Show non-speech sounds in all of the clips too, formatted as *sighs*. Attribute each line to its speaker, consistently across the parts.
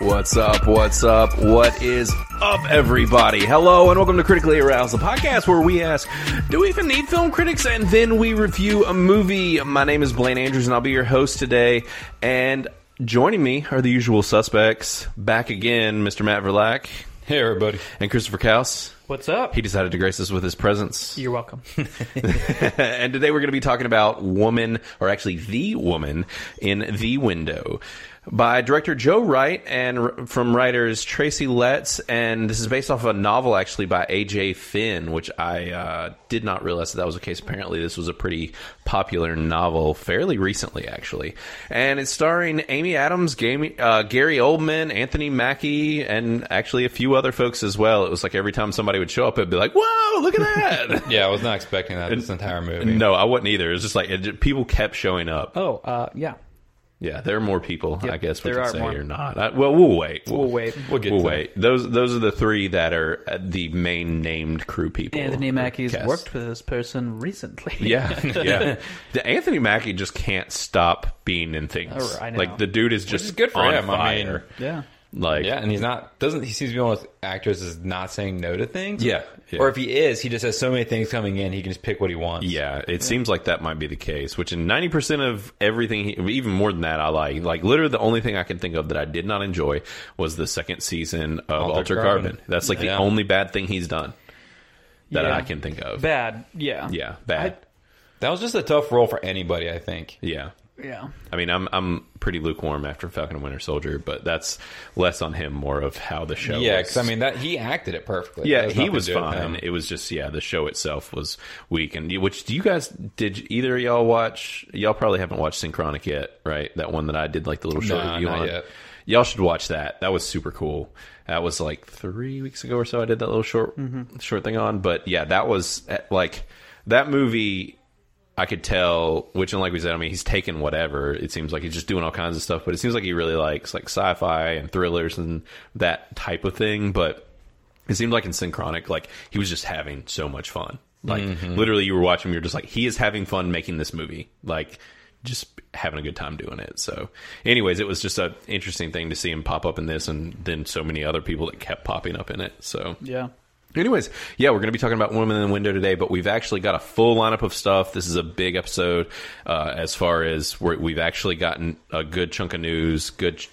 Speaker 1: What's up? What's up? What is up, everybody? Hello, and welcome to Critically Aroused, the podcast where we ask, do we even need film critics? And then we review a movie. My name is Blaine Andrews, and I'll be your host today. And joining me are the usual suspects. Back again, Mr. Matt Verlack
Speaker 2: Hey, everybody.
Speaker 1: and Christopher Kaus.
Speaker 3: What's up?
Speaker 1: He decided to grace us with his presence. *laughs*
Speaker 3: You're welcome.
Speaker 1: and today we're going to be talking about Woman, or actually The Woman in the Window by director Joe Wright and r- from writers Tracy Letts. And this is based off of a novel actually by A.J. Finn, which I uh, did not realize that that was the case. Apparently, this was a pretty popular novel fairly recently, actually. And it's starring Amy Adams, Gamey- uh, Gary Oldman, Anthony Mackie, and actually a few other folks as well. It was like every time somebody would show up, it'd be like, whoa, look at that.
Speaker 2: Yeah, I was not expecting that this entire movie.
Speaker 1: No, I wasn't either. It's just like it, ju- people kept showing up.
Speaker 3: Oh, uh, yeah.
Speaker 1: Yeah, there are more people. I guess we
Speaker 3: there
Speaker 1: could
Speaker 3: are
Speaker 1: say
Speaker 3: more.
Speaker 1: or not. I, well, we'll wait. We'll,
Speaker 3: We'll wait.
Speaker 2: We'll get
Speaker 1: We'll
Speaker 2: to
Speaker 1: wait. Those those are the three that are uh, the main named crew people.
Speaker 3: Anthony Mackie's
Speaker 1: Cast.
Speaker 3: worked with this person recently.
Speaker 1: *laughs*
Speaker 3: *laughs*
Speaker 1: Yeah, yeah. the Anthony Mackie just can't stop being in things.
Speaker 3: Oh, I know.
Speaker 1: Like the dude is just
Speaker 2: is good for
Speaker 1: on
Speaker 2: him, I mean-
Speaker 1: fire.
Speaker 3: Yeah.
Speaker 1: like
Speaker 2: It. Yeah, and he's not doesn't he seems to be one of those actors is not saying no to things.
Speaker 1: Yeah, yeah.
Speaker 2: Or if he is, he just has so many things coming in, he can just pick what he wants.
Speaker 1: Yeah, it seems like that might be the case. Which in ninety percent of everything, even more than that, I like. Like literally, the only thing I can think of that I did not enjoy was the second season of Alter, Carbon.
Speaker 2: Carbon.
Speaker 1: That's like
Speaker 2: Yeah.
Speaker 1: the only bad thing he's done that
Speaker 3: Yeah.
Speaker 1: I can think of.
Speaker 3: Bad. Yeah.
Speaker 1: Yeah, bad.
Speaker 2: That was just a tough role for anybody, I think.
Speaker 1: yeah,
Speaker 3: Yeah.
Speaker 1: I mean, I'm I'm pretty lukewarm after Falcon and Winter Soldier, but that's less on him, more of how the show.
Speaker 2: Yeah,
Speaker 1: was.
Speaker 2: because I mean that he acted it perfectly. That
Speaker 1: Yeah,
Speaker 2: has
Speaker 1: he
Speaker 2: nothing to
Speaker 1: was
Speaker 2: do with
Speaker 1: fine.
Speaker 2: him.
Speaker 1: It was just yeah, the show itself was weak. And you- which do you guys did either of y'all watch? Y'all probably haven't watched Synchronic yet, right? That one that I did like the little short
Speaker 2: Nah,
Speaker 1: review
Speaker 2: not
Speaker 1: on.
Speaker 2: yet.
Speaker 1: Y'all should watch that. That was super cool. That was like three weeks ago or so. I did that little short
Speaker 2: Mm-hmm.
Speaker 1: short thing on, but yeah, that was eh, like that movie. I could tell, which, and like we said, I mean, he's taking whatever. It seems like he's just doing all kinds of stuff, but it seems like he really likes like sci-fi and thrillers and that type of thing. But it seemed like in synchronic like he was just having so much fun like literally you were watching you're just like he is having fun making this movie like just having a good time doing it so anyways it was just an interesting thing to see him pop up in this and then so many other people that kept popping up in it so
Speaker 3: Yeah.
Speaker 1: Anyways, yeah, we're going to be talking about Women in the Window today, but we've actually got a full lineup of stuff. This is a big episode uh, as far as we're, we've actually gotten a good chunk of news. Good, ch-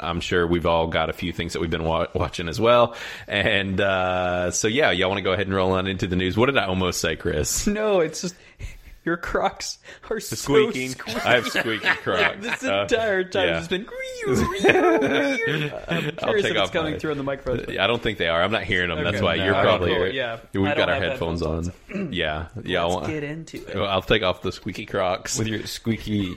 Speaker 1: I'm sure we've all got a few things that we've been wa- watching as well. And uh, so, yeah, y'all want to go ahead and roll on into the news. What did I almost say,
Speaker 3: *laughs*
Speaker 1: Chris?
Speaker 3: No, it's just your Crocs are so
Speaker 1: Squeaking.
Speaker 3: squeaky.
Speaker 1: I have
Speaker 3: *laughs*
Speaker 1: squeaking crocs.
Speaker 3: This
Speaker 1: Uh,
Speaker 3: entire time
Speaker 1: yeah. *laughs*
Speaker 3: it's been. I'm curious
Speaker 1: take
Speaker 3: if
Speaker 1: off
Speaker 3: it's coming
Speaker 1: my-
Speaker 3: through on the
Speaker 1: *laughs*
Speaker 3: microphone.
Speaker 1: I don't think they are. I'm not hearing them. That's
Speaker 2: Okay.
Speaker 1: why
Speaker 2: No,
Speaker 1: you're
Speaker 2: I don't
Speaker 1: probably.
Speaker 2: hear it.
Speaker 3: Yeah. I
Speaker 1: We've
Speaker 3: don't
Speaker 1: got our
Speaker 3: have
Speaker 1: headphones on. *clears throat* yeah. Yeah. I
Speaker 3: Let's
Speaker 1: want-
Speaker 3: get into it.
Speaker 1: Well, I'll take off the squeaky crocs.
Speaker 2: with
Speaker 1: *laughs*
Speaker 2: your squeaky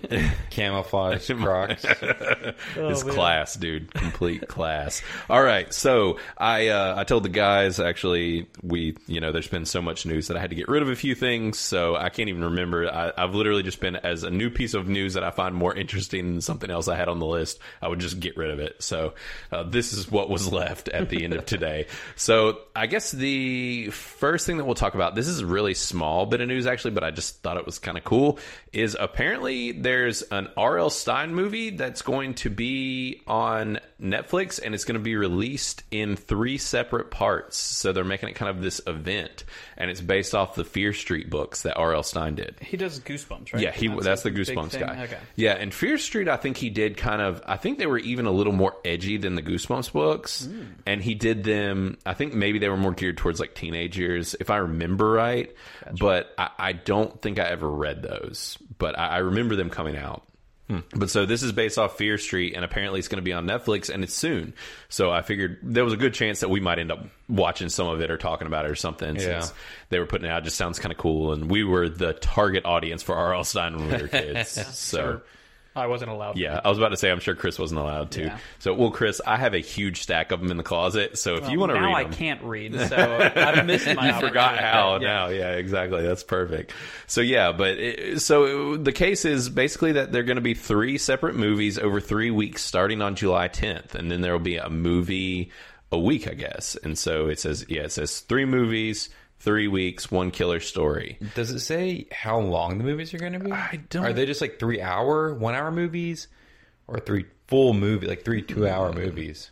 Speaker 2: camouflage Crocs.
Speaker 1: it's
Speaker 3: man.
Speaker 1: class, dude. Complete *laughs* class. All right. So I uh, I told the guys actually we you know there's been so much news that I had to get rid of a few things, so I can't even remember. I, I've literally just been as a new piece of news that I find more interesting than something else I had on the list. I would just get rid of it. So uh, this is what was *laughs* left at the end of today. So I guess the first thing that we'll talk about. This is a really small bit of news actually, but I just thought it was kind of cool. Is apparently there's an R.L. Stein movie that's going to be on Netflix and it's going to be released in three separate parts. So they're making it kind of this event, and it's based off the Fear Street books that R.L. Stein did.
Speaker 3: He does goosebumps, right?
Speaker 1: Yeah, he that's, the
Speaker 3: his big
Speaker 1: Goosebumps
Speaker 3: thing.
Speaker 1: guy.
Speaker 3: Okay.
Speaker 1: Yeah, and Fear Street, I think he did kind of. I think they were even a little more edgy than the Goosebumps books,
Speaker 3: Hmm.
Speaker 1: and he did them. I think maybe they were more geared towards like teenage years, if I remember right. But I, I don't think I ever read those, but I, I remember them coming out. But so this is based off Fear Street, and apparently it's going to be on Netflix, and it's soon. So I figured there was a good chance that we might end up watching some of it or talking about it or something.
Speaker 2: Yeah.
Speaker 1: Since they were putting it out, it just sounds kind of cool, and we were the target audience for R.L. Stein when we
Speaker 3: *laughs*
Speaker 1: were kids. so
Speaker 3: Or- I wasn't allowed.
Speaker 1: yeah, I was about to say I'm sure Chris wasn't allowed to.
Speaker 3: Yeah.
Speaker 1: So well, Chris, I have a huge stack of them in the closet. So if you want to
Speaker 3: now
Speaker 1: read
Speaker 3: I
Speaker 1: them, *laughs*
Speaker 3: can't read, so I've missed my.
Speaker 1: you forgot
Speaker 3: opportunity.
Speaker 1: how
Speaker 3: Yeah.
Speaker 1: now. Yeah, exactly. That's perfect. So yeah, but it, so the case is basically that they're going to be three separate movies over three weeks, starting on July 10th, and then there will be a movie a week, I guess. And so it says, yeah, it says three movies, three weeks, one killer story.
Speaker 2: Does it say how long the movies are going to be? I
Speaker 1: don't-
Speaker 2: Are they just like three hour, one hour movies, or three full movie, like three two-hour movies.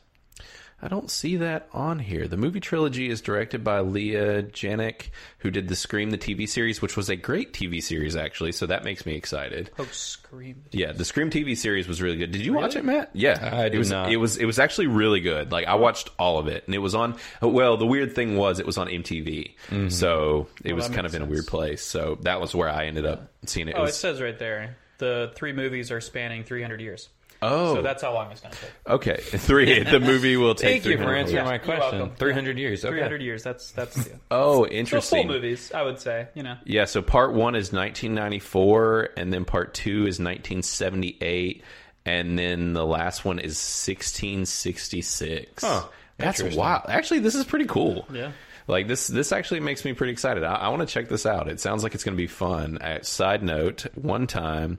Speaker 1: I don't see that on here. The movie trilogy is directed by Leah Janik, who did the Scream the TV series, which was a great TV series actually. So that makes me excited.
Speaker 3: Oh, scream.
Speaker 1: Yeah, the Scream TV series was really good. Did you watch it, Matt? Yeah,
Speaker 2: I
Speaker 1: it
Speaker 2: did
Speaker 1: was.
Speaker 2: not.
Speaker 1: It was. It was actually really good. Like I watched all of it, and it was on. Well, the weird thing was it was on MTV, so it was
Speaker 3: that
Speaker 1: kind of
Speaker 3: makes
Speaker 1: in a weird place. So that was where I ended up seeing it. it
Speaker 3: Oh, it,
Speaker 1: was,
Speaker 3: says right there the three movies are spanning 300 years.
Speaker 1: oh,
Speaker 3: So that's how long it's going to take.
Speaker 1: okay. *laughs* Three. The movie will take.
Speaker 2: Thank you for
Speaker 1: 300
Speaker 2: answering
Speaker 1: years.
Speaker 2: my question.
Speaker 3: welcome.
Speaker 2: Three hundred years. Okay.
Speaker 3: 300 years.
Speaker 1: *laughs*
Speaker 3: That's that's yeah.
Speaker 1: Oh,
Speaker 3: so full
Speaker 1: interesting.
Speaker 3: movies. I would say. You know.
Speaker 1: Yeah, so part one is 1994, and then part two is 1978, and then the last one is 1666.
Speaker 2: Huh.
Speaker 1: That's
Speaker 2: Interesting.
Speaker 1: wild. Actually, this is pretty cool.
Speaker 3: Yeah.
Speaker 1: Like this, this actually makes me pretty excited. I, I want to check this out. It sounds like it's going to be fun. Uh, side note: One time,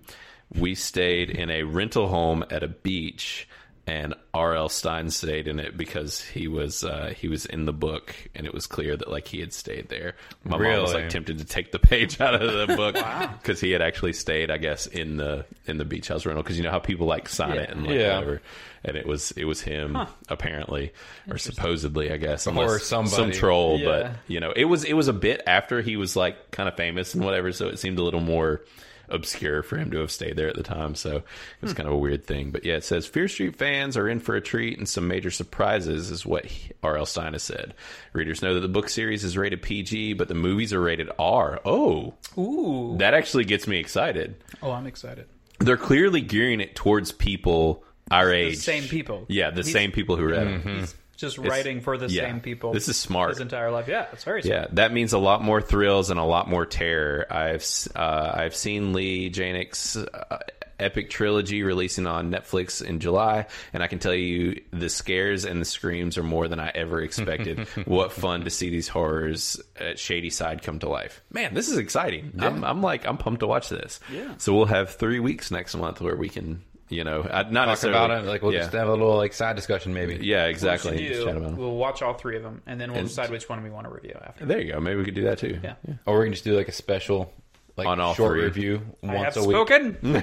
Speaker 1: we stayed in a rental home at a beach, and R.L. Stein stayed in it because he was uh, he was in the book, and it was clear that like he had stayed there. My mom was
Speaker 2: Really?
Speaker 1: like tempted to take the page *laughs* out of the book because he had actually stayed, I guess, in the in the beach house rental. Because you know how people like sign it and like
Speaker 2: Yeah.
Speaker 1: whatever, and it was it was him apparently or supposedly, I guess, unless
Speaker 2: Or somebody.
Speaker 1: some troll. But
Speaker 3: Yeah.
Speaker 1: you know, it was it was a bit after he was like kind of famous and whatever, so it seemed a little more obscure for him to have stayed there at the time. So it was
Speaker 3: Hmm.
Speaker 1: kind of a weird thing. But yeah, it says Fear Street fans are in for a treat and some major surprises is what he- R.L. Stein has said. Readers know that the book series is rated PG, but the movies are rated R. Oh,
Speaker 3: Ooh.
Speaker 1: that actually gets me excited.
Speaker 3: Oh, I'm excited.
Speaker 1: They're clearly gearing it towards people our age.
Speaker 3: same people.
Speaker 1: Yeah, the
Speaker 3: He's- Hmm.
Speaker 1: same people who read it.
Speaker 3: Just writing for the
Speaker 1: yeah.
Speaker 3: same people.
Speaker 1: This is smart.
Speaker 3: His entire life. Yeah, it's very smart.
Speaker 1: Yeah, that means a lot more thrills and a lot more terror. I've s- uh, I've seen Lee Janick's uh, epic trilogy releasing on Netflix in July, and I can tell you the scares and the screams are more than I ever
Speaker 2: *laughs*
Speaker 1: expected. what fun to see these horrors at Shady Side come to life! Man, this is exciting. I'm, I'm like I'm pumped to watch this.
Speaker 3: Yeah.
Speaker 1: So we'll have three weeks next month where we can, you know, I- not
Speaker 2: Talk
Speaker 1: necessarily
Speaker 2: about it. Like we'll
Speaker 1: yeah.
Speaker 2: just have a little like side discussion maybe.
Speaker 1: yeah,
Speaker 3: What we
Speaker 1: exactly.
Speaker 3: should
Speaker 1: Just
Speaker 3: do,
Speaker 1: chat about 'em.
Speaker 3: we'll watch all three of them, and then we'll decide which one we want to review after.
Speaker 1: There you go. Maybe we could do that too.
Speaker 3: Yeah.
Speaker 2: Or we can just do like a special, like
Speaker 1: On all
Speaker 2: short
Speaker 1: three.
Speaker 2: review
Speaker 3: I have
Speaker 2: once a
Speaker 1: *laughs*
Speaker 2: week.
Speaker 3: spoken. you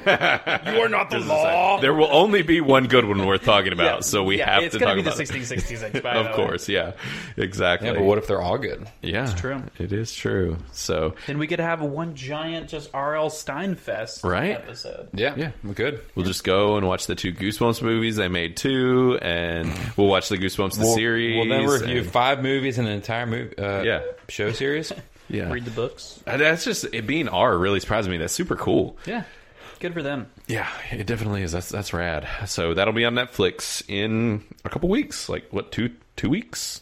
Speaker 3: are not the law.
Speaker 1: There will only be one good one worth talking about, so we
Speaker 3: yeah,
Speaker 1: have
Speaker 3: it's
Speaker 1: to
Speaker 3: gonna
Speaker 1: talk
Speaker 3: be
Speaker 1: about
Speaker 3: the
Speaker 1: it.
Speaker 3: 1666. by the
Speaker 1: Of
Speaker 3: way.
Speaker 1: course, yeah, exactly.
Speaker 2: Yeah, but what if they're all good?
Speaker 1: Yeah,
Speaker 3: It's true.
Speaker 1: It is true. So
Speaker 3: Then we could have one giant just R.L. Steinfest
Speaker 1: Right?
Speaker 3: episode.
Speaker 2: Yeah,
Speaker 1: Yeah.
Speaker 2: we're good.
Speaker 1: we'll just go and watch the two Goosebumps movies. They made two, and we'll watch the Goosebumps the
Speaker 2: We'll,
Speaker 1: series.
Speaker 2: we'll then review
Speaker 1: and-
Speaker 2: five movies in an entire movie. Uh,
Speaker 1: Yeah.
Speaker 2: show series.
Speaker 1: yeah, Uh,
Speaker 3: Read the books.
Speaker 1: that's just it being R really surprised me. That's super cool.
Speaker 3: Yeah, good for them.
Speaker 1: Yeah, it definitely is. That's that's rad. So that'll be on Netflix in a couple weeks. Like what two two weeks?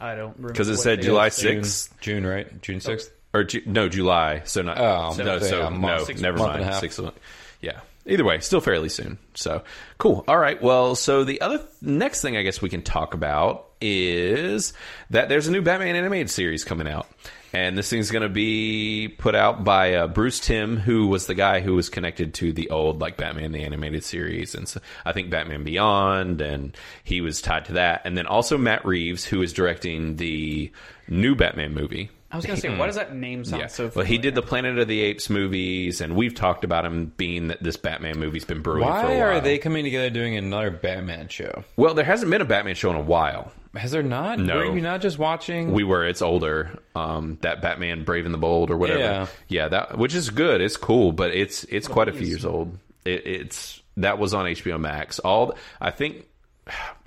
Speaker 3: I don't remember
Speaker 1: Because it
Speaker 3: what
Speaker 1: said
Speaker 3: they
Speaker 1: *laughs* July
Speaker 3: all say.
Speaker 2: June,
Speaker 1: sixth
Speaker 2: June, right? June sixth.
Speaker 1: or Ju- no July. So not
Speaker 2: Oh,
Speaker 1: no,
Speaker 2: so
Speaker 1: so
Speaker 2: yeah, month,
Speaker 1: no,
Speaker 2: six-
Speaker 1: never
Speaker 2: month and a
Speaker 1: mind.
Speaker 2: half.
Speaker 1: Six months. Yeah. Either way, still fairly soon. So cool. All right. Well, so the other th- next thing I guess we can talk about is that there's a new Batman animated series coming out. And this thing's going to be put out by uh, Bruce Tim, who was the guy who was connected to the old like Batman the animated series, and so, I think Batman Beyond, and he was tied to that. And then also Matt Reeves, who is directing the new Batman movie,
Speaker 3: I was gonna say, why does that name sound
Speaker 1: yeah.
Speaker 3: so?
Speaker 1: well, he
Speaker 3: familiar?
Speaker 1: did the Planet of the Apes movies, and we've talked about him being that this Batman movie's been brewing for a
Speaker 2: Why
Speaker 1: while.
Speaker 2: are they coming together doing another Batman show?
Speaker 1: Well, there hasn't been a Batman show in a while.
Speaker 2: Has there not?
Speaker 1: No.
Speaker 2: Were you not just watching?
Speaker 1: We were. It's older. Um, that Batman Brave and the Bold or whatever.
Speaker 2: Yeah.
Speaker 1: That which is good. It's cool, but it's it's quite a few years old. It, it's that was on HBO Max. All I think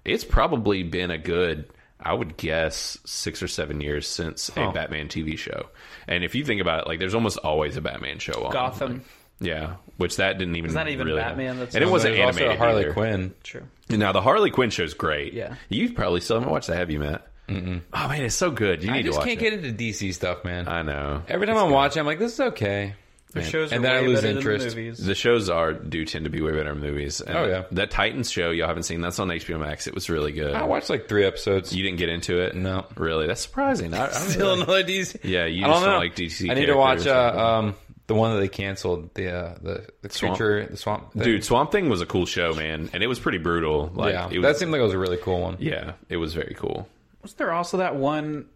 Speaker 1: it's probably been a good. I would guess six or seven years since a Batman TV show. And if you think about it, like there's almost always a Batman show on.
Speaker 3: Gotham.
Speaker 1: Yeah, which that didn't even. It's
Speaker 3: not even
Speaker 1: really
Speaker 3: Batman
Speaker 1: happen.
Speaker 3: that's-
Speaker 1: and it
Speaker 3: No,
Speaker 1: wasn't
Speaker 2: There's
Speaker 1: animated.
Speaker 2: also Harley
Speaker 1: either.
Speaker 2: Quinn.
Speaker 3: True.
Speaker 1: Now the Harley Quinn show's great.
Speaker 3: Yeah.
Speaker 1: you probably still haven't watched that, have you, Matt? Mm-mm. Oh man, it's so good. You need
Speaker 2: I just
Speaker 1: to watch
Speaker 2: can't
Speaker 1: it.
Speaker 2: get into DC stuff, man.
Speaker 1: I know.
Speaker 2: Every time I'm watching, I'm like, this is okay.
Speaker 3: The shows are
Speaker 2: And then
Speaker 3: way
Speaker 2: I lose
Speaker 3: better
Speaker 2: interest.
Speaker 3: Than the movies.
Speaker 1: the shows are do tend to be way better in movies. And
Speaker 2: Oh, yeah.
Speaker 1: that Titans show y'all haven't seen. That's on HBO Max. It was really good.
Speaker 2: I watched like three episodes.
Speaker 1: you didn't get into it?
Speaker 2: No.
Speaker 1: really. That's surprising. I, I don't
Speaker 2: *laughs* Still
Speaker 1: really-
Speaker 2: another DC.
Speaker 1: Yeah, you
Speaker 2: I
Speaker 1: just
Speaker 2: don't
Speaker 1: don't
Speaker 2: know.
Speaker 1: like DC
Speaker 2: I need to watch
Speaker 1: characters.
Speaker 2: uh, um the one that they canceled the uh, the the
Speaker 1: Swamp.
Speaker 2: creature the swamp thing.
Speaker 1: Dude, Swamp Thing was a cool show, man, and it was pretty brutal. Like,
Speaker 2: yeah,
Speaker 1: it was,
Speaker 2: that seemed like it was a really cool one.
Speaker 1: yeah, it was very cool.
Speaker 3: Wasn't there also that one?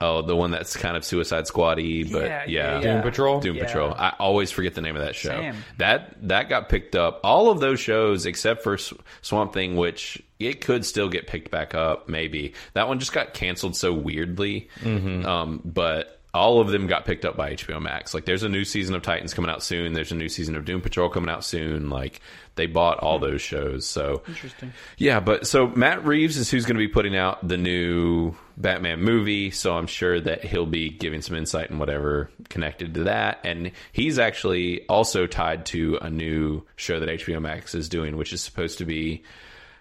Speaker 1: Oh, the one that's kind of Suicide Squad-y, but
Speaker 3: Yeah,
Speaker 1: yeah,
Speaker 3: yeah, yeah.
Speaker 2: Doom Patrol.
Speaker 1: Doom
Speaker 3: Yeah.
Speaker 1: Patrol. I always forget the name of that show.
Speaker 3: Same.
Speaker 1: That that got picked up. All of those shows except for S- Swamp Thing, which it could still get picked back up. Maybe that one just got canceled so weirdly. Um, but all of them got picked up by HBO Max. Like, there's a new season of Titans coming out soon. There's a new season of Doom Patrol coming out soon. Like, they bought all those shows. So
Speaker 3: Interesting.
Speaker 1: yeah, but so Matt Reeves is who's going to be putting out the new Batman movie, so I'm sure that he'll be giving some insight and whatever connected to that. And he's actually also tied to a new show that HBO Max is doing, which is supposed to be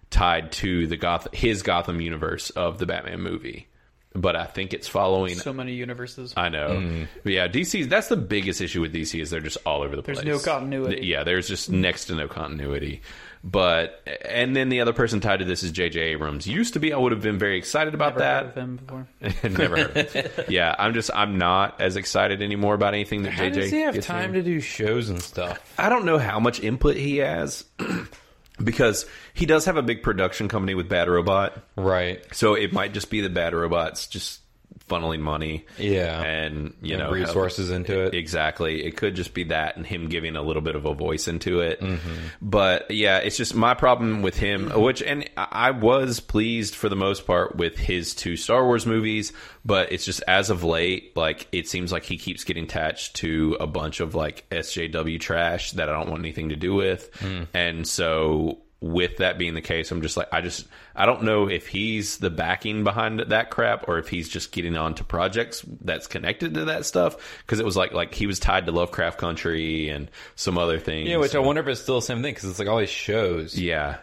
Speaker 1: tied to the Goth- his Gotham universe of the Batman movie. But I think it's following.
Speaker 3: So many universes.
Speaker 1: I know,
Speaker 2: Mm.
Speaker 1: but yeah, DC. That's the biggest issue with DC is they're just all over the
Speaker 3: There's
Speaker 1: place.
Speaker 3: no continuity.
Speaker 1: Yeah, there's just next to no continuity. But and then the other person tied to this is J.J. Abrams. Used to be, I would have been very excited about
Speaker 3: Never heard
Speaker 1: *laughs*
Speaker 3: of
Speaker 1: that.
Speaker 3: him before.
Speaker 1: Never heard. Of
Speaker 3: *laughs*
Speaker 1: it. Yeah, I'm just I'm not as excited anymore about anything that
Speaker 2: How
Speaker 1: J.J.
Speaker 2: does he have
Speaker 1: gets in.
Speaker 2: time to do shows and
Speaker 1: *laughs*
Speaker 2: stuff?
Speaker 1: I don't know how much input he has *clears throat* because he does have a big production company with Bad Robot.
Speaker 2: Right.
Speaker 1: So it might just be the bad robots just funneling money.
Speaker 2: Yeah.
Speaker 1: And, you
Speaker 2: And
Speaker 1: know,
Speaker 2: resources into it.
Speaker 1: Exactly. It could just be that and him giving a little bit of a voice into it. But yeah, it's just my problem with him, which, and I I was pleased for the most part with his two Star Wars movies, but it's just as of late, like, it seems like he keeps getting attached to a bunch of like SJW trash that I don't want anything to do with. And so with that being the case, I'm just like I just I don't know if he's the backing behind that crap or if he's just getting on to projects that's connected to that stuff because it was like like he was tied to Lovecraft Country and some other things.
Speaker 2: Yeah, which I wonder if it's still the same thing because it's like all these shows
Speaker 1: yeah.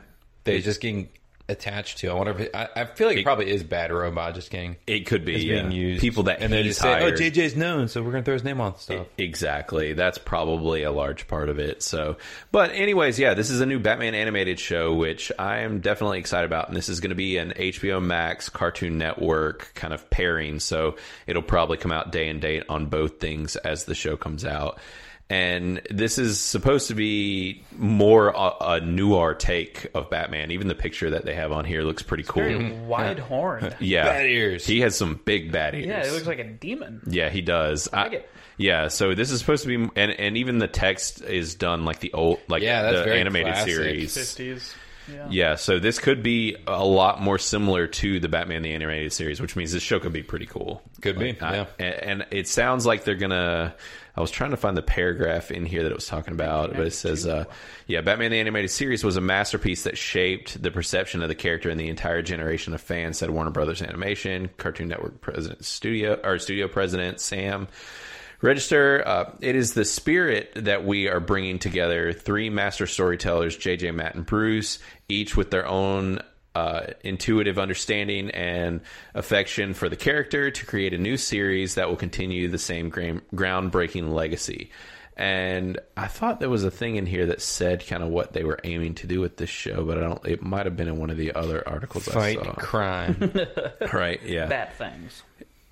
Speaker 2: they just getting attached to. I wonder if it, I, I feel like it probably is Bad Robot just getting
Speaker 1: It could be yeah.
Speaker 2: being used.
Speaker 1: people that
Speaker 2: and
Speaker 1: he's
Speaker 2: they just
Speaker 1: hired.
Speaker 2: say, "Oh, JJ's known, so we're gonna throw his name on stuff."
Speaker 1: Exactly. That's probably a large part of it. So, but anyways, yeah, this is a new Batman animated show, which I am definitely excited about. And this is going to be an HBO Max Cartoon Network kind of pairing. So it'll probably come out day and date on both things as the show comes out. And this is supposed to be more a, a newer take of Batman. Even the picture that they have on here looks pretty cool.
Speaker 3: Very
Speaker 1: *laughs*
Speaker 3: wide horn.
Speaker 1: yeah,
Speaker 2: Bat ears.
Speaker 1: He has some big bat ears.
Speaker 3: Yeah, it looks like a demon.
Speaker 1: Yeah, he does. I,
Speaker 3: like it.
Speaker 1: Yeah, so this is supposed to be, and and even the text is done like the old, like
Speaker 2: Yeah, that's
Speaker 1: the
Speaker 2: very
Speaker 1: animated
Speaker 2: classic.
Speaker 1: series.
Speaker 3: Fifties. Yeah.
Speaker 1: Yeah, so this could be a lot more similar to the Batman the animated series, which means this show could be pretty cool.
Speaker 2: Could be,
Speaker 1: I-
Speaker 2: yeah.
Speaker 1: and, and it sounds like they're gonna. I was trying to find the paragraph in here that it was talking about, but it says, uh, "Yeah, Batman the animated series was a masterpiece that shaped the perception of the character and the entire generation of fans," said Warner Brothers Animation, Cartoon Network president, studio or studio president Sam. Register. Uh, it is the spirit that we are bringing together three master storytellers, JJ, Matt, and Bruce, each with their own uh, intuitive understanding and affection for the character to create a new series that will continue the same gra- groundbreaking legacy. And I thought there was a thing in here that said kind of what they were aiming to do with this show, but I don't. It might have been in one of the other articles
Speaker 2: Fight
Speaker 1: I saw.
Speaker 2: crime.
Speaker 1: Right? Yeah.
Speaker 3: Bat things.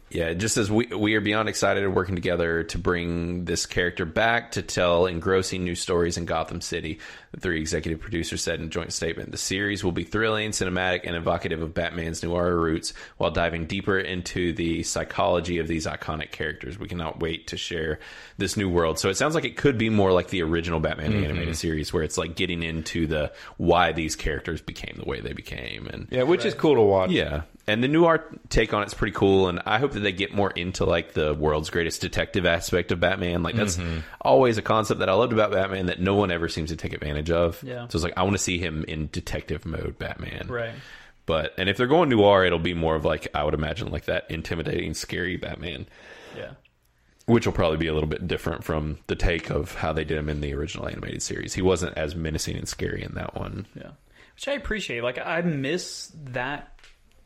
Speaker 1: Yeah, it just as we we are beyond excited to working together to bring this character back to tell engrossing new stories in Gotham City. The three executive producers said in a joint statement, the series will be thrilling, cinematic, and evocative of Batman's noir roots, while diving deeper into the psychology of these iconic characters. We cannot wait to share this new world. So it sounds like it could be more like the original Batman the animated series, where it's like getting into the why these characters became the way they became, and
Speaker 2: yeah, which is cool to watch.
Speaker 1: yeah. And the new art take on it's pretty cool and I hope that they get more into like the world's greatest detective aspect of Batman. Like that's
Speaker 3: Mm-hmm.
Speaker 1: always a concept that I loved about Batman that no one ever seems to take advantage of.
Speaker 3: Yeah.
Speaker 1: So it's like I want to see him in detective mode Batman.
Speaker 3: Right.
Speaker 1: But and if they're going noir, it'll be more of like I would imagine like that intimidating, scary Batman.
Speaker 3: Yeah.
Speaker 1: Which will probably be a little bit different from the take of how they did him in the original animated series. He wasn't as menacing and scary in that one.
Speaker 3: Yeah. Which I appreciate. Like I miss that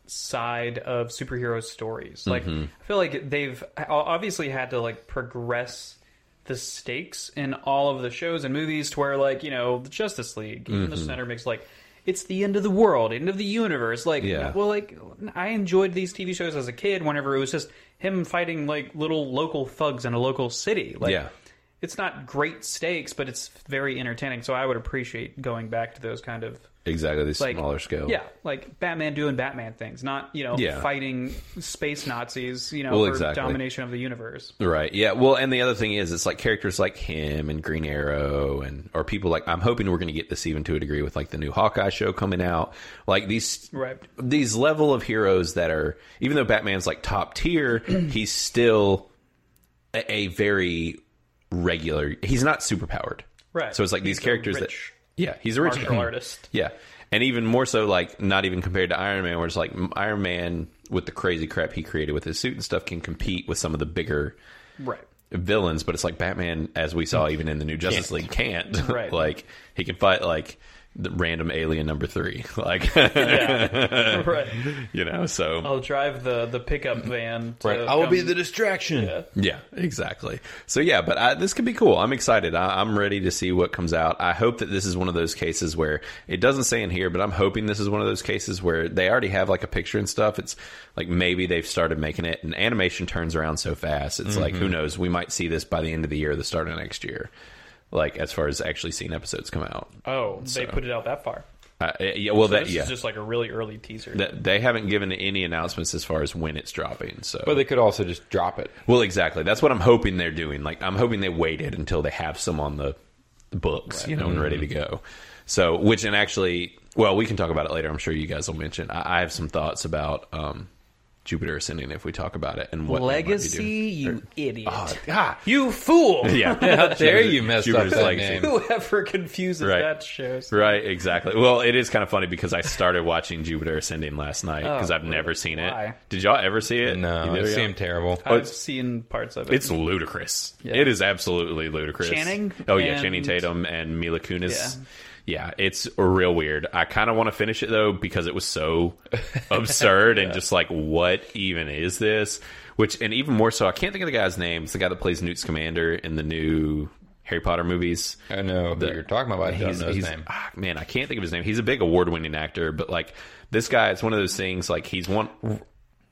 Speaker 3: side of superhero stories. Like I feel like they've o- obviously had to like progress the stakes in all of the shows and movies to where like, you know, the Justice League, even the center makes like it's the end of the world, end of the universe. Like,
Speaker 1: Yeah.
Speaker 3: well, like I enjoyed these TV shows as a kid. Whenever it was just him fighting like little local thugs in a local city, like
Speaker 1: yeah.
Speaker 3: it's not great stakes, but it's very entertaining. So I would appreciate going back to those kind of
Speaker 1: Exactly, the
Speaker 3: like
Speaker 1: smaller scale.
Speaker 3: Yeah, like Batman doing Batman things, not you know
Speaker 1: Yeah.
Speaker 3: fighting space Nazis, you know,
Speaker 1: Well,
Speaker 3: for
Speaker 1: exactly.
Speaker 3: domination of the universe.
Speaker 1: Right. Yeah. Well, and the other thing is, it's like characters like him and Green Arrow, and or people like I'm hoping we're going to get this even to a degree with like the new Hawkeye show coming out. Like these,
Speaker 3: Right.
Speaker 1: These level of heroes that are, even though Batman's like top tier,
Speaker 3: *clears throat*
Speaker 1: he's still a, a very regular. He's not superpowered.
Speaker 3: Right.
Speaker 1: So it's like these
Speaker 3: He's a
Speaker 1: characters
Speaker 3: rich
Speaker 1: that, yeah, he's a rich *laughs*
Speaker 3: Martial artist.
Speaker 1: Yeah. And even more so, like, not even compared to Iron Man, where it's like m- Iron Man with the crazy crap he created with his suit and stuff can compete with some of the bigger *laughs*
Speaker 3: Right.
Speaker 1: villains, but it's like Batman, as we saw even in the new Justice League, can't. *laughs*
Speaker 3: Right.
Speaker 1: like, he can fight, like, the random alien number three. *laughs* Like,
Speaker 3: Yeah. right.
Speaker 1: you know, so.
Speaker 3: *laughs* I'll drive the the pickup van. To
Speaker 2: Right. Um, I will be
Speaker 3: come-
Speaker 2: the distraction.
Speaker 1: Yeah, exactly. So yeah, but I, this could be cool. I'm excited. I, I'm ready to see what comes out. I hope that this is one of those cases where it doesn't say in here, but I'm hoping this is one of those cases where they already have like a picture and stuff. It's like maybe they've started making it, and animation turns around so fast. It's like who knows? We might see this by the end of the year, or the start of next year. Like as far as actually seeing episodes come out.
Speaker 3: Oh, they put it out that far.
Speaker 1: Uh, yeah, well, that
Speaker 3: This
Speaker 1: yeah,
Speaker 3: is just like a really early teaser.
Speaker 1: that, they haven't given any announcements as far as when it's dropping. So
Speaker 2: But they could also just drop it.
Speaker 1: Well, exactly. That's what I'm hoping they're doing. Like I'm hoping they waited until they have some on the books, you know, and ready to
Speaker 3: Mm-hmm.
Speaker 1: go. So, which and actually, well, we can talk about it later. I'm sure you guys will mention. I, I have some thoughts about um, Jupiter Ascending if we talk about it and what they might be doing.
Speaker 3: you idiot.
Speaker 1: Oh, God.
Speaker 3: you fool!
Speaker 1: *laughs* Yeah.
Speaker 3: *laughs*
Speaker 2: How dare you mess up
Speaker 1: Jupiter's
Speaker 2: that
Speaker 1: *laughs* Legacy.
Speaker 2: name?
Speaker 3: Whoever confuses
Speaker 1: Right.
Speaker 3: that show.
Speaker 1: Right, exactly. Well, it is kind of funny because I started watching Jupiter Ascending last night because
Speaker 3: Oh,
Speaker 1: I've never seen it.
Speaker 3: why?
Speaker 1: Did y'all ever see it?
Speaker 2: No,
Speaker 1: Either of
Speaker 2: it
Speaker 1: y'all?
Speaker 2: seemed terrible.
Speaker 3: I've
Speaker 1: it's-
Speaker 3: seen parts of it.
Speaker 1: It's ludicrous.
Speaker 3: Yeah.
Speaker 1: It is absolutely ludicrous.
Speaker 3: Channing
Speaker 1: Oh yeah,
Speaker 3: and-
Speaker 1: Channing Tatum and Mila Kunis. Yeah, it's real weird. I kind of want to finish it though because it was
Speaker 3: *laughs*
Speaker 1: so absurd and just like, what even is this? Which and even more so, I can't think of the guy's name. It's the guy that plays Newt Scamander in the new Harry Potter movies.
Speaker 2: I know who you're talking about. I don't know his
Speaker 1: he's-
Speaker 2: name.
Speaker 1: ah, man, I can't think of his name. He's a big award-winning actor, but like this guy, it's one of those things. Like he's one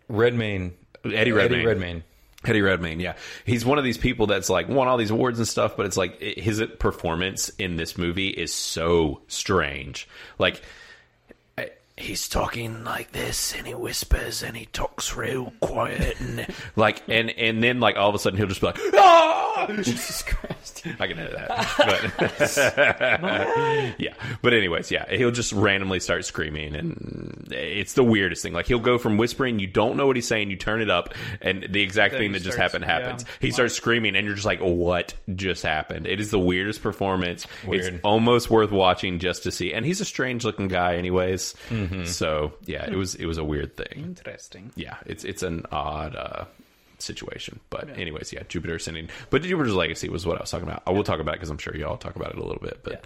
Speaker 2: Redmayne.
Speaker 1: Eddie Redmayne.
Speaker 2: Eddie Redmayne.
Speaker 1: Eddie Redmayne, yeah, he's one of these people that's like won all these awards and stuff, but it's like it, his performance in this movie is so strange. Like I- he's talking like this, and he whispers, and he talks real quiet, and *laughs* like, and and then like all of a sudden he'll just be like, ah!
Speaker 3: *laughs* Jesus Christ.
Speaker 1: I can edit that. But *laughs* yeah. But anyways, yeah, he'll just randomly start screaming and it's the weirdest thing. Like he'll go from whispering, you don't know what he's saying, you turn it up and the exact
Speaker 3: Then
Speaker 1: thing
Speaker 3: he
Speaker 1: that just
Speaker 3: starts-
Speaker 1: happened
Speaker 3: yeah.
Speaker 1: happens. He starts screaming and you're just like, "What just happened?" It is the weirdest performance. It's
Speaker 2: Weird.
Speaker 1: almost worth watching just to see. And he's a strange-looking guy anyways. So, yeah, it was it was a weird thing
Speaker 3: Interesting.
Speaker 1: yeah, it's it's an odd uh, situation. But anyways, yeah, Jupiter Ascending. But Jupiter's Legacy was what I was talking about. I will talk about it because I'm sure y'all talk about it a little bit. But yeah.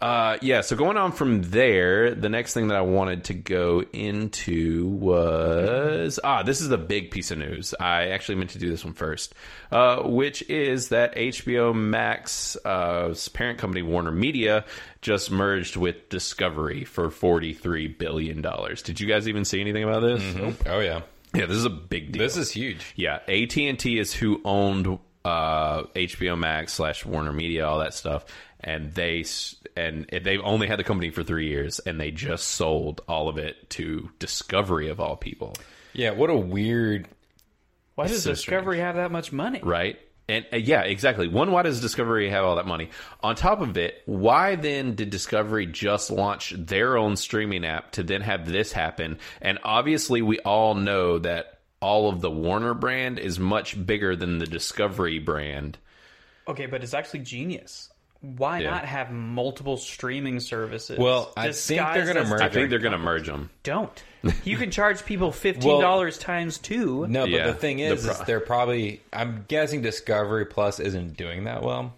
Speaker 1: Uh, yeah, so going on from there, the next thing that I wanted to go into was ah, this is the big piece of news. I actually meant to do this one first, uh, which is that HBO Max, uh, parent company Warner Media, just merged with Discovery for forty three billion dollars. Did you guys even see anything about this?
Speaker 2: Oh yeah,
Speaker 1: Yeah, this is a big deal.
Speaker 2: this is huge.
Speaker 1: yeah, AT and T is who owned uh, HBO Max slash Warner Media, all that stuff, and they s- and they've only had the company for three years, and they just sold all of it to Discovery of all people,
Speaker 2: Yeah, what a weird.
Speaker 3: Why does
Speaker 1: so
Speaker 3: Discovery have that much money?
Speaker 1: right? And uh, yeah, exactly. One, why does Discovery have all that money? On top of it, why then did Discovery just launch their own streaming app to then have this happen? And obviously, we all know that all of the Warner brand is much bigger than the Discovery brand.
Speaker 3: Okay, but it's actually genius. Why not have multiple streaming services?
Speaker 2: Well, I think they're
Speaker 3: disguised
Speaker 2: gonna
Speaker 3: as-
Speaker 2: merge
Speaker 1: I think they're going to merge them.
Speaker 3: Don't. You can charge
Speaker 2: *laughs*
Speaker 3: people fifteen dollars times two.
Speaker 2: No, but
Speaker 1: Yeah,
Speaker 2: the thing
Speaker 1: the
Speaker 2: is,
Speaker 1: pro-
Speaker 2: is they're probably. I'm guessing Discovery Plus isn't doing that well,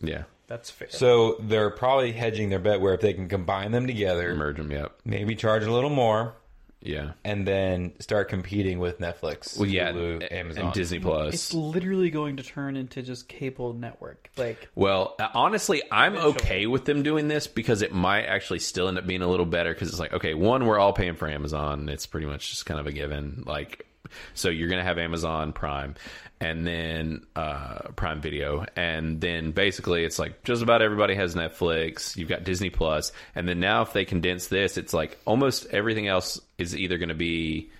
Speaker 1: Yeah,
Speaker 3: That's fair.
Speaker 2: so they're probably hedging their bet where if they can combine them together,
Speaker 1: merge them. Yep.
Speaker 2: maybe charge a little more,
Speaker 1: Yeah.
Speaker 2: and then start competing with Netflix,
Speaker 1: Well, yeah,
Speaker 2: Hulu,
Speaker 1: and-
Speaker 2: Amazon,
Speaker 1: and Disney
Speaker 3: it's
Speaker 1: Plus.
Speaker 3: literally going to turn into just cable network. Like
Speaker 1: Well, uh, honestly, I'm okay with them doing this because it might actually still end up being a little better because it's like, okay, one, we're all paying for Amazon. It's pretty much just kind of a given. Like, So you're going to have Amazon Prime and then uh, Prime Video. And then basically it's like just about everybody has Netflix. You've got Disney Plus, And then now if they condense this, it's like almost everything else is either going to be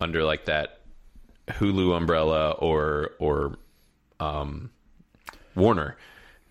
Speaker 1: under like that Hulu umbrella or, or, um, Warner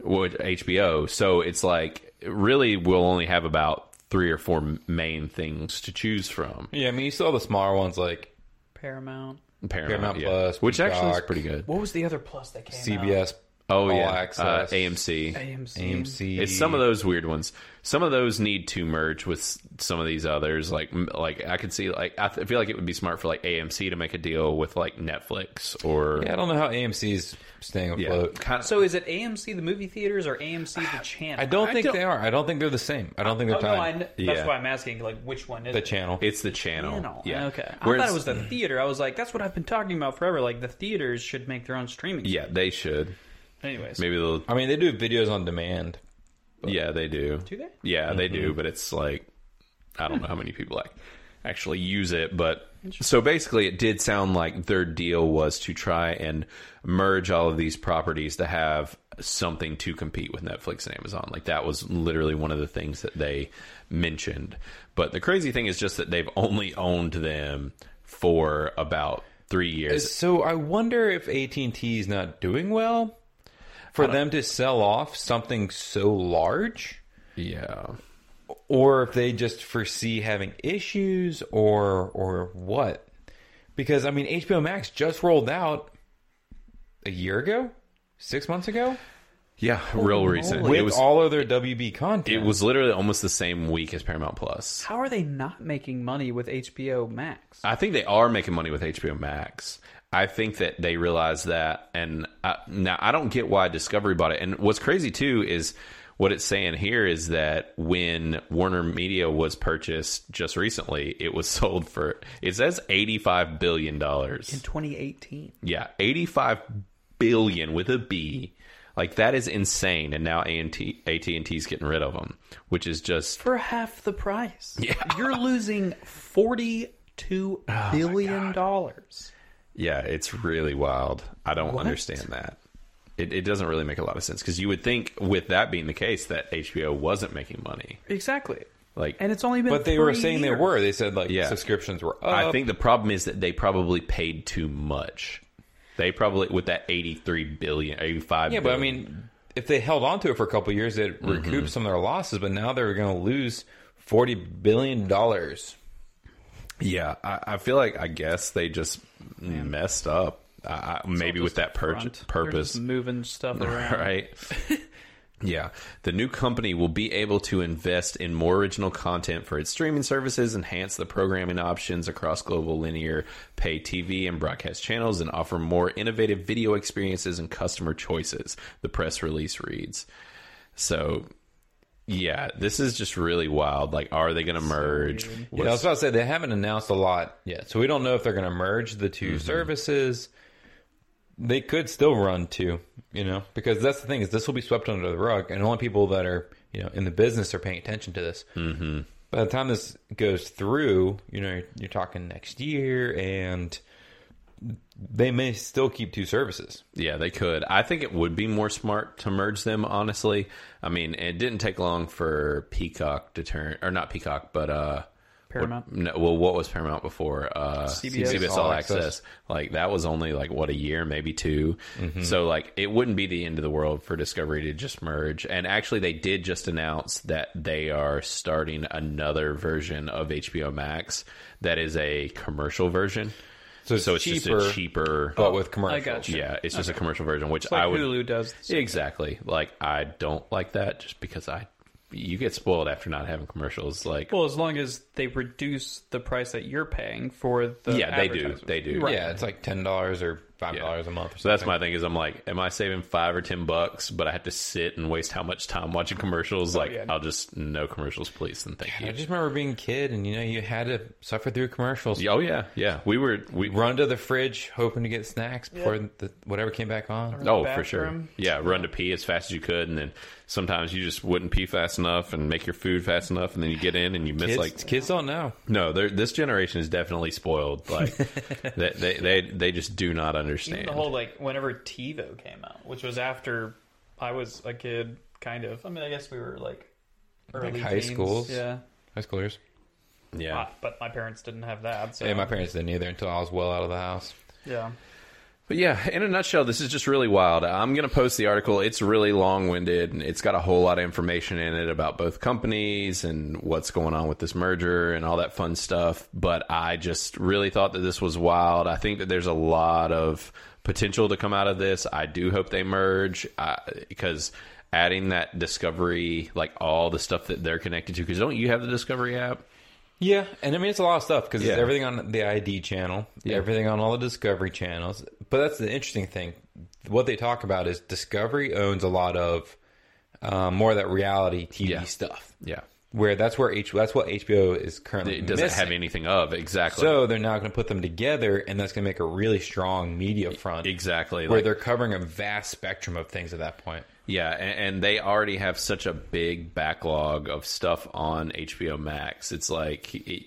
Speaker 1: with HBO. So it's like really we'll only have about three or four main things to choose from.
Speaker 2: Yeah, I mean, you saw the smaller ones like
Speaker 3: Paramount.
Speaker 1: Paramount,
Speaker 2: Paramount
Speaker 1: yeah.
Speaker 2: Plus,
Speaker 1: which actually is
Speaker 2: Peacock.
Speaker 1: pretty good.
Speaker 3: What was the other plus that came out?
Speaker 2: CBS,
Speaker 1: Oh
Speaker 2: All
Speaker 1: yeah,
Speaker 2: Access,
Speaker 1: uh, AMC.
Speaker 3: AMC.
Speaker 2: AMC.
Speaker 1: It's some of those weird ones. Some of those need to merge with s- some of these others. Like, m- like I could see, like I th- feel like it would be smart for like AMC to make a deal with like Netflix or
Speaker 2: Yeah, I don't know how AMC's staying
Speaker 1: yeah,
Speaker 2: afloat.
Speaker 1: kind of.
Speaker 3: So is it AMC the movie theaters or AMC the channel?
Speaker 2: *sighs* I don't
Speaker 1: I
Speaker 2: think
Speaker 1: don't-
Speaker 2: they are. I don't think they're the same. I don't think
Speaker 3: Oh,
Speaker 2: they're
Speaker 3: no, I,
Speaker 2: tied.
Speaker 3: kn- that's
Speaker 1: Yeah.
Speaker 3: why I'm asking. Like, which one is
Speaker 2: The
Speaker 3: it?
Speaker 2: channel.
Speaker 1: it's the channel.
Speaker 3: Channel.
Speaker 1: Yeah.
Speaker 3: Okay. I
Speaker 1: Where
Speaker 3: thought it
Speaker 1: it's-
Speaker 3: was the theater. I was like, that's what I've been talking about forever. Like, the theaters should make their own streaming.
Speaker 1: Yeah, they should.
Speaker 3: Anyways.
Speaker 1: Maybe they'll.
Speaker 2: I mean, they do videos on demand.
Speaker 1: Yeah, they do.
Speaker 3: Do they?
Speaker 1: Yeah, they do, but it's like I don't know how many people like actually use it, but so basically it did sound like their deal was to try and merge all of these properties to have something to compete with Netflix and Amazon. Like that was literally one of the things that they mentioned. But the crazy thing is just that they've only owned them for about 3 years.
Speaker 2: So I wonder if AT and T is not doing well for them to sell off something so large,
Speaker 1: yeah.
Speaker 2: or if they just foresee having issues, or or what? Because I mean, HBO Max just rolled out a year ago, six months ago,
Speaker 1: Yeah, real recent.
Speaker 2: with
Speaker 1: It was
Speaker 2: all of their WB content.
Speaker 1: it was literally almost the same week as Paramount Plus.
Speaker 3: How are they not making money with HBO Max?
Speaker 1: I think they are making money with HBO Max. I think that they realize that, and I, now I don't get why Discovery bought it. And what's crazy too is what it's saying here is that when Warner Media was purchased just recently, it was *laughs* sold for it says eighty five billion
Speaker 3: In
Speaker 1: dollars.
Speaker 3: 2018.
Speaker 1: Yeah, eighty five billion with a B. Like that is insane. And now AT and T's getting rid of them, which is just
Speaker 3: For half the price. Yeah. You're losing forty-two billion dollars.
Speaker 1: Yeah, it's really wild. I don't understand that. It, it doesn't really make a lot of sense because you would think, with that being the case, that HBO wasn't making money.
Speaker 3: Exactly.
Speaker 1: Like,
Speaker 3: And it's only been.
Speaker 2: but they were
Speaker 3: three
Speaker 2: saying
Speaker 3: years.
Speaker 2: they were. They said like
Speaker 1: Yeah.
Speaker 2: subscriptions were up.
Speaker 3: uh,
Speaker 1: I think the problem is that they probably paid too much. They probably with that eighty-three billion, eighty-five.
Speaker 2: Yeah, but I
Speaker 1: billion.
Speaker 2: mean, if they held on to it for a couple of years,
Speaker 1: Mm-hmm.
Speaker 2: it recouped some of their losses. But now they're going to lose forty billion dollars.
Speaker 1: yeah, I, I feel like I guess they just messed up. I, I, maybe
Speaker 3: Just
Speaker 1: with that pur-
Speaker 3: front. They're
Speaker 1: purpose,
Speaker 3: just moving stuff around.
Speaker 1: *laughs* right? yeah. The new company will be able to invest in more original content for its streaming services, enhance the programming options across global linear, pay TV, and broadcast channels, and offer more innovative video experiences and customer choices, the press release reads. So. Yeah, this is just really wild. Like, are they going to merge?
Speaker 2: Yeah, I was about to say they haven't announced a lot yet, so we don't know if they're going to merge the 2
Speaker 1: Mm-hmm.
Speaker 2: services. They could still run two, you know, because that's the thing is this will be swept under the rug, and only people that are you know in the business are paying attention to this. Mm-hmm. By the time this goes through, you know, you're, you're talking next year, and they may still keep two services.
Speaker 1: Yeah, they could. I think it would be more smart to merge them, honestly. I mean, it didn't take long for Peacock to turn, or not Peacock, but uh,
Speaker 3: Paramount.
Speaker 1: What, no, well, what was Paramount before? Uh, CBS,
Speaker 3: CBS.
Speaker 1: All
Speaker 2: All
Speaker 1: Access.
Speaker 2: Access.
Speaker 1: Like that was only like what a year, maybe 2 So like it wouldn't be the end of the world for Discovery to just merge. And actually, they did just announce that they are starting another version of HBO Max that is a commercial version.
Speaker 2: So it's,
Speaker 1: So it's
Speaker 2: cheaper, Oh,
Speaker 1: just a cheaper,
Speaker 2: but with commercials.
Speaker 3: I got you.
Speaker 1: yeah, it's just a commercial version, which
Speaker 3: Like
Speaker 1: I would
Speaker 3: Hulu does. the same.
Speaker 1: Exactly. Like I don't like that just because I you get spoiled after not having commercials. Like
Speaker 3: Well, as long as they reduce the price that you're paying for the
Speaker 1: yeah, they do.
Speaker 3: advertisement.
Speaker 1: They do.
Speaker 2: Yeah, it's like ten dollars or five dollars a month. Or
Speaker 1: So that's
Speaker 2: something.
Speaker 1: my thing is I'm like, am I saving five or ten bucks? But I have to sit and waste how much time watching commercials? Like,
Speaker 3: Oh, yeah.
Speaker 1: I'll just no commercials, please, and thank
Speaker 2: I
Speaker 1: you.
Speaker 2: just remember being a kid, and you know, you had to suffer through commercials.
Speaker 1: Yeah, Oh yeah, yeah. We were we
Speaker 2: Run to the fridge, hoping to get snacks before the, whatever came back on.
Speaker 3: the
Speaker 1: oh for sure
Speaker 3: bathroom.
Speaker 1: yeah run to pee as fast as you could, and then sometimes you just wouldn't pee fast enough and make your food fast enough, and then you get in and you miss
Speaker 2: Kids,
Speaker 1: like
Speaker 2: kids don't know.
Speaker 1: no. they're- This generation is definitely spoiled.
Speaker 3: *laughs*
Speaker 1: Like they, they they they just do not understand.
Speaker 3: Even the whole like whenever TiVo came out, which was after I was a kid, kind of. I mean, I guess we were like early
Speaker 2: high
Speaker 3: teens.
Speaker 2: schools?
Speaker 3: Yeah,
Speaker 2: High schoolers.
Speaker 1: yeah.
Speaker 3: Uh, but my parents didn't have that. So
Speaker 2: Yeah, my parents didn't either until I was well out of the house.
Speaker 3: yeah.
Speaker 1: But yeah, in a nutshell, this is just really wild. I'm going to post the article. It's really long winded and it's got a whole lot of information in it about both companies and what's going on with this merger and all that fun stuff. But I just really thought that this was wild. I think that there's a lot of potential to come out of this. I do hope they merge I, because adding that discovery, like all the stuff that they're connected to, because don't you have the discovery app?
Speaker 2: Yeah, and I mean it's a lot of stuff because
Speaker 1: Yeah.
Speaker 2: it's everything on the ID channel, everything on all the Discovery channels. But that's the interesting thing. What they talk about is Discovery owns a lot of um, more of that reality TV
Speaker 1: Yeah.
Speaker 2: stuff,
Speaker 1: Yeah.
Speaker 2: where that's where H that's what HBO is currently
Speaker 1: It doesn't
Speaker 2: missing.
Speaker 1: have anything of exactly.
Speaker 2: So they're now going to put them together, and that's going to make a really strong media front
Speaker 1: exactly.
Speaker 2: where
Speaker 1: like-
Speaker 2: they're covering a vast spectrum of things at that point.
Speaker 1: Yeah, and, and they already have such a big backlog of stuff on HBO Max. It's like it,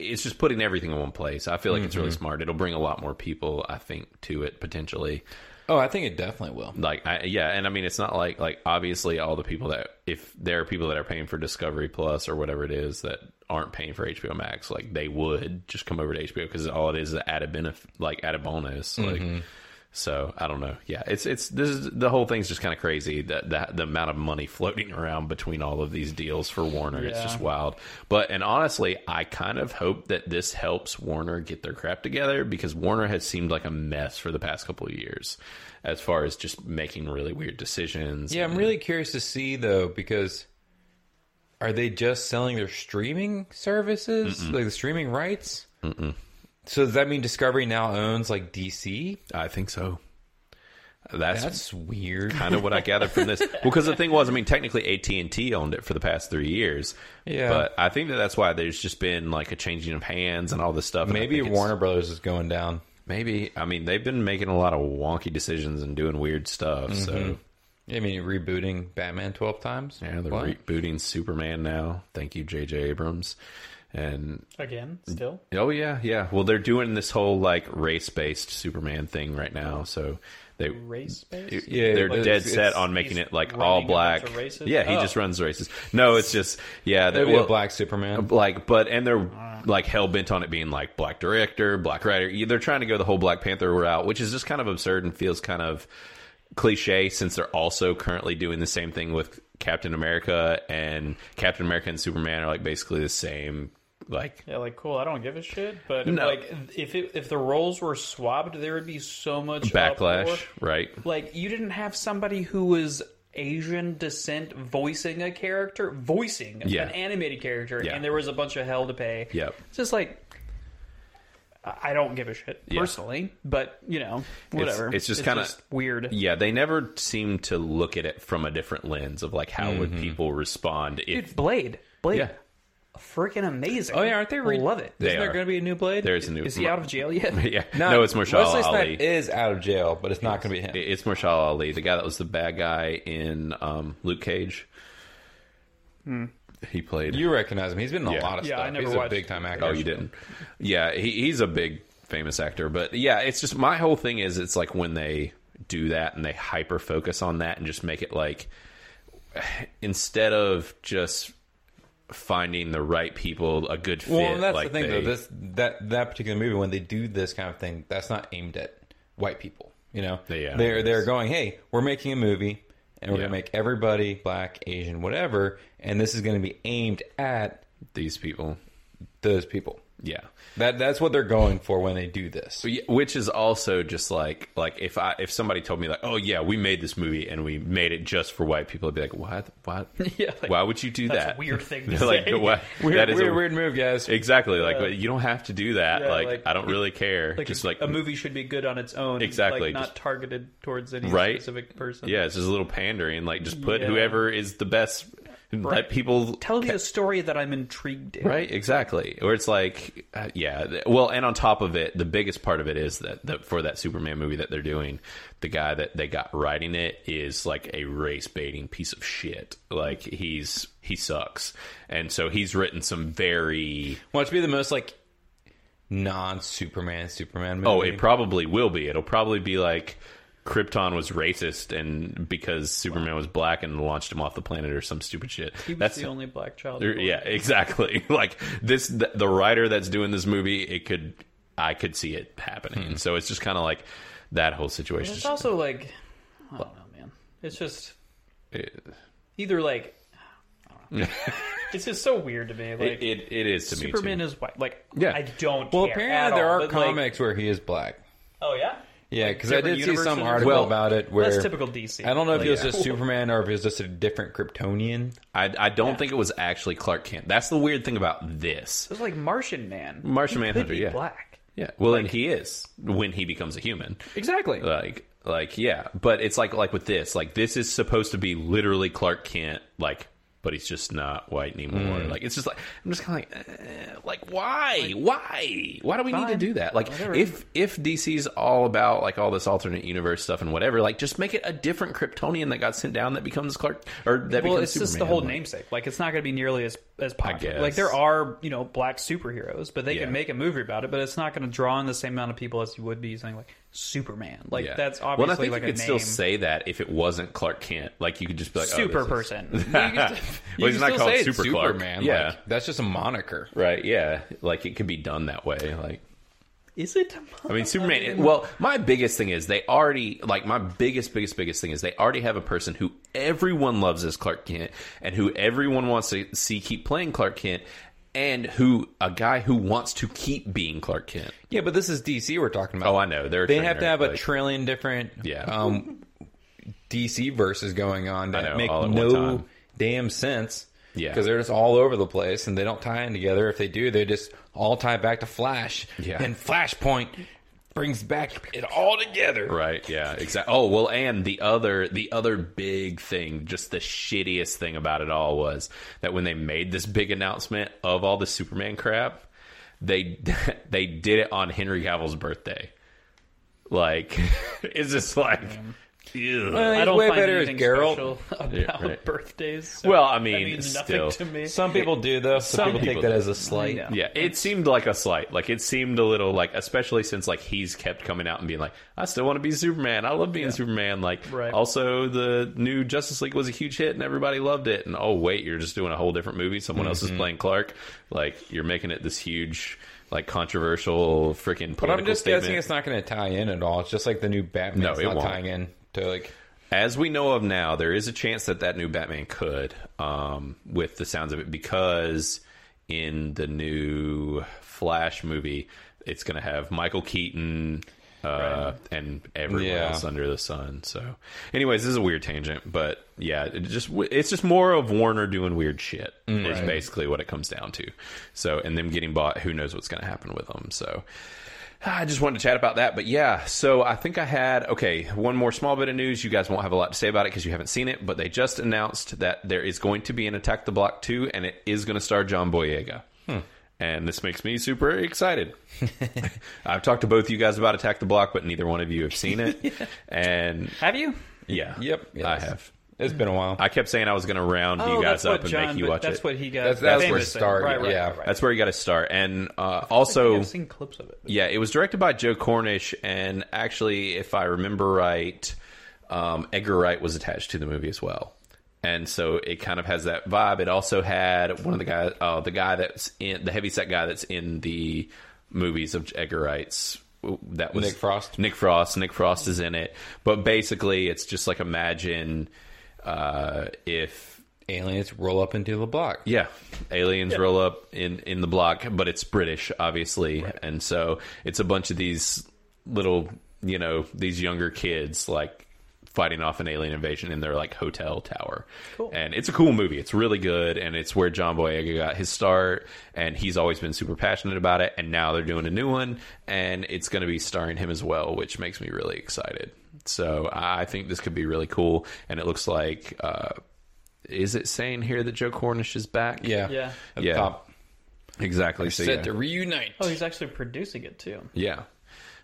Speaker 1: it's just putting everything in one place. I feel like it's really smart. It'll bring a lot more people, I think, to it potentially.
Speaker 2: Oh, I think it definitely will.
Speaker 1: Like, I, yeah, and I mean, it's not like like obviously all the people that if there are people that are paying for Discovery Plus or whatever it is that aren't paying for HBO Max, like they would just come over to HBO because all it is is added benefit, like added bonus, like. So I don't know. Yeah, it's it's this is the whole thing's just kind of crazy that that the amount of money *laughs* floating around between all of these deals for Warner. It's
Speaker 3: Yeah.
Speaker 1: just wild. But and honestly, I kind of hope that this helps Warner get their crap together because Warner has seemed like a mess for the past couple of years as far as just making really weird decisions.
Speaker 2: Yeah, I'm
Speaker 1: and-
Speaker 2: really curious to see though because are they just selling their streaming services, like the streaming rights? Mm-mm. So does that mean Discovery now owns like DC?
Speaker 1: I think so. That's,
Speaker 2: That's weird.
Speaker 1: kind of what I gathered from
Speaker 2: *laughs*
Speaker 1: this. Well, because the thing was, I mean, technically AT and T owned it for the past three years.
Speaker 2: Yeah.
Speaker 1: but I think that that's why there's just been like a changing of hands and all this stuff. and I
Speaker 2: Maybe
Speaker 1: think it's-
Speaker 2: Warner Brothers is going down.
Speaker 1: Maybe I mean they've been making a lot of wonky decisions and doing weird stuff.
Speaker 2: Mm-hmm.
Speaker 1: So
Speaker 2: I mean, rebooting Batman twelve times.
Speaker 1: yeah, they're
Speaker 2: What?
Speaker 1: rebooting Superman now. Thank you, J.J. Abrams. And
Speaker 3: Again, still.
Speaker 1: oh yeah, yeah. Well, they're doing this whole like race based Superman thing right now. So they
Speaker 3: Race based?
Speaker 1: It-
Speaker 2: Yeah,
Speaker 1: they're
Speaker 2: like,
Speaker 1: dead
Speaker 2: it's-
Speaker 1: set
Speaker 2: it's-
Speaker 1: on making
Speaker 3: he's
Speaker 1: it like
Speaker 3: running
Speaker 1: all
Speaker 3: a bunch
Speaker 1: black.
Speaker 3: of races?
Speaker 1: Yeah, he
Speaker 3: Oh.
Speaker 1: just runs races. No, it's just yeah, they
Speaker 2: Maybe
Speaker 1: well,
Speaker 2: a black Superman.
Speaker 1: like, but and they're like hell bent on it being like black director, black writer. Yeah, They're trying to go the whole Black Panther route, which is just kind of absurd and feels kind of cliche since they're also currently doing the same thing with Captain America and Captain America and Superman are like basically the same. Like,
Speaker 3: Yeah, like cool. I don't give a shit, but
Speaker 1: No.
Speaker 3: like if it, if the roles were swapped, there would be so much
Speaker 1: backlash,
Speaker 3: uproar.
Speaker 1: right?
Speaker 3: Like you didn't have somebody who was Asian descent voicing a character, voicing
Speaker 1: Yeah.
Speaker 3: an animated character,
Speaker 1: Yeah.
Speaker 3: and there was a bunch of hell to pay.
Speaker 1: Yep.
Speaker 3: It's just like I I don't give a shit
Speaker 1: Yeah.
Speaker 3: personally, but you know, whatever.
Speaker 1: it's just kinda-
Speaker 3: weird.
Speaker 1: Yeah, they never seem to look at it from a different lens of like how would people respond if
Speaker 3: Dude, Blade, Blade,
Speaker 1: Yeah.
Speaker 3: freaking amazing.
Speaker 2: oh yeah, aren't they? Re-
Speaker 3: Love it.
Speaker 1: They
Speaker 2: Isn't there
Speaker 1: are.
Speaker 2: going to be a new Blade?
Speaker 1: there is a new
Speaker 3: Is he out of jail yet?
Speaker 1: *laughs* yeah no it's Marshall
Speaker 2: Wesley
Speaker 1: Ali
Speaker 2: Snipes is out of jail, but it's not going to be him.
Speaker 1: it's Marshall Ali the guy that was the bad guy in um, Luke Cage he played
Speaker 2: you recognize him? He's been in a
Speaker 1: Yeah.
Speaker 2: lot of
Speaker 3: Yeah,
Speaker 2: stuff.
Speaker 3: I never
Speaker 2: He's a
Speaker 3: watched-
Speaker 2: big time actor.
Speaker 1: *laughs* Oh, you didn't. Yeah, he, he's a big famous actor, but yeah, it's just my whole thing is it's like when they do that and they hyper focus on that and just make it like *sighs* instead of just finding the right people, a good fit.
Speaker 2: Well, and that's
Speaker 1: like
Speaker 2: the thing
Speaker 1: they-
Speaker 2: though. This that that particular movie when they do this kind of thing, that's not aimed at white people. You know,
Speaker 1: Yeah.
Speaker 2: they're they're going, hey, we're making a movie, and we're
Speaker 1: Yeah.
Speaker 2: gonna make everybody black, Asian, whatever, and this is gonna be aimed at
Speaker 1: these people.
Speaker 2: those people.
Speaker 1: yeah.
Speaker 2: That that's what they're going for when they do this.
Speaker 1: Yeah, Which is also just like like if I if somebody told me like oh yeah we made this movie and we made it just for white people I'd be like why th- why
Speaker 3: *laughs* Yeah, like,
Speaker 1: why would you do
Speaker 3: that's
Speaker 1: that
Speaker 3: a
Speaker 1: *laughs*
Speaker 3: weird thing to
Speaker 1: like
Speaker 3: say.
Speaker 1: why-
Speaker 2: Weird,
Speaker 1: that is
Speaker 2: weird,
Speaker 1: a,
Speaker 2: weird move, guys.
Speaker 1: exactly like
Speaker 3: Yeah.
Speaker 1: you don't have to do that
Speaker 3: Yeah,
Speaker 1: like,
Speaker 3: like-
Speaker 1: I don't really care
Speaker 3: Like,
Speaker 1: just like
Speaker 3: a movie should be good on its own,
Speaker 1: Exactly,
Speaker 3: Like, not
Speaker 1: just-
Speaker 3: targeted towards any
Speaker 1: Right?
Speaker 3: specific person.
Speaker 1: yeah it's just a little pandering like just put
Speaker 3: Yeah.
Speaker 1: whoever is the best let
Speaker 3: Right.
Speaker 1: people
Speaker 3: tell me a story that I'm intrigued in.
Speaker 1: Right, exactly. Or it's like, uh, yeah. th- Well, and on top of it, the biggest part of it is that, that for that Superman movie that they're doing, the guy that they got writing it is like a race baiting piece of shit. Like he's he sucks, and so he's written some very.
Speaker 2: Wants to be the most like non Superman Superman movie.
Speaker 1: Oh, it probably will be. It'll probably be like Krypton was racist, and because Superman was black and launched him off the planet or some stupid shit.
Speaker 3: He was the only black child.
Speaker 1: There-
Speaker 3: born.
Speaker 1: Yeah, *laughs* exactly. Like this, the, the writer that's doing this movie, it could, I could see it happening. So it's just kind of like that whole situation.
Speaker 3: It's also like, I don't know, man. It's just either
Speaker 1: *laughs*
Speaker 3: like, I don't know. it's just so weird to me. Like
Speaker 1: it, it, it is to me.
Speaker 3: Superman
Speaker 1: too.
Speaker 3: is white. Like
Speaker 1: Yeah.
Speaker 3: I don't.
Speaker 2: Well,
Speaker 3: care
Speaker 2: apparently
Speaker 3: at
Speaker 2: there
Speaker 3: all,
Speaker 2: are
Speaker 3: but, like-
Speaker 2: comics where he is black.
Speaker 3: oh yeah,
Speaker 2: Yeah, because I
Speaker 3: different
Speaker 2: did see some
Speaker 3: universes?
Speaker 2: article
Speaker 1: Well,
Speaker 2: about it where
Speaker 3: that's typical DC.
Speaker 2: I don't know if
Speaker 1: Like,
Speaker 2: it was
Speaker 1: yeah.
Speaker 2: just Superman or if it was just a different Kryptonian.
Speaker 1: I, I don't think it was actually Clark Kent. That's the weird thing about this.
Speaker 3: It's like Martian Man.
Speaker 1: Martian
Speaker 3: He could
Speaker 1: Manhunter,
Speaker 3: be
Speaker 1: yeah.
Speaker 3: black.
Speaker 1: Yeah. Well, and he is when he becomes a human.
Speaker 3: Exactly.
Speaker 1: Like, like, yeah. But it's like, like with this, like this is supposed to be literally Clark Kent, like, but he's just not white anymore.
Speaker 3: Hmm.
Speaker 1: Like, it's just like I'm just kind of like, eh, like why, why, why do we need
Speaker 3: fine.
Speaker 1: to do that? Like,
Speaker 3: Whatever.
Speaker 1: if if DC's all about like all this alternate universe stuff and whatever, like, just make it a different Kryptonian that got sent down that becomes Clark or that
Speaker 3: well,
Speaker 1: becomes
Speaker 3: it's just the
Speaker 1: Superman.
Speaker 3: whole
Speaker 1: Like,
Speaker 3: namesake. Like, it's not going to be nearly as as popular.
Speaker 1: guess.
Speaker 3: Like, there are you know black superheroes, but they
Speaker 1: Yeah.
Speaker 3: can make a movie about it. But it's not going to draw in the same amount of people as you would be saying like Superman. Like,
Speaker 1: yeah.
Speaker 3: that's
Speaker 1: Well,
Speaker 3: obviously
Speaker 1: and I think
Speaker 3: like
Speaker 1: you
Speaker 3: a
Speaker 1: could
Speaker 3: name.
Speaker 1: still say that if it wasn't Clark Kent, like you could just be like oh, this
Speaker 3: super
Speaker 1: is-
Speaker 3: person.
Speaker 1: *laughs* well, he's not called Super Clark.
Speaker 2: Man.
Speaker 1: Yeah.
Speaker 2: that's just a moniker.
Speaker 1: Right, yeah. Like it could be done that way. Like
Speaker 3: Is it?
Speaker 1: I mean Superman well, my biggest thing is they already like my biggest biggest biggest thing is they already have a person who everyone loves as Clark Kent and who everyone wants to see keep playing Clark Kent and who a guy who wants to keep being Clark Kent.
Speaker 2: Yeah, but this is DC we're talking about.
Speaker 1: Oh, I know. They're a
Speaker 2: they have
Speaker 1: trainer,
Speaker 2: to have a
Speaker 1: like-
Speaker 2: trillion different
Speaker 1: Yeah.
Speaker 2: um, DC verses going on that
Speaker 1: know,
Speaker 2: make
Speaker 1: all at one
Speaker 2: no
Speaker 1: time.
Speaker 2: damn sense.
Speaker 1: Yeah.
Speaker 2: because they're just all over the place and they don't tie in together. If they do, they just all tie back to Flash.
Speaker 1: Yeah.
Speaker 2: and Flashpoint brings back it all together.
Speaker 1: Right. Yeah. Exactly. Oh well, and the other the other big thing, just the shittiest thing about it all was that when they made this big announcement of all the Superman crap, they *laughs* they did it on Henry Cavill's birthday. Like, *laughs* it's just like. ew.
Speaker 2: Well,
Speaker 3: I
Speaker 2: he's
Speaker 3: don't
Speaker 2: way
Speaker 3: find
Speaker 2: better as
Speaker 3: anything
Speaker 2: Geralt.
Speaker 3: special *laughs* about
Speaker 1: Yeah, right.
Speaker 3: birthdays. so
Speaker 1: Well, I mean,
Speaker 3: that means
Speaker 1: still.
Speaker 3: nothing to me.
Speaker 2: Some people do though. Some, people,
Speaker 1: people
Speaker 2: take that
Speaker 1: do.
Speaker 2: as a slight.
Speaker 3: I know.
Speaker 1: Yeah, it seemed like a slight. Like it seemed a little like, especially since like he's kept coming out and being like, "I still want to be Superman. I love being Superman." Like,
Speaker 3: Right.
Speaker 1: also the new Justice League was a huge hit and everybody loved it. And oh wait, you're just doing a whole different movie. Someone else
Speaker 2: Mm-hmm.
Speaker 1: is playing Clark. Like you're making it this huge, like controversial, freaking political
Speaker 2: But I'm just
Speaker 1: statement.
Speaker 2: guessing it's not going to tie in at all. It's just like the new Batman.
Speaker 1: No,
Speaker 2: it's
Speaker 1: it
Speaker 2: not
Speaker 1: won't.
Speaker 2: tying in to like.
Speaker 1: As we know of now, there is a chance that that new Batman could, um, with the sounds of it, because in the new Flash movie, it's going to have Michael Keaton uh, and everyone
Speaker 2: Yeah.
Speaker 1: else under the sun. So, anyways, this is a weird tangent, but yeah, it just it's just more of Warner doing weird shit is basically what it comes down to. So, and them getting bought, who knows what's going to happen with them? So, I just wanted to chat about that, but yeah. So I think I had okay one more small bit of news. You guys won't have a lot to say about it because you haven't seen it, but they just announced that there is going to be an Attack the Block two, and it is going to star John Boyega. And this makes me super excited. I've talked to both you guys about Attack the Block, but neither one of you have seen
Speaker 3: *laughs*
Speaker 1: it. And
Speaker 3: Have you?
Speaker 1: yeah,
Speaker 2: Yep,
Speaker 1: I
Speaker 2: yes.
Speaker 1: have.
Speaker 2: It's been a while.
Speaker 1: I kept saying I was going to round you guys up and make you watch
Speaker 3: Oh, that's
Speaker 1: it.
Speaker 3: what he got.
Speaker 2: That's- that's
Speaker 3: famous
Speaker 2: where it
Speaker 3: in.
Speaker 2: started,
Speaker 3: Right, right,
Speaker 2: yeah.
Speaker 3: right, right.
Speaker 1: That's where you got to start. And
Speaker 3: *laughs*
Speaker 1: uh, also,
Speaker 3: I've seen clips of it.
Speaker 1: Yeah, it was directed by Joe Cornish, and actually, if I remember right, um, Edgar Wright was attached to the movie as well, and so it kind of has that vibe. It also had one of the guys, uh, the guy that's in the heavyset guy that's in the movies of Edgar Wright's. That was
Speaker 2: Nick Frost?
Speaker 1: Nick Frost. Nick Frost is in it, but basically, it's just like imagine uh, if
Speaker 2: aliens roll up into the block.
Speaker 1: Yeah, aliens roll up in in the block, but it's British, obviously, and so it's a bunch of these little, you know, these younger kids like fighting off an alien invasion in their like hotel tower.
Speaker 3: Cool.
Speaker 1: And it's a cool movie. It's really good, and it's where John Boyega got his start, and he's always been super passionate about it. And now they're doing a new one, and it's going to be starring him as well, which makes me really excited. So I think this could be really cool, and it looks like. Uh, is it saying here that Joe Cornish is back?
Speaker 2: Yeah.
Speaker 3: Yeah.
Speaker 2: Up
Speaker 1: Yeah.
Speaker 2: top.
Speaker 1: Exactly. So
Speaker 2: Set
Speaker 1: yeah.
Speaker 2: to reunite.
Speaker 3: Oh, he's actually producing it too.
Speaker 1: yeah.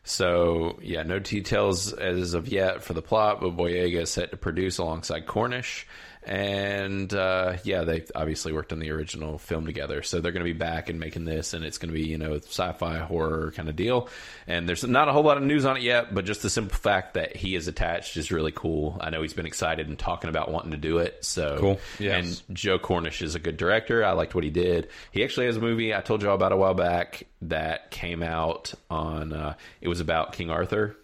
Speaker 1: So yeah, no details as of yet for the plot, but Boyega is set to produce alongside Cornish, and uh, yeah, they obviously worked on the original film together, so they're going to be back and making this, and it's going to be you know sci-fi horror kind of deal. And there's not a whole lot of news on it yet, but just the simple fact that he is attached is really cool. I know he's been excited and talking about wanting to do it, so
Speaker 2: Cool. Yes.
Speaker 1: And Joe Cornish is a good director. I liked what he did. He actually has a movie I told you all about a while back that came out on. Uh, it was about King Arthur,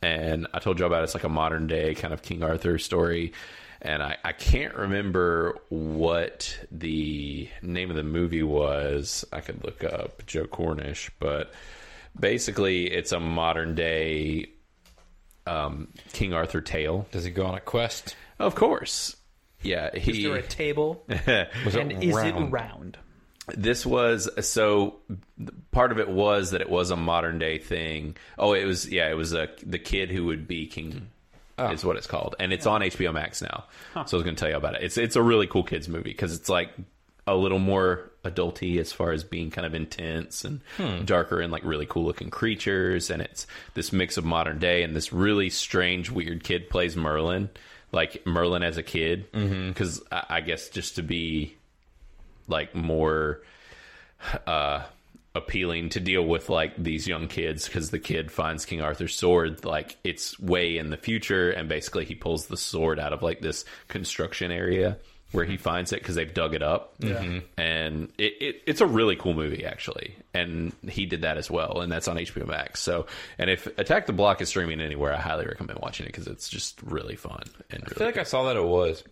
Speaker 1: and I told you all about it. it's like a modern day kind of King Arthur story. And I, I can't remember what the name of the movie was. I could look up Joe Cornish, but basically, it's a modern day um, King Arthur tale.
Speaker 2: Does he go on a quest?
Speaker 1: Of course, yeah. He
Speaker 3: Is there a table?
Speaker 1: *laughs*
Speaker 2: Was
Speaker 3: and
Speaker 2: it
Speaker 3: is
Speaker 2: round?
Speaker 3: it round?
Speaker 1: this was so part of it was that it was a modern day thing. Oh, it was yeah, it was a the kid who would be king is what it's called, and it's on HBO Max now. So I was going to tell you about it. It's it's a really cool kids movie because it's like a little more adulty as far as being kind of intense and darker and like really cool looking creatures, and it's this mix of modern day and this really strange weird kid plays Merlin. Like Merlin as a kid, because I, I guess just to be like more uh appealing to deal with like these young kids because the kid finds king arthur's sword like it's way in the future and basically he pulls the sword out of like this construction area where he finds it because they've dug it up and it, it, it's a really cool movie actually and he did that as well and that's on hbo max so and if attack the block is streaming anywhere i highly recommend watching it because it's just really fun and really
Speaker 2: I feel like I saw that it was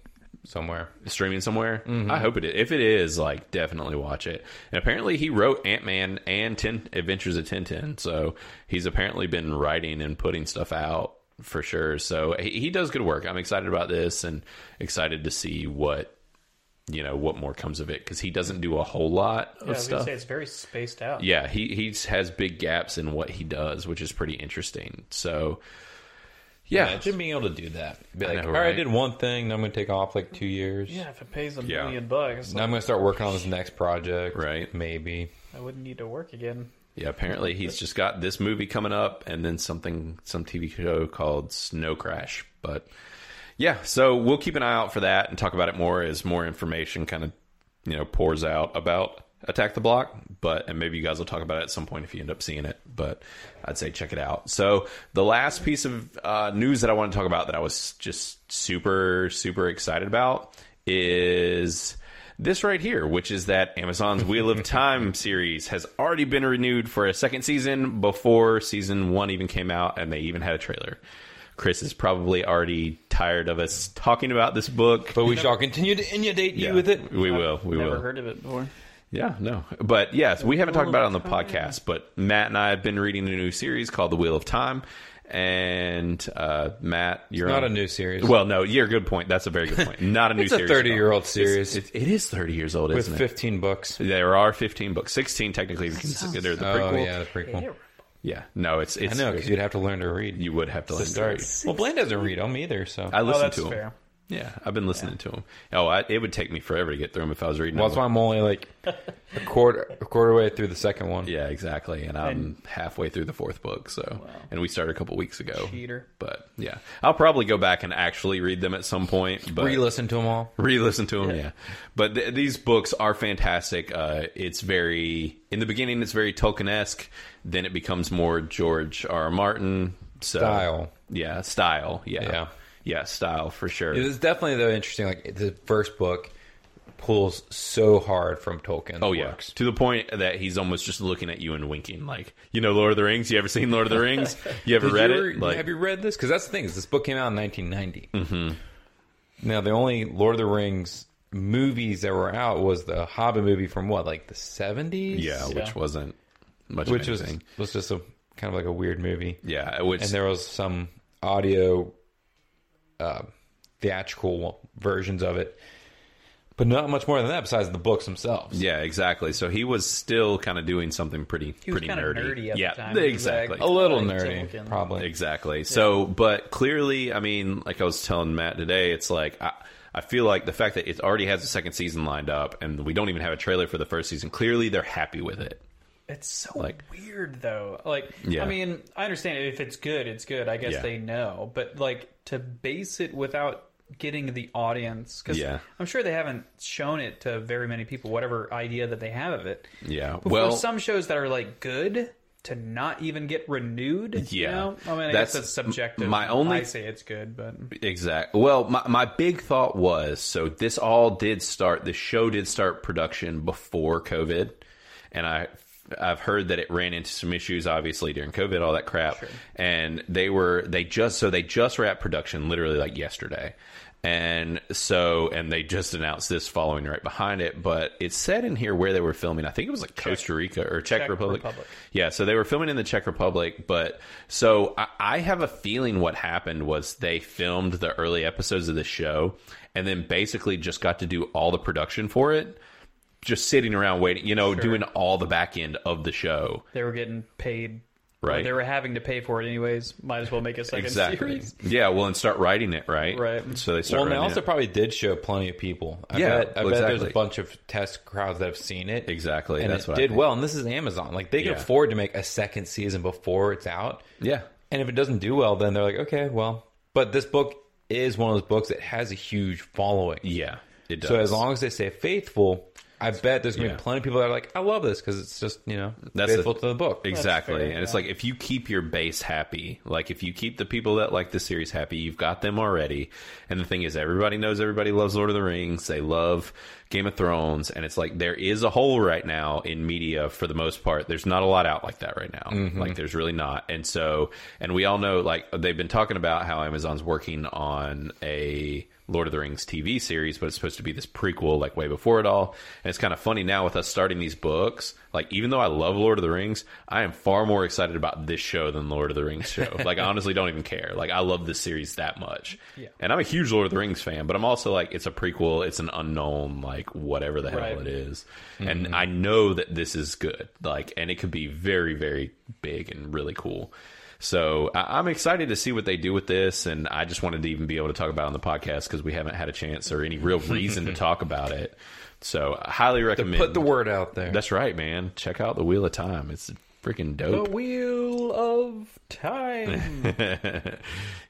Speaker 2: somewhere.
Speaker 1: streaming somewhere.
Speaker 3: Mm-hmm.
Speaker 1: I hope it is. If it is, like definitely watch it. And apparently he wrote Ant Man and Ten Adventures of Tintin, so he's apparently been writing and putting stuff out for sure. So he, he does good work. I'm excited about this and excited to see what you know what more comes of it because he doesn't do a whole lot of
Speaker 3: Yeah, I was gonna
Speaker 1: stuff.
Speaker 3: say it's very spaced out.
Speaker 1: Yeah, he he has big gaps in what he does, which is pretty interesting. So. Yeah,
Speaker 2: Imagine being able to do that. Be
Speaker 1: I
Speaker 2: like,
Speaker 1: know,
Speaker 2: all right, I
Speaker 1: right?
Speaker 2: did one thing. Now I'm going to take off like two years.
Speaker 3: Yeah, if it pays a
Speaker 1: Yeah.
Speaker 3: million bucks,
Speaker 2: Now I'm going to start working on this next project.
Speaker 1: Right.
Speaker 2: Maybe.
Speaker 3: I wouldn't need to work again.
Speaker 1: Yeah, apparently he's just got this movie coming up and then something some TV show called Snow Crash. But yeah, so we'll keep an eye out for that and talk about it more as more information kind of, you know, pours out about Attack the Block, but and maybe you guys will talk about it at some point if you end up seeing it, but I'd say check it out. So, the last piece of uh, news that I want to talk about that I was just super super excited about is this right here, which is that Amazon's Wheel of Time series has already been renewed for a second season before season one even came out, and they even had a trailer. Chris is probably already tired of us talking about this book.
Speaker 2: But we shall continue to inundate you
Speaker 1: Yeah,
Speaker 2: with it.
Speaker 1: we will. Oh, We
Speaker 3: Never
Speaker 1: will.
Speaker 3: heard of it before.
Speaker 1: Yeah, no. But yes, we haven't talked about it on the podcast, but Matt and I have been reading a new series called The Wheel of Time. And uh, Matt, you're
Speaker 2: Not a
Speaker 1: on-
Speaker 2: new series.
Speaker 1: Well, no, you're a good point. That's a very good point. Not a new
Speaker 2: *laughs* It's a
Speaker 1: series. at all.
Speaker 2: 30-year-old series.
Speaker 1: It's, it, it is 30 years old,
Speaker 2: with
Speaker 1: isn't it?
Speaker 2: 15 books.
Speaker 1: There are 15 books, 16 technically if you consider the prequel.
Speaker 2: Oh, yeah, the
Speaker 3: Yeah,
Speaker 2: prequel.
Speaker 3: you're-
Speaker 1: Yeah. no, it's
Speaker 2: I
Speaker 1: it's
Speaker 2: know, because you'd have to learn to read.
Speaker 1: you would have to
Speaker 2: to
Speaker 1: listen to
Speaker 2: start.
Speaker 1: it.
Speaker 2: Well, Blaine doesn't read them either, so.
Speaker 1: I
Speaker 3: Oh,
Speaker 1: listen
Speaker 3: that's
Speaker 1: to them.
Speaker 3: fair.
Speaker 1: Yeah, I've been listening to them. Oh, I, it would take me forever to get through them if I was reading.
Speaker 2: well, that's
Speaker 1: them.
Speaker 2: why I'm only like a quarter a quarter way through the second one.
Speaker 1: Yeah, exactly. And I'm halfway through the fourth book, so and we started a couple weeks ago.
Speaker 3: Cheater.
Speaker 1: But yeah, I'll probably go back and actually read them at some point. But
Speaker 2: Re-listen to them all.
Speaker 1: re-listen to them yeah, but th- these books are fantastic uh, it's very in the beginning it's very tolkien-esque then it becomes more george r. R. martin so,
Speaker 2: Style.
Speaker 1: yeah style yeah
Speaker 2: Yeah.
Speaker 1: yeah, style for sure
Speaker 2: It's definitely though interesting. Like the first book pulls so hard from Tolkien.
Speaker 1: Oh yeah,
Speaker 2: works.
Speaker 1: to the point that he's almost just looking at you and winking, like you know, Lord of the Rings. You ever seen Lord of the Rings? You ever
Speaker 2: Did
Speaker 1: read
Speaker 2: you
Speaker 1: it?
Speaker 2: ever-
Speaker 1: Like,
Speaker 2: have you read this? Because that's the thing is this book came out in 1990. Mm-hmm. Now the only Lord of the Rings movies that were out was the Hobbit movie from what, like the seventies?
Speaker 1: yeah,
Speaker 3: Yeah.
Speaker 1: which wasn't much
Speaker 2: which
Speaker 1: which
Speaker 2: was
Speaker 1: anything.
Speaker 2: was just a kind of like a weird movie.
Speaker 1: yeah, which
Speaker 2: And there was some audio, uh, theatrical versions of it, but not much more than that. Besides the books themselves,
Speaker 1: yeah, exactly. So he was still kind of doing something pretty
Speaker 3: He was
Speaker 1: pretty
Speaker 3: kind of
Speaker 1: nerdy.
Speaker 3: nerdy at
Speaker 1: yeah,
Speaker 3: the time. He was
Speaker 1: exactly.
Speaker 2: a little
Speaker 3: Like,
Speaker 2: nerdy,
Speaker 3: Tolkien.
Speaker 2: probably.
Speaker 1: Exactly. So, but clearly, I mean, like I was telling Matt today, it's like I, I feel like the fact that it already has a second season lined up, and we don't even have a trailer for the first season. Clearly, they're happy with it.
Speaker 3: It's so
Speaker 1: Like-
Speaker 3: weird though. Like
Speaker 1: Yeah.
Speaker 3: I mean, I understand if it's good, it's good. I guess
Speaker 1: Yeah.
Speaker 3: they know, but like to base it without getting the audience cuz
Speaker 1: Yeah.
Speaker 3: I'm sure they haven't shown it to very many people whatever idea that they have of it.
Speaker 1: Yeah.
Speaker 3: But
Speaker 1: well,
Speaker 3: for some shows that are like good to not even get renewed, you
Speaker 1: Yeah.
Speaker 3: know? I mean, I
Speaker 1: That's
Speaker 3: guess that's subjective.
Speaker 1: my only-
Speaker 3: I say it's good, but
Speaker 1: Exactly. Well, my, my big thought was so this all did start, the show did start production before COVID. And I, I've heard that it ran into some issues, obviously, during COVID, all that crap. And they were, they just, so they just wrapped production literally like yesterday. And so, and they just announced this following right behind it. But it said in here where they were filming, I think it was like Costa Rica or Czech,
Speaker 3: Czech
Speaker 1: Republic.
Speaker 3: Republic.
Speaker 1: Yeah, so they were filming in the Czech Republic, but so I, I have a feeling what happened was they filmed the early episodes of the show and then basically just got to do all the production for it, just sitting around waiting, you know, doing all the back end of the show.
Speaker 3: they were getting paid
Speaker 1: Right.
Speaker 3: They were having to pay for it anyways. Might as well make a second
Speaker 1: Exactly.
Speaker 3: series.
Speaker 1: Yeah, well, and start writing it, right?
Speaker 3: Right.
Speaker 1: So they start
Speaker 2: Well, and they
Speaker 1: writing
Speaker 2: also
Speaker 1: it.
Speaker 2: probably did show plenty of people. I
Speaker 1: Yeah,
Speaker 2: bet, I
Speaker 1: well,
Speaker 2: bet there's a
Speaker 1: exactly.
Speaker 2: bunch of test crowds that have seen it.
Speaker 1: Exactly,
Speaker 2: and
Speaker 1: that's
Speaker 2: it
Speaker 1: what I
Speaker 2: did
Speaker 1: think.
Speaker 2: well. And this is Amazon; like they can
Speaker 1: Yeah.
Speaker 2: afford to make a second season before it's out.
Speaker 1: Yeah.
Speaker 2: And if it doesn't do well, then they're like, okay, well. But this book is one of those books that has a huge following.
Speaker 1: Yeah, it does.
Speaker 2: So as long as they stay faithful, I bet there's going to
Speaker 1: Yeah.
Speaker 2: be plenty of people that are like, I love this because it's just you know
Speaker 1: That's the-
Speaker 2: faithful to the book.
Speaker 1: Exactly.
Speaker 3: fair,
Speaker 1: and it's like if you keep your base happy, like if you keep the people that like the series happy, you've got them already. And the thing is everybody knows everybody loves Lord of the Rings, they love Game of Thrones, and it's like there is a hole right now in media for the most part. There's not a lot out like that right now. Like there's really not. And so and we all know like they've been talking about how Amazon's working on a Lord of the Rings TV series, but it's supposed to be this prequel, like way before it all. And it's kind of funny now with us starting these books. Like, even though I love Lord of the Rings, I am far more excited about this show than Lord of the Rings
Speaker 3: *laughs*
Speaker 1: show. like, I honestly don't even care. Like, I love this series that much.
Speaker 3: Yeah.
Speaker 1: And I'm a huge Lord of the Rings fan, but I'm also like, it's a prequel, it's an unknown, like, whatever the hell
Speaker 3: Right.
Speaker 1: it is.
Speaker 2: Mm-hmm.
Speaker 1: And I know that this is good. Like, and it could be very, very big and really cool. So I- I'm excited to see what they do with this, and I just wanted to even be able to talk about it on the podcast because we haven't had a chance or any real reason
Speaker 2: *laughs*
Speaker 1: to talk about it. So I highly recommend.
Speaker 2: Put the word out there.
Speaker 1: That's right, man. Check out the Wheel of Time. It's freaking dope.
Speaker 3: The Wheel of
Speaker 1: *laughs*
Speaker 3: Time.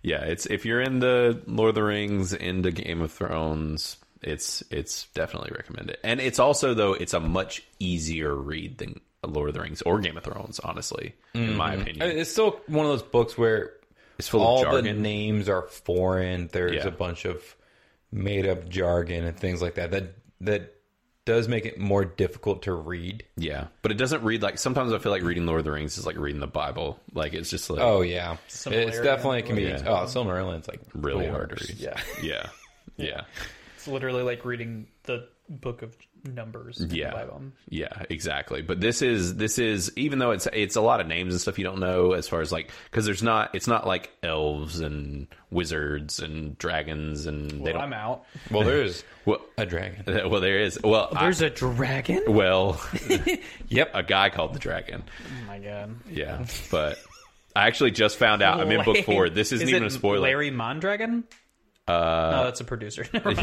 Speaker 1: yeah, it's if you're into Lord of the Rings, into Game of Thrones, it's it's definitely recommended. And it's also though it's a much easier read than Lord of the Rings or Game of Thrones, honestly, in my
Speaker 2: Mm-hmm. I
Speaker 1: opinion.
Speaker 2: mean, it's still one of those books where
Speaker 1: it's full
Speaker 2: all
Speaker 1: of jargon.
Speaker 2: the names are foreign. There's
Speaker 1: Yeah.
Speaker 2: a bunch of made up jargon and things like that. That that does make it more difficult to read.
Speaker 1: Yeah, but it doesn't read like. Sometimes I feel like reading Lord of the Rings is like reading the Bible. Like it's just like
Speaker 2: Oh yeah, it's
Speaker 3: Silmarillion.
Speaker 2: definitely can be.
Speaker 1: Yeah.
Speaker 2: Oh, Silmarillion's like
Speaker 1: really
Speaker 2: way
Speaker 1: hard to read.
Speaker 2: Yeah, *laughs*
Speaker 1: yeah, yeah,
Speaker 3: it's literally like reading the book of numbers. in the
Speaker 1: yeah,
Speaker 3: Bible.
Speaker 1: yeah, exactly. But this is this is even though it's it's a lot of names and stuff you don't know as far as like because there's not it's not like elves and wizards and dragons and they
Speaker 3: Well,
Speaker 1: don't.
Speaker 3: I'm out.
Speaker 1: *laughs*
Speaker 2: well, there's
Speaker 1: well,
Speaker 2: a dragon.
Speaker 1: well, there is. Well, I-
Speaker 3: a dragon. *laughs*
Speaker 1: well,
Speaker 2: Yep,
Speaker 1: a guy called the dragon.
Speaker 3: Oh my god.
Speaker 1: Yeah,
Speaker 3: *laughs*
Speaker 1: but. I actually just found out. I'm in book four. This isn't
Speaker 3: Is
Speaker 1: even
Speaker 3: it
Speaker 1: a spoiler.
Speaker 3: Larry Mondragon. Uh, no, that's a producer. *laughs* Never mind.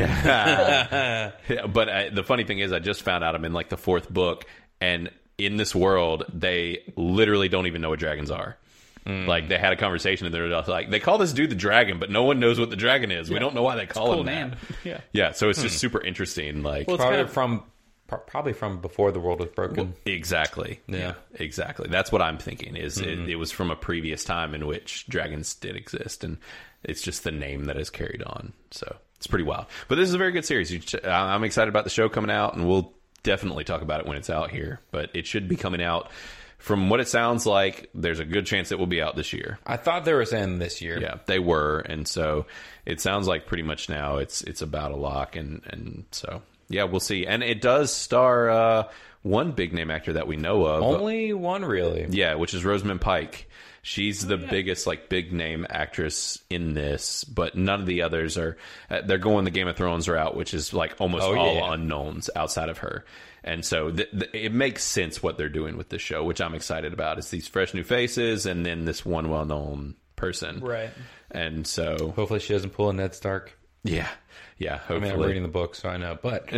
Speaker 1: Yeah, but I, the funny thing is, I just found out I'm in like the fourth book, and in this world, they literally don't even know what dragons are.
Speaker 3: Mm.
Speaker 1: Like they had a conversation, and they're just like, they call this dude the dragon, but no one knows what the dragon is. We don't know why they call
Speaker 3: Cool
Speaker 1: him
Speaker 3: name.
Speaker 1: that.
Speaker 3: *laughs* Yeah.
Speaker 1: Yeah, so it's just super interesting. Like
Speaker 3: Well, it's
Speaker 2: probably
Speaker 3: kind of-
Speaker 2: from pro- probably from before the world was broken.
Speaker 1: exactly,
Speaker 2: Yeah.
Speaker 1: exactly. That's what I'm thinking. Is it, it was from a previous time in which dragons did exist, and it's just the name that is carried on. So it's pretty wild. But this is a very good series. You ch- I- I'm excited about the show coming out, and we'll definitely talk about it when it's out here. But it should be coming out from what it sounds like, there's a good chance it will be out this year.
Speaker 2: I thought they were saying this year.
Speaker 1: Yeah, they were, and so it sounds like pretty much now it's it's about a lock, and and so yeah, we'll see. And it does star uh, one big name actor that we know of,
Speaker 2: Only one really.
Speaker 1: yeah, which is Rosamund Pike. She's the biggest, like, big name actress in this, but none of the others are. uh, They're going the Game of Thrones route, which is like almost
Speaker 2: Oh,
Speaker 1: all
Speaker 2: yeah.
Speaker 1: unknowns outside of her. And so th- th- it makes sense what they're doing with this show, which I'm excited about. It's these fresh new faces and then this one well known person.
Speaker 3: Right.
Speaker 1: And so,
Speaker 2: Hopefully she doesn't pull a Ned Stark.
Speaker 1: yeah. Yeah.
Speaker 2: I
Speaker 1: Hopefully.
Speaker 2: mean, I'm reading the book, so I know. But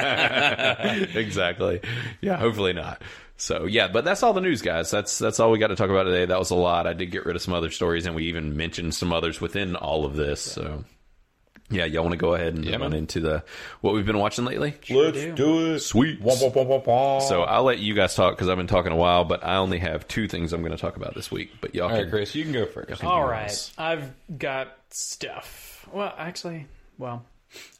Speaker 1: *laughs* exactly. Yeah, hopefully not. So yeah, but that's all the news, guys. That's that's all we got to talk about today. That was a lot. I did get rid of some other stories, and we even mentioned some others within all of this. So yeah, y'all want to go ahead and
Speaker 2: Yeah,
Speaker 1: run
Speaker 2: man.
Speaker 1: into the what we've been watching lately?
Speaker 2: let's
Speaker 3: do.
Speaker 2: do it.
Speaker 1: Sweet.
Speaker 2: Womp, womp, womp, womp, womp.
Speaker 1: So I'll let you guys talk because I've been talking a while, but I only have two things I'm going to talk about this week. But y'all
Speaker 2: all right,
Speaker 1: can
Speaker 2: Chris, you can go first.
Speaker 3: All right,
Speaker 1: else.
Speaker 3: I've got stuff. Well, actually, well,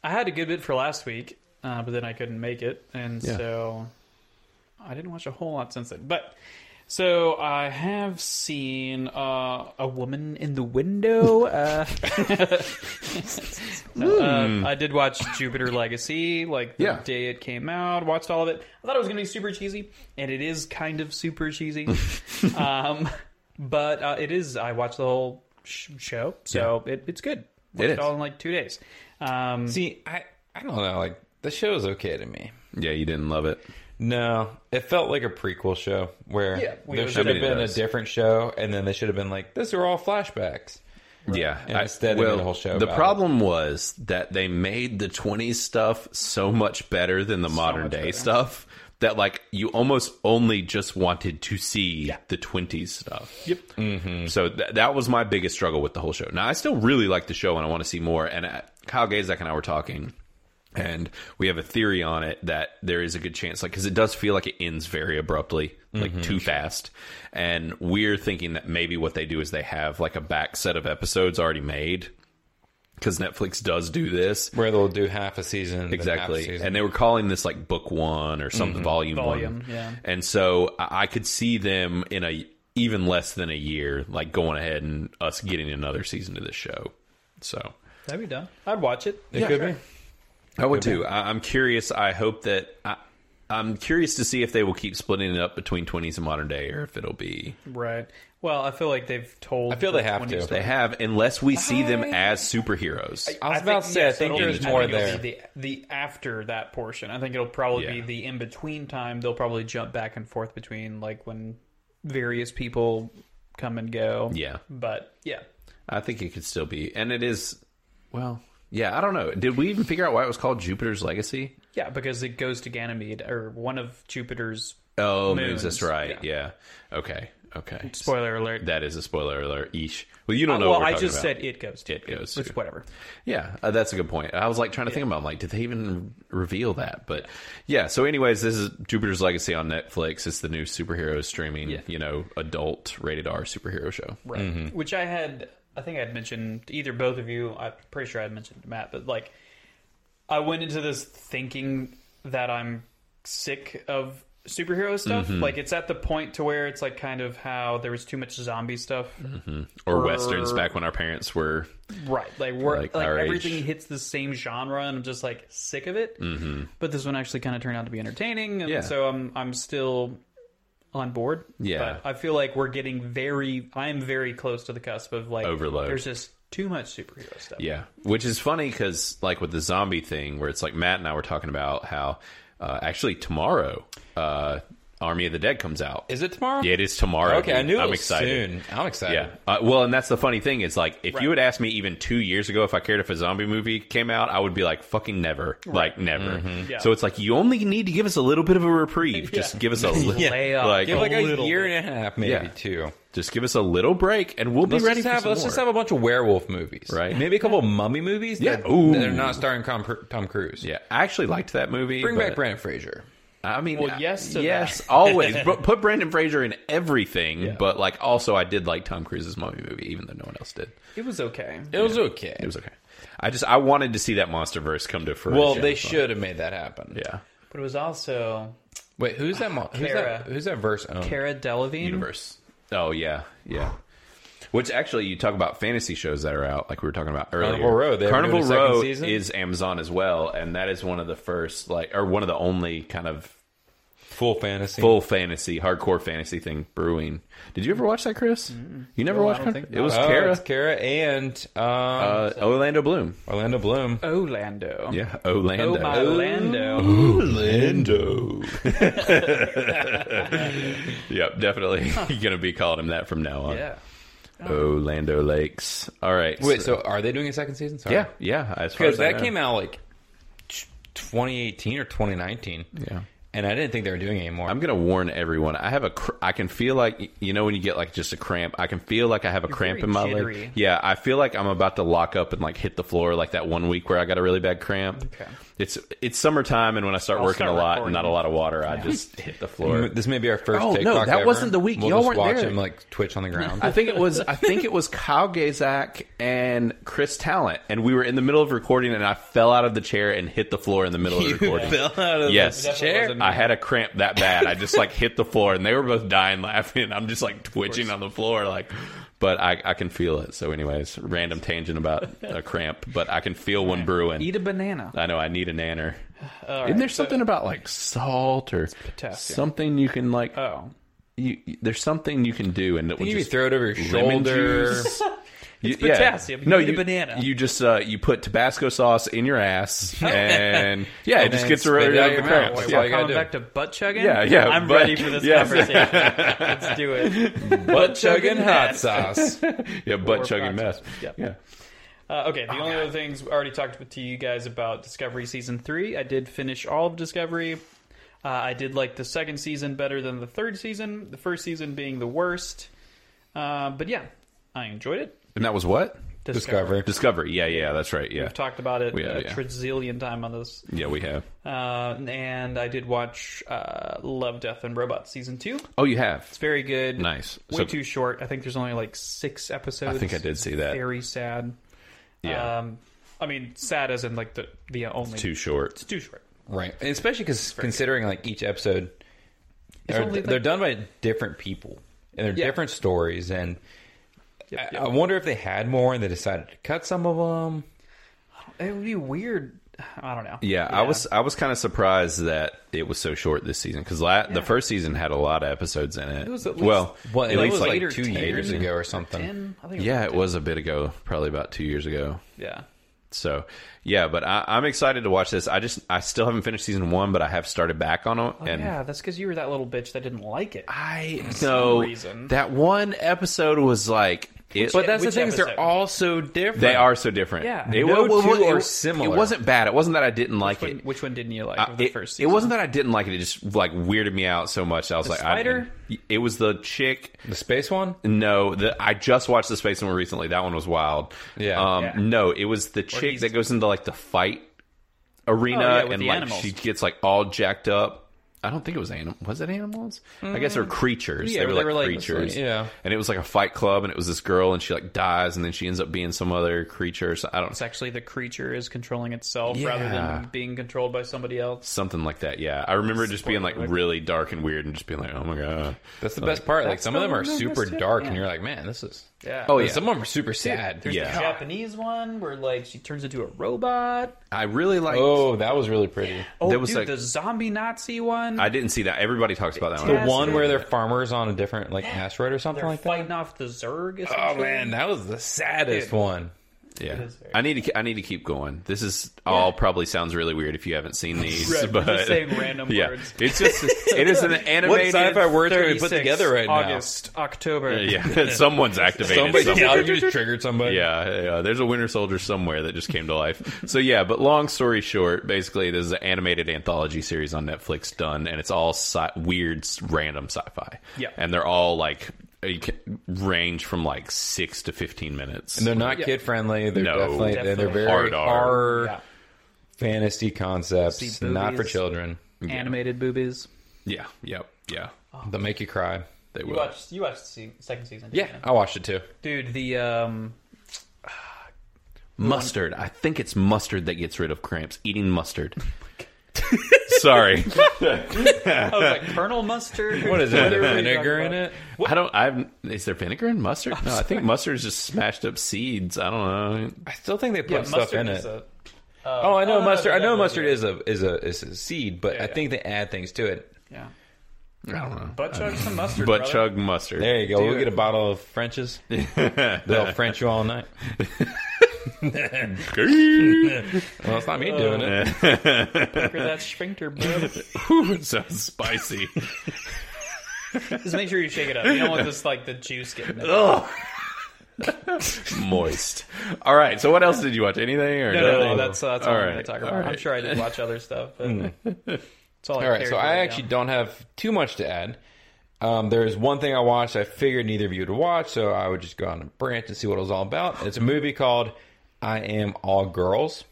Speaker 3: I had a good bit for last week, uh, but then I couldn't make it, and
Speaker 1: Yeah.
Speaker 3: so I didn't watch a whole lot since then. But so I have seen uh, a woman in the window. Uh, *laughs* no, uh, I did watch Jupiter Legacy, like the
Speaker 1: Hmm. Yeah.
Speaker 3: day it came out. Watched all of it. I thought it was going to be super cheesy, and it is kind of super
Speaker 1: *laughs*
Speaker 3: cheesy. um, but uh, it is. I watched the whole sh- show, so it, it's good. Watched
Speaker 1: is.
Speaker 3: all in like two days. Um,
Speaker 2: See, I, I don't know. Like the show is okay to me.
Speaker 1: Yeah, you didn't love it.
Speaker 2: No, it felt like a prequel show where
Speaker 3: Yeah, we
Speaker 2: there
Speaker 3: would-
Speaker 2: should
Speaker 1: I
Speaker 2: have
Speaker 1: mean, it
Speaker 2: been a
Speaker 1: does.
Speaker 2: different show, and then they should have been like, "These are all flashbacks."
Speaker 1: Yeah,
Speaker 2: And instead they made a whole show
Speaker 1: The
Speaker 2: about
Speaker 1: problem was that they made the 20s stuff so much better than the modern
Speaker 3: much
Speaker 1: day
Speaker 3: better.
Speaker 1: stuff that like you almost only just wanted to see the 20s stuff. Mm-hmm.
Speaker 3: Yep.
Speaker 1: So th- that was my biggest struggle with the whole show. Now I still really like the show and I want to see more. And uh, Kyle Gazak and I were talking. And we have a theory on it that there is a good chance, like, because it does feel like it ends very abruptly, like
Speaker 3: Mm-hmm.
Speaker 1: too fast. And we're thinking that maybe what they do is they have like a back set of episodes already made because Netflix does do this.
Speaker 2: Where they'll do half a season, then half a
Speaker 1: Exactly.
Speaker 2: season.
Speaker 1: And they were calling this like book one or something, volume,
Speaker 3: Mm-hmm. Volume,
Speaker 1: one.
Speaker 3: yeah.
Speaker 1: And so I I could see them in a even less than a year, like going ahead and us getting another season to this show. So
Speaker 3: That'd be done. I'd watch it.
Speaker 2: it could be.
Speaker 1: I would too. I, I'm curious. I hope that I, I'm curious to see if they will keep splitting it up between 20s and modern day, or if it'll be
Speaker 3: Right. Well, I feel like they've told.
Speaker 2: I feel
Speaker 3: the
Speaker 2: they have
Speaker 3: 20s
Speaker 2: to.
Speaker 1: they have, unless we see them as superheroes.
Speaker 2: I was about to say, I
Speaker 3: yes,
Speaker 2: think
Speaker 3: it'll-
Speaker 2: there's
Speaker 3: I
Speaker 2: more
Speaker 3: think
Speaker 2: there.
Speaker 3: it'll be the, the after that portion, I think it'll probably be
Speaker 1: Yeah.
Speaker 3: the in between time. They'll probably jump back and forth between like when various people come and go.
Speaker 1: Yeah.
Speaker 3: But yeah,
Speaker 1: I think it could still be, and it is. Well, yeah, I don't know. Did we even figure out why it was called Jupiter's Legacy?
Speaker 3: yeah, because it goes to Ganymede or one of Jupiter's.
Speaker 1: Oh, moons.
Speaker 3: Moons.
Speaker 1: That's right. Yeah. Okay. Okay.
Speaker 3: Spoiler alert.
Speaker 1: That is a spoiler alert. Eesh. Well, you don't know.
Speaker 3: well,
Speaker 1: what we're
Speaker 3: I
Speaker 1: talking
Speaker 3: just
Speaker 1: about.
Speaker 3: said it goes to.
Speaker 1: It goes
Speaker 3: It's
Speaker 1: to.
Speaker 3: whatever.
Speaker 1: Yeah, uh, that's a good point. I was like trying to think about. I'm like, did they even reveal that? But yeah. So, anyways, this is Jupiter's Legacy on Netflix. It's the new superhero streaming.
Speaker 3: Yeah.
Speaker 1: You know, adult rated R superhero show.
Speaker 3: right? Which I had, I think I'd mentioned to either both of you. I'm pretty sure I'd mentioned to Matt, but like, I went into this thinking that I'm sick of superhero stuff.
Speaker 1: Mm-hmm.
Speaker 3: Like, it's at the point to where it's like kind of how there was too much zombie stuff,
Speaker 1: Or
Speaker 3: Or-
Speaker 1: westerns back when our parents were.
Speaker 3: right? Like, we're
Speaker 1: Like
Speaker 3: like,
Speaker 1: our age.
Speaker 3: everything hits the same genre, and I'm just like sick of it. Mm-hmm. But this one actually kind of turned out to be entertaining, and
Speaker 1: Yeah.
Speaker 3: so I'm I'm still. On board,
Speaker 1: Yeah.
Speaker 3: But I feel like we're getting very. I am very close to the cusp of like
Speaker 1: Overload.
Speaker 3: There's just too much superhero stuff.
Speaker 1: Yeah, which is funny because like with the zombie thing, where it's like Matt and I were talking about how uh, actually tomorrow, uh, Army of the Dead comes out.
Speaker 2: Is it tomorrow?
Speaker 1: Yeah, it is tomorrow.
Speaker 2: Okay, I
Speaker 1: dude.
Speaker 2: knew it
Speaker 1: I'm
Speaker 2: was
Speaker 1: excited.
Speaker 2: soon. I'm excited.
Speaker 1: Yeah. Uh, well, and that's the funny thing is like if
Speaker 3: Right.
Speaker 1: you had asked me even two years ago if I cared if a zombie movie came out, I would be like fucking never, like never.
Speaker 3: Yeah.
Speaker 1: So it's like you only need to give us a little bit of a
Speaker 3: *laughs*
Speaker 1: reprieve. Just
Speaker 3: Mm-hmm. Yeah.
Speaker 1: give us a little,
Speaker 3: Yeah. Lay off.
Speaker 1: like,
Speaker 2: Give like a
Speaker 3: little
Speaker 2: year and a half, maybe
Speaker 1: Yeah.
Speaker 2: two.
Speaker 1: just give us a little break, and we'll
Speaker 2: Let's
Speaker 1: be ready
Speaker 2: just
Speaker 1: for
Speaker 2: have
Speaker 1: some
Speaker 2: let's
Speaker 1: more.
Speaker 2: just have a bunch of werewolf movies,
Speaker 1: Right.
Speaker 2: Maybe a couple of mummy movies.
Speaker 1: Yeah.
Speaker 2: that,
Speaker 1: Ooh.
Speaker 2: that are not starring Com- Tom Cruise.
Speaker 1: yeah, I actually liked that movie.
Speaker 2: bring
Speaker 1: but-
Speaker 2: back Brandon Fraser.
Speaker 1: I mean, uh,
Speaker 3: Well, yes to
Speaker 1: yes,
Speaker 2: *laughs*
Speaker 1: always. But put Brandon Fraser in everything. But like, also, I did like Tom Cruise's mummy movie, even though no one else did.
Speaker 3: It was okay.
Speaker 2: It was okay.
Speaker 1: It was okay. I just I wanted to see that MonsterVerse come to fruition.
Speaker 2: well, they should have made that happen.
Speaker 1: Yeah,
Speaker 3: But it was also
Speaker 2: Wait, who's that? Mo- who's
Speaker 3: Kara.
Speaker 2: that? Who's that verse? Oh, Owned?
Speaker 3: Cara Delevingne.
Speaker 1: universe. Oh yeah, yeah. Which actually, you talk about fantasy shows that are out, like we were talking about earlier.
Speaker 2: Carnival Row, they ever doing
Speaker 1: Carnival
Speaker 2: a second
Speaker 1: Row
Speaker 2: season?
Speaker 1: is Amazon as well, and that is one of the first, like, or one of the only kind of
Speaker 2: Full fantasy.
Speaker 1: full fantasy, hardcore fantasy thing brewing. Did you ever watch that, Chris? You never
Speaker 3: No, I
Speaker 1: watched
Speaker 3: don't
Speaker 1: Carn-
Speaker 3: think
Speaker 1: it? Was
Speaker 2: Oh,
Speaker 1: Kara
Speaker 2: it's Kara and um,
Speaker 1: uh, Orlando Bloom?
Speaker 2: Orlando Bloom.
Speaker 3: Orlando.
Speaker 1: Yeah,
Speaker 3: Oh
Speaker 1: Orlando.
Speaker 3: my Orlando.
Speaker 1: Orlando. *laughs* yep,
Speaker 3: *laughs*
Speaker 1: definitely. You're gonna be calling him that from now on.
Speaker 3: Yeah.
Speaker 1: Orlando Lakes. All right.
Speaker 2: Wait, so are they doing a second season? Sorry.
Speaker 1: yeah, yeah. As far
Speaker 2: because
Speaker 1: as I
Speaker 2: that
Speaker 1: know.
Speaker 2: came out like t- 2018 or 2019.
Speaker 1: Yeah.
Speaker 2: and I didn't think they were doing it anymore.
Speaker 1: I'm gonna warn everyone. I have a. Cr- I can feel like you know when you get like just a cramp. I can feel like I have a cramp
Speaker 3: very
Speaker 1: in my leg.
Speaker 3: jittery.
Speaker 1: Yeah, I feel like I'm about to lock up and like hit the floor. Like that one week where I got a really bad cramp.
Speaker 3: Okay.
Speaker 1: It's it's summertime and when I start
Speaker 3: I'll
Speaker 1: working
Speaker 3: start
Speaker 1: a lot and
Speaker 3: recording.
Speaker 1: not a lot of water, I just hit *laughs* the floor.
Speaker 2: M- this may be our first.
Speaker 1: Oh, no,
Speaker 2: TikTok
Speaker 1: that
Speaker 2: ever.
Speaker 1: wasn't the week.
Speaker 2: We'll
Speaker 1: Y'all
Speaker 2: just
Speaker 1: weren't
Speaker 2: watch
Speaker 1: there.
Speaker 2: him like twitch on
Speaker 1: *laughs*
Speaker 2: the ground.
Speaker 1: I think it was I think it was Kyle Gazak and Chris Talent, and we were in the middle of recording, and I fell out of the chair and hit the floor in the
Speaker 3: *laughs*
Speaker 1: middle of recording.
Speaker 2: out of
Speaker 1: Yes,
Speaker 3: chair? wasn't
Speaker 1: I had a cramp that bad. I just like hit the floor, and they were both dying laughing. I'm just like twitching on the floor, like. But I, I can feel it. So, anyways, random tangent about a cramp, but I can feel one brewing.
Speaker 3: Eat a banana.
Speaker 1: I know I need a nanner.
Speaker 3: All
Speaker 1: Isn't there
Speaker 3: right, so-
Speaker 1: something about like salt or
Speaker 3: potassium.
Speaker 1: something you can like?
Speaker 3: Oh.
Speaker 1: you, you- there's something you can do, and it will
Speaker 2: you
Speaker 1: just
Speaker 2: throw it over your
Speaker 1: lemon
Speaker 2: shoulder.
Speaker 1: juice.
Speaker 3: *laughs* It's potassium. You
Speaker 1: No,
Speaker 3: need a
Speaker 1: you
Speaker 3: banana. Oh,
Speaker 1: You just uh, you put Tabasco sauce in your
Speaker 3: *laughs*
Speaker 1: ass, and yeah, it just
Speaker 2: then
Speaker 1: gets
Speaker 2: spit
Speaker 1: rid
Speaker 2: it
Speaker 1: of
Speaker 2: out
Speaker 1: the
Speaker 2: your
Speaker 1: cramp.
Speaker 2: mouth.
Speaker 1: Yeah.
Speaker 2: All you gotta
Speaker 3: Coming
Speaker 2: do.
Speaker 3: back to butt chugging.
Speaker 1: Yeah, yeah,
Speaker 3: I'm
Speaker 1: butt-
Speaker 3: ready for this
Speaker 1: yeah.
Speaker 3: conversation.
Speaker 1: *laughs*
Speaker 3: Let's do it.
Speaker 2: butt *laughs*
Speaker 3: chugging
Speaker 2: chugging hot
Speaker 3: hot
Speaker 2: sauce. *laughs*
Speaker 1: Yeah, butt chugging
Speaker 3: Four
Speaker 1: mess.
Speaker 3: podcasts. Yep.
Speaker 1: Yeah.
Speaker 3: Uh, okay, the only other things we already talked to you guys about Discovery season three. I did finish all of Discovery. Uh, I did like the second season better than the third season. The first season being the worst. Uh, but yeah, I enjoyed it.
Speaker 1: And that was what?
Speaker 2: Discover.
Speaker 1: Discovery. Yeah, yeah, that's right. Yeah.
Speaker 3: We've talked about it
Speaker 1: We have,
Speaker 3: a
Speaker 1: yeah.
Speaker 3: trizillion time on this.
Speaker 1: yeah, we have.
Speaker 3: Uh, and I did watch uh, Love, Death, and Robots season two.
Speaker 1: Oh, you have.
Speaker 3: It's very good.
Speaker 1: Nice.
Speaker 3: Way
Speaker 1: So-
Speaker 3: too short. I think there's only like six episodes.
Speaker 1: I think I did see that.
Speaker 3: Very sad.
Speaker 1: Yeah.
Speaker 3: Um, I mean, sad as in like the the only
Speaker 1: Too short.
Speaker 3: It's too short.
Speaker 2: Right, and especially because considering like each episode,
Speaker 3: It's
Speaker 2: they're,
Speaker 3: only, like-
Speaker 2: they're done by different people and they're
Speaker 3: Yeah.
Speaker 2: different stories, and I,
Speaker 1: Uh,
Speaker 3: yep.
Speaker 2: I wonder if they had more and they decided to cut some of them.
Speaker 3: Oh, It would be weird. I don't know.
Speaker 1: Yeah, I was I was kind of surprised that it was so short this season because la- the first season had a lot of episodes in it.
Speaker 3: It was at least-
Speaker 1: well,
Speaker 2: Well,
Speaker 1: at
Speaker 2: that
Speaker 1: least
Speaker 2: was
Speaker 1: like
Speaker 2: like
Speaker 3: eight or
Speaker 2: two
Speaker 3: 10
Speaker 2: years
Speaker 3: or
Speaker 2: ago or something.
Speaker 3: Ten. I think.
Speaker 1: yeah, it was a bit ago, probably about two years ago.
Speaker 3: Yeah.
Speaker 1: So yeah, but I, I'm excited to watch this. I just I still haven't finished season one, but I have started back on it,
Speaker 3: Oh,
Speaker 1: and
Speaker 3: yeah, that's because you were that little bitch that didn't like it.
Speaker 1: I know
Speaker 3: reason.
Speaker 1: that one episode was like. It,
Speaker 2: But that's
Speaker 3: Which
Speaker 2: the thing; is they're
Speaker 3: episode?
Speaker 2: all so different.
Speaker 1: They are so different.
Speaker 3: Yeah.
Speaker 1: It,
Speaker 2: No
Speaker 1: wa- wa- wa-
Speaker 2: two are
Speaker 1: it-
Speaker 2: similar.
Speaker 1: It wasn't bad. It wasn't that I didn't like
Speaker 3: Which one,
Speaker 1: it.
Speaker 3: which one didn't you like Uh,
Speaker 1: I-
Speaker 3: of the
Speaker 1: It,
Speaker 3: first
Speaker 1: it
Speaker 3: season?
Speaker 1: wasn't that I didn't like it. It just like weirded me out so much. I was like,
Speaker 3: spider?
Speaker 1: I, it was the chick.
Speaker 2: the space one.
Speaker 1: No, the, I just watched the space one recently. That one was wild.
Speaker 2: Yeah.
Speaker 1: Um,
Speaker 3: Yeah.
Speaker 1: No, it was the chick
Speaker 3: he's-
Speaker 1: that goes into like the fight arena
Speaker 3: Oh, yeah, with
Speaker 1: and
Speaker 3: the
Speaker 1: like
Speaker 3: animals.
Speaker 1: she gets like all jacked up. I don't think it was animal. Was it animals? I guess they're creatures.
Speaker 3: Mm. Yeah,
Speaker 1: they were
Speaker 3: they
Speaker 1: like
Speaker 3: were, like,
Speaker 1: creatures.
Speaker 2: yeah.
Speaker 1: And it was like a fight club, and it was this girl, and she like dies, and then she ends up being some other creature. So I don't.
Speaker 3: It's actually the creature is controlling itself rather
Speaker 1: Yeah.
Speaker 3: than being controlled by somebody else.
Speaker 1: something like that. Yeah, I remember it just being like
Speaker 3: Spoiler.
Speaker 1: really dark and weird, and just being like, "Oh my god."
Speaker 2: That's the best part. Like
Speaker 3: that's
Speaker 2: some of
Speaker 3: the
Speaker 2: them are
Speaker 3: one I
Speaker 2: super
Speaker 3: missed, yeah.
Speaker 2: dark, and
Speaker 3: Yeah.
Speaker 2: you're like, man, this is.
Speaker 3: Yeah.
Speaker 1: Oh, yeah.
Speaker 2: Some of them are super sad.
Speaker 3: There's
Speaker 1: Yeah.
Speaker 3: the Japanese one where like she turns into a robot.
Speaker 1: I really liked.
Speaker 2: Oh, that was really pretty.
Speaker 3: Oh,
Speaker 1: There was,
Speaker 3: dude,
Speaker 1: like-
Speaker 3: the zombie Nazi one.
Speaker 1: I didn't see that. Everybody talks about that
Speaker 2: The
Speaker 1: one.
Speaker 3: Fantastic.
Speaker 2: one where they're farmers on a different like asteroid or something
Speaker 3: They're
Speaker 2: like that.
Speaker 3: fighting off the Zerg.
Speaker 2: Oh
Speaker 3: essentially.
Speaker 2: man, that was the saddest
Speaker 3: Dude.
Speaker 2: one.
Speaker 1: Yeah,
Speaker 3: is very-
Speaker 1: I need to. ke- I need to keep going. This is all probably sounds really weird if you haven't seen these,
Speaker 3: *laughs* Right, we're
Speaker 1: but
Speaker 3: just saying
Speaker 1: *laughs*
Speaker 3: random
Speaker 1: yeah,
Speaker 3: words.
Speaker 1: it's just it is
Speaker 3: *laughs*
Speaker 1: an animated.
Speaker 2: sci-fi words can we
Speaker 3: 36,
Speaker 2: put together right now?
Speaker 3: August,
Speaker 1: *laughs*
Speaker 3: October.
Speaker 1: yeah, someone's activated.
Speaker 2: Somebody
Speaker 1: somewhere.
Speaker 2: *laughs* yeah, you just triggered somebody.
Speaker 1: *laughs* Yeah, yeah, there's a Winter Soldier somewhere that just came to life. So yeah, but long story short, basically this is an animated anthology series on Netflix done, and it's all sci- weird, s- random sci-fi.
Speaker 3: Yeah.
Speaker 1: and they're all like you can range from like six to fifteen minutes.
Speaker 2: And they're not
Speaker 3: Yeah.
Speaker 2: kid friendly. They're
Speaker 1: No.
Speaker 2: definitely,
Speaker 3: Definitely.
Speaker 2: they're very
Speaker 1: Hard
Speaker 2: hard,
Speaker 1: R.
Speaker 3: Yeah.
Speaker 2: fantasy concepts,
Speaker 3: See
Speaker 2: not for
Speaker 3: boobies.
Speaker 2: children.
Speaker 3: Animated boobies.
Speaker 1: yeah, yep, yeah,
Speaker 3: Oh.
Speaker 2: They'll make you cry.
Speaker 1: they
Speaker 3: You
Speaker 1: will.
Speaker 3: watched. You watched the se- second season.
Speaker 2: Yeah,
Speaker 3: didn't you?
Speaker 2: I watched it too.
Speaker 3: dude. The
Speaker 2: *laughs*
Speaker 3: um,
Speaker 1: Mustard. I think it's mustard that gets rid of cramps. Eating mustard. *laughs* Sorry,
Speaker 3: I was oh, like, Colonel Mustard?
Speaker 2: What is it?
Speaker 3: What are we talking
Speaker 2: Vinegar in
Speaker 3: about?
Speaker 2: it?
Speaker 1: I don't. I've. Is there vinegar in mustard? no, I think mustard is just smashed up seeds. I don't know.
Speaker 2: I still think they put
Speaker 3: Yeah,
Speaker 2: stuff
Speaker 3: mustard
Speaker 2: in
Speaker 3: is
Speaker 2: it.
Speaker 3: a.
Speaker 2: oh, I know
Speaker 3: no,
Speaker 2: mustard.
Speaker 3: no,
Speaker 2: I
Speaker 3: no,
Speaker 2: know
Speaker 3: no,
Speaker 2: mustard
Speaker 3: yeah.
Speaker 2: is a is a is a seed, but
Speaker 3: Yeah,
Speaker 2: I
Speaker 3: yeah.
Speaker 2: think they add things to it.
Speaker 3: Yeah.
Speaker 1: I don't know.
Speaker 3: Butt chug some mustard.
Speaker 1: But
Speaker 3: brother.
Speaker 1: chug mustard.
Speaker 2: There you go. we'll
Speaker 3: it.
Speaker 2: get a bottle
Speaker 1: *laughs*
Speaker 2: of French's. They'll French you all night. Well, it's not me doing it.
Speaker 3: Look at that sphincter, bro.
Speaker 1: Ooh, it *laughs* sounds spicy.
Speaker 3: Just make sure you shake it up. You don't want this, like, the juice
Speaker 1: *laughs*
Speaker 3: getting in it.
Speaker 1: Ugh. Moist. All right. So, what else did you watch? Anything or
Speaker 3: No, no,
Speaker 1: nothing?
Speaker 3: no, that's, uh, that's all,
Speaker 1: All
Speaker 3: I'm
Speaker 1: right,
Speaker 3: going to talk about.
Speaker 1: all
Speaker 3: I'm
Speaker 1: right.
Speaker 3: sure I did watch other stuff, but it's all I
Speaker 2: All right,
Speaker 3: cared
Speaker 2: so
Speaker 3: about
Speaker 2: I
Speaker 3: now.
Speaker 2: actually don't have too much to add. Um, there is one thing I watched. I figured neither of you would watch, so I would just go on a branch and see what it was all about. It's a movie called "I Am All Girls."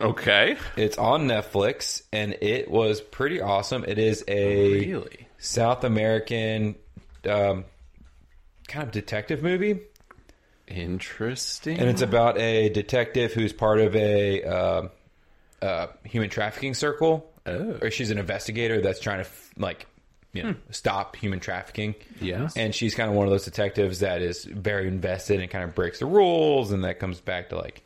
Speaker 1: Okay.
Speaker 2: It's on Netflix, and it was pretty awesome. It is a
Speaker 1: Really?
Speaker 2: South American um, kind of detective movie.
Speaker 1: Interesting.
Speaker 2: and it's about a detective who's part of a uh, uh, human trafficking circle,
Speaker 1: Oh. Hmm.
Speaker 2: or she's an investigator that's trying to f- like you know stop human trafficking.
Speaker 1: Yes.
Speaker 2: and she's kind of one of those detectives that is very invested and kind of breaks the rules, and that comes back to like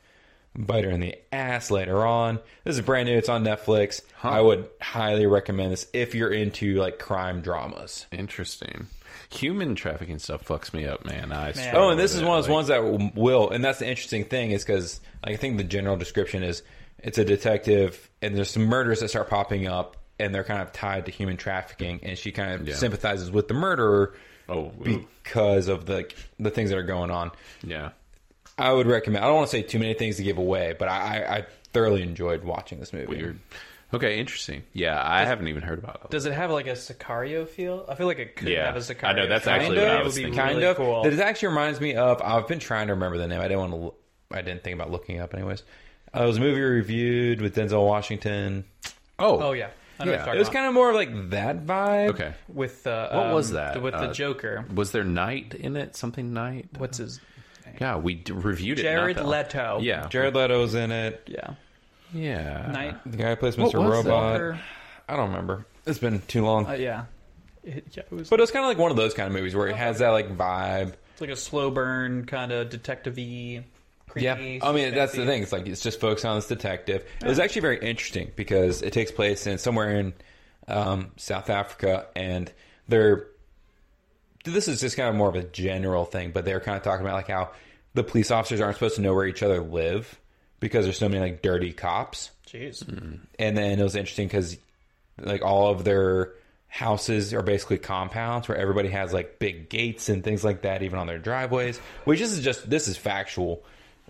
Speaker 2: bite her in the ass later on. This is brand new; it's on Netflix. I would highly recommend this if you're into like crime dramas.
Speaker 1: Interesting. Human trafficking stuff fucks me up, man. I struggle
Speaker 2: Oh, and this
Speaker 1: with
Speaker 2: is
Speaker 1: it,
Speaker 2: one of those
Speaker 1: like-
Speaker 2: ones that w- will, and that's the interesting thing is because I think the general description is it's a detective, and there's some murders that start popping up, and they're kind of tied to human trafficking, and she kind of
Speaker 1: Yeah.
Speaker 2: sympathizes with the murderer
Speaker 1: Oh, ooh.
Speaker 2: because of the the things that are going on.
Speaker 1: yeah.
Speaker 2: I would recommend. I don't want to say too many things to give away, but I, I, I thoroughly enjoyed watching this movie.
Speaker 1: Weird. Okay, interesting. Yeah, I haven't even heard about that.
Speaker 3: Does it have, like, a Sicario feel? I feel like it could
Speaker 1: Yeah.
Speaker 3: have a Sicario
Speaker 1: I know, that's
Speaker 3: feel.
Speaker 1: actually
Speaker 2: Kind
Speaker 1: what I
Speaker 2: of,
Speaker 1: was
Speaker 3: It would
Speaker 1: thinking.
Speaker 3: be
Speaker 2: kind
Speaker 3: really
Speaker 2: of.
Speaker 3: cool.
Speaker 2: This actually reminds me of. I've been trying to remember the name. I didn't want to. l- I didn't think about looking it up, anyways. Uh, it was a movie reviewed with Denzel Washington.
Speaker 1: Oh,
Speaker 3: Oh, yeah. I know
Speaker 1: Yeah.
Speaker 3: what
Speaker 2: It
Speaker 3: you're
Speaker 2: was
Speaker 3: talking
Speaker 2: kind of more of like that vibe.
Speaker 1: Uh-huh. Okay.
Speaker 3: about. With, uh,
Speaker 1: What was
Speaker 3: um,
Speaker 1: that?
Speaker 3: With the
Speaker 1: Uh,
Speaker 3: Joker.
Speaker 1: Was there night in it? Something night?
Speaker 3: What's his...
Speaker 1: Yeah, we d- reviewed it. not
Speaker 3: Jared
Speaker 1: that long.
Speaker 3: Leto.
Speaker 1: Yeah. Uh-huh.
Speaker 2: Jared Leto's in it.
Speaker 3: Yeah.
Speaker 1: yeah.
Speaker 3: Night
Speaker 2: The guy who plays
Speaker 1: What
Speaker 2: Mr.
Speaker 1: was that?
Speaker 2: Robot.
Speaker 3: Walker.
Speaker 2: I don't remember. It's been too long.
Speaker 3: Uh, yeah. It, yeah, it was
Speaker 2: but it was kind of like one of those kind of movies where
Speaker 1: Oh,
Speaker 2: it has that like vibe.
Speaker 3: it's like a slow burn kind of detective-y,
Speaker 2: Yeah,
Speaker 3: creepy.
Speaker 2: I mean that's the
Speaker 3: suspense-y.
Speaker 2: thing. It's like it's just focused on this detective. It was actually very interesting because it takes place in somewhere in um, South Africa, and they're this is just kind of more of a general thing, but they're kind of talking about like how the police officers aren't supposed to know where each other live because there's so many like dirty cops.
Speaker 3: Jeez.
Speaker 1: Mm.
Speaker 2: And then it was interesting because like all of their houses are basically compounds where everybody has like big gates and things like that, even on their driveways. Which this is just this is factual.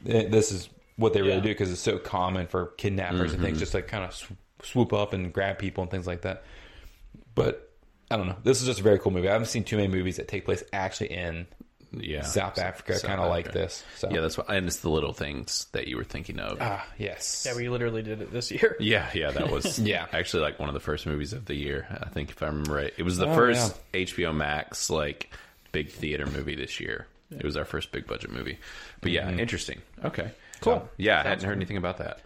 Speaker 2: Eh, This is what they really
Speaker 3: Yeah.
Speaker 2: do because it's so common for kidnappers and
Speaker 1: Mm-hmm.
Speaker 2: things just like kind of sw- swoop up and grab people and things like that. But I don't know. This is just a very cool movie. I haven't seen too many movies that take place actually in
Speaker 1: Yeah.
Speaker 2: South Africa,
Speaker 1: South
Speaker 2: kind of like
Speaker 1: Africa.
Speaker 2: this. So
Speaker 1: Yeah, that's what, and it's the little things that you were thinking of.
Speaker 2: Ah, yes.
Speaker 3: Yeah, we literally did it this year.
Speaker 1: yeah, yeah, that was
Speaker 2: *laughs* Yeah.
Speaker 1: actually like one of the first movies of the year. I think if I remember right, it was the
Speaker 2: Oh,
Speaker 1: first HBO Max like big theater movie this year. It was our first big budget movie. But yeah,
Speaker 2: Mm-hmm.
Speaker 1: interesting. Okay, cool. yeah, I hadn't heard anything about that.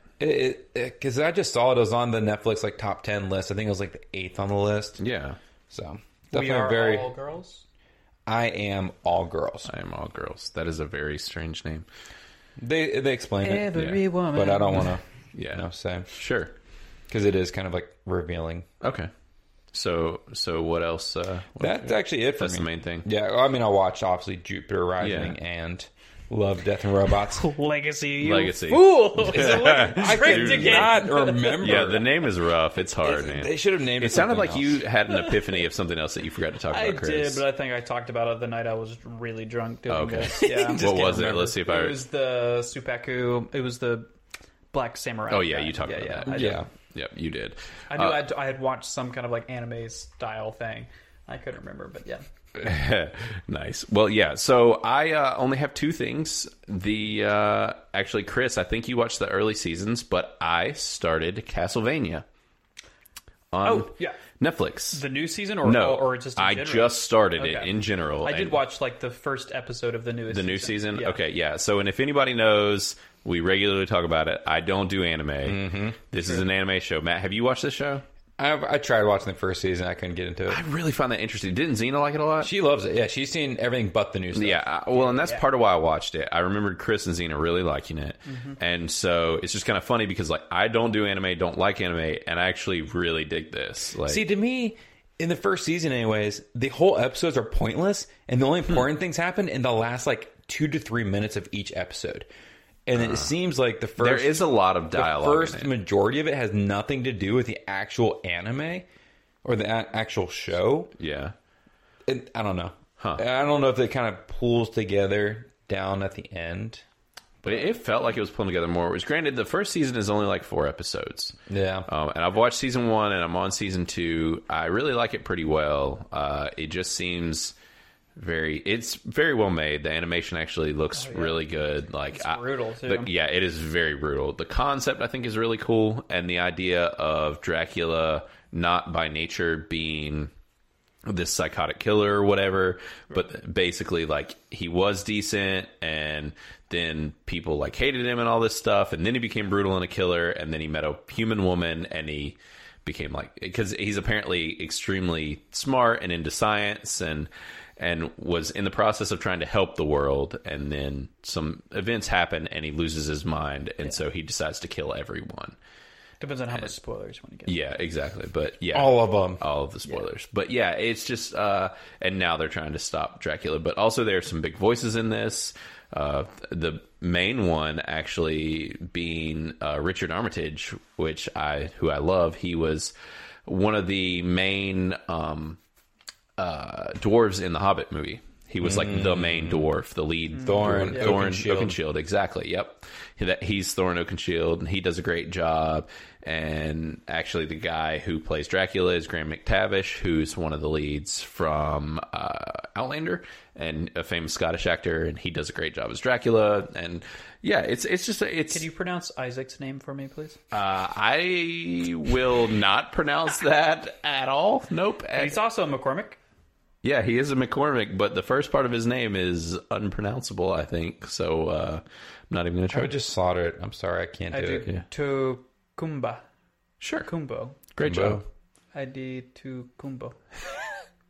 Speaker 2: because I just saw it, it was on the Netflix like top ten list. I think it was like the eighth on the list.
Speaker 1: Yeah,
Speaker 2: So
Speaker 3: We
Speaker 2: definitely
Speaker 3: are
Speaker 2: very.
Speaker 3: all girls.
Speaker 2: I am all girls.
Speaker 1: I am all girls. That is a very strange name.
Speaker 2: They they explain it,
Speaker 3: Every
Speaker 1: Yeah.
Speaker 3: woman.
Speaker 2: but I don't want to
Speaker 1: Yeah,
Speaker 2: you know say
Speaker 1: sure.
Speaker 2: because it is kind of like revealing.
Speaker 1: Okay, so so what else? Uh, what
Speaker 2: That's actually it for
Speaker 1: that's
Speaker 2: me.
Speaker 1: the main thing.
Speaker 2: Yeah, well, I mean I watched obviously Jupiter Rising
Speaker 1: Yeah.
Speaker 2: and Love, Death
Speaker 1: *laughs*
Speaker 2: and Robots.
Speaker 3: Legacy. You
Speaker 1: Legacy.
Speaker 3: Fool. *laughs* It's a
Speaker 1: *laughs*
Speaker 3: leg-
Speaker 2: I
Speaker 3: tricked
Speaker 1: do
Speaker 3: again.
Speaker 2: cannot remember.
Speaker 1: Yeah, the name is rough. It's hard, man.
Speaker 2: they should have named it.
Speaker 1: It sounded
Speaker 2: something
Speaker 1: like you had
Speaker 3: *laughs*
Speaker 1: an epiphany of something else that you forgot to talk about,
Speaker 3: I
Speaker 1: Chris.
Speaker 3: did, but I think I talked about it the night I was really drunk doing
Speaker 1: Okay. *laughs*
Speaker 3: this. Yeah.
Speaker 1: what was
Speaker 2: remember.
Speaker 1: it? Let's see if I.
Speaker 3: it was the Supaku. It was the Black Samurai.
Speaker 1: oh yeah,
Speaker 3: guy.
Speaker 1: you talked
Speaker 3: yeah,
Speaker 1: about
Speaker 3: yeah,
Speaker 1: that.
Speaker 3: I did.
Speaker 2: Yeah,
Speaker 1: Yep, you did.
Speaker 3: I knew
Speaker 1: Uh,
Speaker 3: I'd, I had watched some kind of like anime style thing. I couldn't remember, but yeah.
Speaker 1: *laughs* nice. Well, yeah. So I uh, only have two things. The uh, actually, Chris, I think you watched the early seasons, but I started Castlevania on
Speaker 3: Oh, yeah.
Speaker 1: Netflix.
Speaker 3: The new season, or
Speaker 1: Mm-hmm. no,
Speaker 3: Oh, or just in
Speaker 1: I
Speaker 3: general?
Speaker 1: just started it
Speaker 3: Okay.
Speaker 1: in general.
Speaker 3: I did
Speaker 1: and-
Speaker 3: watch like the first episode of the newest.
Speaker 1: the new season.
Speaker 3: Yeah.
Speaker 1: Okay, yeah. So, and if anybody knows,
Speaker 3: Mm-hmm.
Speaker 1: we regularly talk about it. I don't do anime. This is an anime show. Matt, have you watched this show?
Speaker 2: I, I tried watching the first season. I couldn't get into
Speaker 1: I
Speaker 2: it.
Speaker 1: really find that interesting. Didn't Xena like it a lot?
Speaker 2: She loves it. Yeah, she's seen everything but the new stuff.
Speaker 1: Yeah, I- well, and that's part of why I watched it. I remembered Chris and Xena really liking it,
Speaker 3: Mm-hmm.
Speaker 1: and so it's just kind of funny because like I don't do anime, don't like anime, and I actually really dig this. Like,
Speaker 2: See, to me, in the first season, anyways, the whole episodes are pointless, and the only
Speaker 1: Hmm.
Speaker 2: important things happen in the last like two to three minutes of each episode. And it seems like the
Speaker 1: there
Speaker 2: first
Speaker 1: is a lot of
Speaker 2: the
Speaker 1: dialogue. in
Speaker 2: first
Speaker 1: it.
Speaker 2: majority of it has nothing to do with the actual anime or the a- actual show.
Speaker 1: yeah,
Speaker 2: And I don't know.
Speaker 1: Huh.
Speaker 2: I don't know if it kind of pulls together down at the end.
Speaker 1: but it, it felt like it was pulling together more. Which, granted, the first season is only like four episodes.
Speaker 2: Yeah.
Speaker 1: Um, and I've watched season one and I'm on season two. I really like it pretty well. Uh, it just seems very, it's very well made. The animation actually looks really good. Like
Speaker 3: Oh, It's
Speaker 1: I-
Speaker 3: brutal, too.
Speaker 1: the- yeah, it is very brutal. The concept I think is really cool, and the idea of Dracula not by nature being this psychotic killer or whatever, but basically like he was decent and then people like hated him and all this stuff and then he became brutal and a killer and then he met a human woman and he became like cuz he's apparently extremely smart and into science and and was in the process of trying to help the world and then some events happen and he loses his mind and so he decides to kill everyone.
Speaker 3: Depends on how much spoilers you want to get.
Speaker 1: Uh, Yeah, exactly. But yeah
Speaker 2: All of them.
Speaker 1: all of the spoilers. But yeah, it's just uh and now they're trying to stop Dracula, but also there are some big voices in this. Uh the main one actually being uh Richard Armitage, which I who I love. He was one of the main um uh dwarves in the Hobbit movie. He was like the
Speaker 2: Mm.
Speaker 1: main dwarf, the lead
Speaker 2: Thorin
Speaker 1: dwarf, Thorin
Speaker 2: Oakenshield.
Speaker 1: Oakenshield, exactly. Yep, He- that he's Thorin Oakenshield, and he does a great job. And actually, the guy who plays Dracula is Graham McTavish, who's one of the leads from uh, Outlander and a famous Scottish actor, and he does a great job as Dracula. And yeah, it's it's just a- it's
Speaker 3: Could you pronounce Isaac's name for me, please?
Speaker 1: uh, I will not pronounce that at all. Nope.
Speaker 3: He's also a McCormick.
Speaker 1: Yeah, he is a McCormick, but the first part of his name is unpronounceable, I think. So uh, I'm not even going to
Speaker 2: I
Speaker 1: try.
Speaker 3: Oh,
Speaker 2: would just slaughter it. I'm sorry, I can't
Speaker 3: I
Speaker 2: do,
Speaker 3: do
Speaker 2: it.
Speaker 3: to Kumba.
Speaker 1: Sure.
Speaker 3: Kumbo.
Speaker 1: Great
Speaker 2: Bo.
Speaker 1: job.
Speaker 3: I did to Kumbo.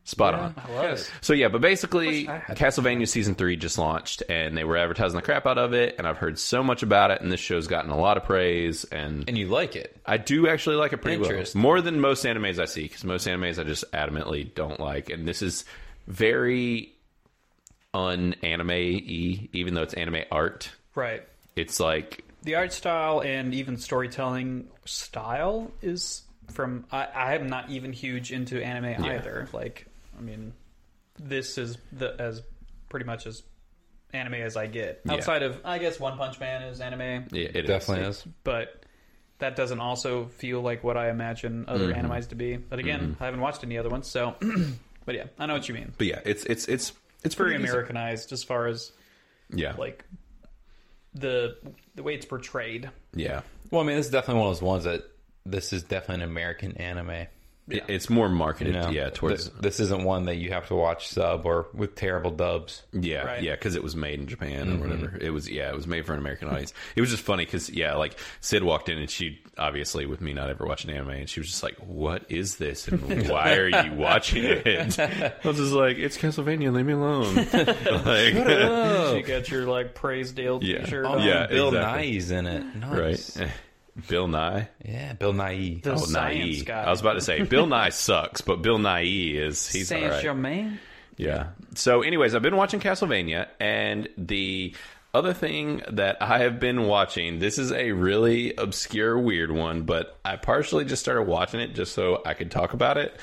Speaker 1: Spot on.
Speaker 3: I love it.
Speaker 1: So yeah, but basically,
Speaker 3: Wish I had-
Speaker 1: Castlevania season three just launched, and they were advertising the crap out of it, and I've heard so much about it, and this show's gotten a lot of praise, and
Speaker 2: And you like it.
Speaker 1: I do actually like it pretty well,
Speaker 2: Interesting.
Speaker 1: more than most animes I see, because most animes I just adamantly don't like, and this is very un-anime y, even though it's anime art.
Speaker 3: Right.
Speaker 1: It's like
Speaker 3: The art style and even storytelling style is from. I, I am not even huge into anime either. Like, I mean, this is the as pretty much as anime as I get. Outside of, I guess, One Punch Man is anime,
Speaker 1: yeah, it is.
Speaker 2: Definitely is.
Speaker 3: but that doesn't also feel like what I imagine other animes to be. But again, I haven't watched any other ones, so. *clears throat* but yeah, I know what you mean.
Speaker 1: But yeah, it's it's it's it's
Speaker 3: Very
Speaker 1: pretty decent.
Speaker 3: Americanized as far as
Speaker 1: Yeah,
Speaker 3: like the the way it's portrayed.
Speaker 1: yeah.
Speaker 2: Well, I mean, this is definitely one of those ones that this is definitely an American anime.
Speaker 1: It- it's more marketed,
Speaker 2: You know?
Speaker 1: yeah, towards
Speaker 2: Th- this isn't one that you have to watch sub or with terrible dubs.
Speaker 1: Yeah,
Speaker 3: Right.
Speaker 1: yeah, because it was made in Japan or whatever. It was yeah, it was made for an American audience. It was just funny because yeah, like Sid walked in and she obviously with me not ever watching anime and she was just like, "What is this *laughs* and why are you watching it?" *laughs* I was just like, "It's Castlevania, leave me *laughs* alone." like, *laughs*
Speaker 3: You got your like praise Dale
Speaker 1: Oh. Yeah.
Speaker 3: T-shirt.
Speaker 1: Oh, *laughs*
Speaker 3: on.
Speaker 1: yeah.
Speaker 2: Bill
Speaker 1: exactly.
Speaker 2: Nye's in it. Nice.
Speaker 1: right, *laughs* Bill Nye.
Speaker 2: Yeah, Bill Nye.
Speaker 3: The
Speaker 1: Oh,
Speaker 3: science
Speaker 1: Nye.
Speaker 3: guy.
Speaker 1: I was about to say Bill Nye sucks, but Bill Nye is he's all
Speaker 3: Saint
Speaker 1: right.
Speaker 3: Germain.
Speaker 1: Yeah. So, anyways, I've been watching Castlevania, and the other thing that I have been watching, this is a really obscure, weird one, but I partially just started watching it just so I could talk about it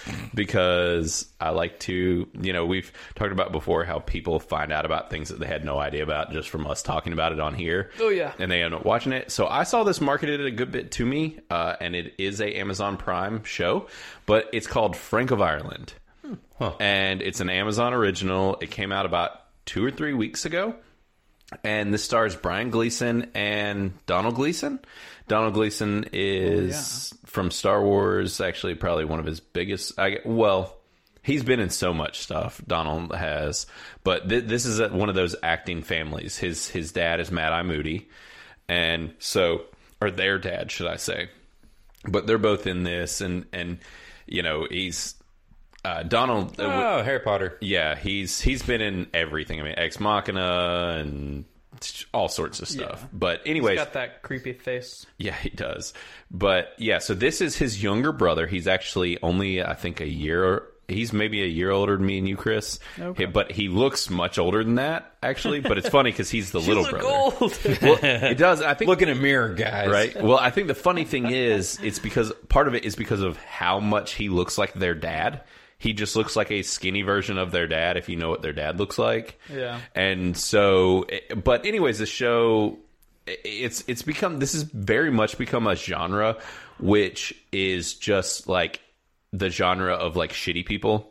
Speaker 1: because I like to, you know, we've talked about before how people find out about things that they had no idea about just from us talking about it on here.
Speaker 3: Oh, yeah.
Speaker 1: And they end up watching it. So I saw this marketed a good bit to me, uh, and it is a Amazon Prime show, but it's called Frank of Ireland and it's an Amazon original. It came out about two or three weeks ago, and this stars Brian Gleason and Donald Gleason. Donald Gleason is from Star Wars, actually probably one of his biggest. I, well, he's been in so much stuff. Donald has, but th- this is a, one of those acting families. His his dad is Mad Eye Moody, and so or their dad, should I say? but they're both in this, and and you know he's uh, Donald. uh, w-
Speaker 2: Oh, Harry Potter.
Speaker 1: yeah, he's he's been in everything. I mean, Ex Machina and all sorts of stuff.
Speaker 3: Yeah.
Speaker 1: But anyways,
Speaker 3: Got that creepy face.
Speaker 1: yeah, he does. But yeah, so this is his younger brother. He's actually only, I think, a year. He's maybe a year older than me and you, Chris.
Speaker 3: Okay.
Speaker 1: But he looks much older than that, actually. But it's funny because
Speaker 3: *laughs*
Speaker 1: he's the little brother.
Speaker 3: gold.
Speaker 1: *laughs* Well, it does. I think
Speaker 2: Look in a mirror, guys.
Speaker 1: right? Well, I think the funny thing is, it's because part of it is because of how much he looks like their dad. He just looks like a skinny version of their dad, if you know what their dad looks like.
Speaker 3: Yeah.
Speaker 1: And so, eh, but anyways, the show eh, it's it's become this has very much become a genre, which is just like the genre of like shitty people.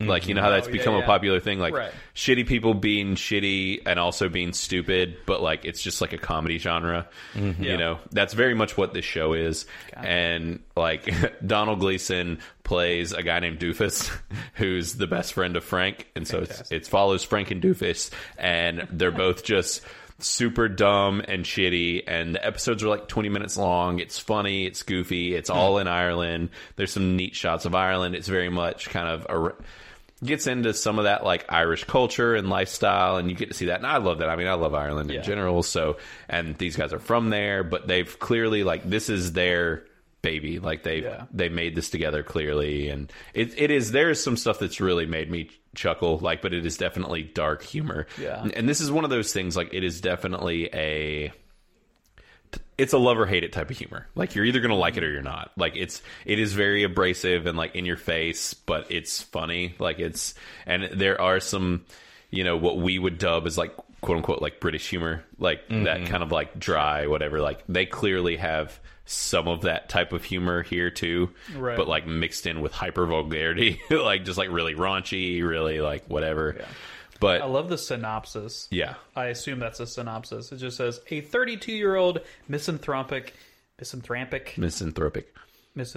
Speaker 1: Like you know how that's
Speaker 3: Oh, yeah,
Speaker 1: become a
Speaker 3: yeah.
Speaker 1: popular thing, like
Speaker 3: Right.
Speaker 1: shitty people being shitty and also being stupid, but like it's just like a comedy genre. You know, that's very much what this show is. And like *laughs* Donald Gleason plays a guy named Doofus, *laughs* who's the best friend of Frank, and so it's, it follows Frank and Doofus, and they're both just super dumb and shitty and the episodes are like 20 minutes long it's funny it's goofy it's all in ireland there's some neat shots of ireland it's very much kind of a, gets into some of that like Irish culture and lifestyle, and you get to see that. And I love that. I mean, I love Ireland in general. So, and these guys are from there, but they've clearly like this is their baby. Like they
Speaker 3: Yeah.
Speaker 1: have they made this together clearly, and it it is there is some stuff that's really made me chuckle. Like, but it is definitely dark humor.
Speaker 3: Yeah.
Speaker 1: and this is one of those things. Like, it is definitely a it's a love or hate it type of humor. Like you're either gonna like it or you're not. Like it's it is very abrasive and like in your face, but it's funny. Like it's and there are some, you know, what we would dub as like quote unquote like British humor, like
Speaker 3: Mm-hmm.
Speaker 1: that kind of like dry whatever. Like they clearly have some of that type of humor here too,
Speaker 3: Right.
Speaker 1: but like mixed in with hyper vulgarity, *laughs* like just like really raunchy, really like whatever.
Speaker 3: I
Speaker 1: But
Speaker 3: love the synopsis.
Speaker 1: yeah,
Speaker 3: I assume that's a synopsis. It just says a 32 year old misanthropic, misanthropic,
Speaker 1: misanthropic.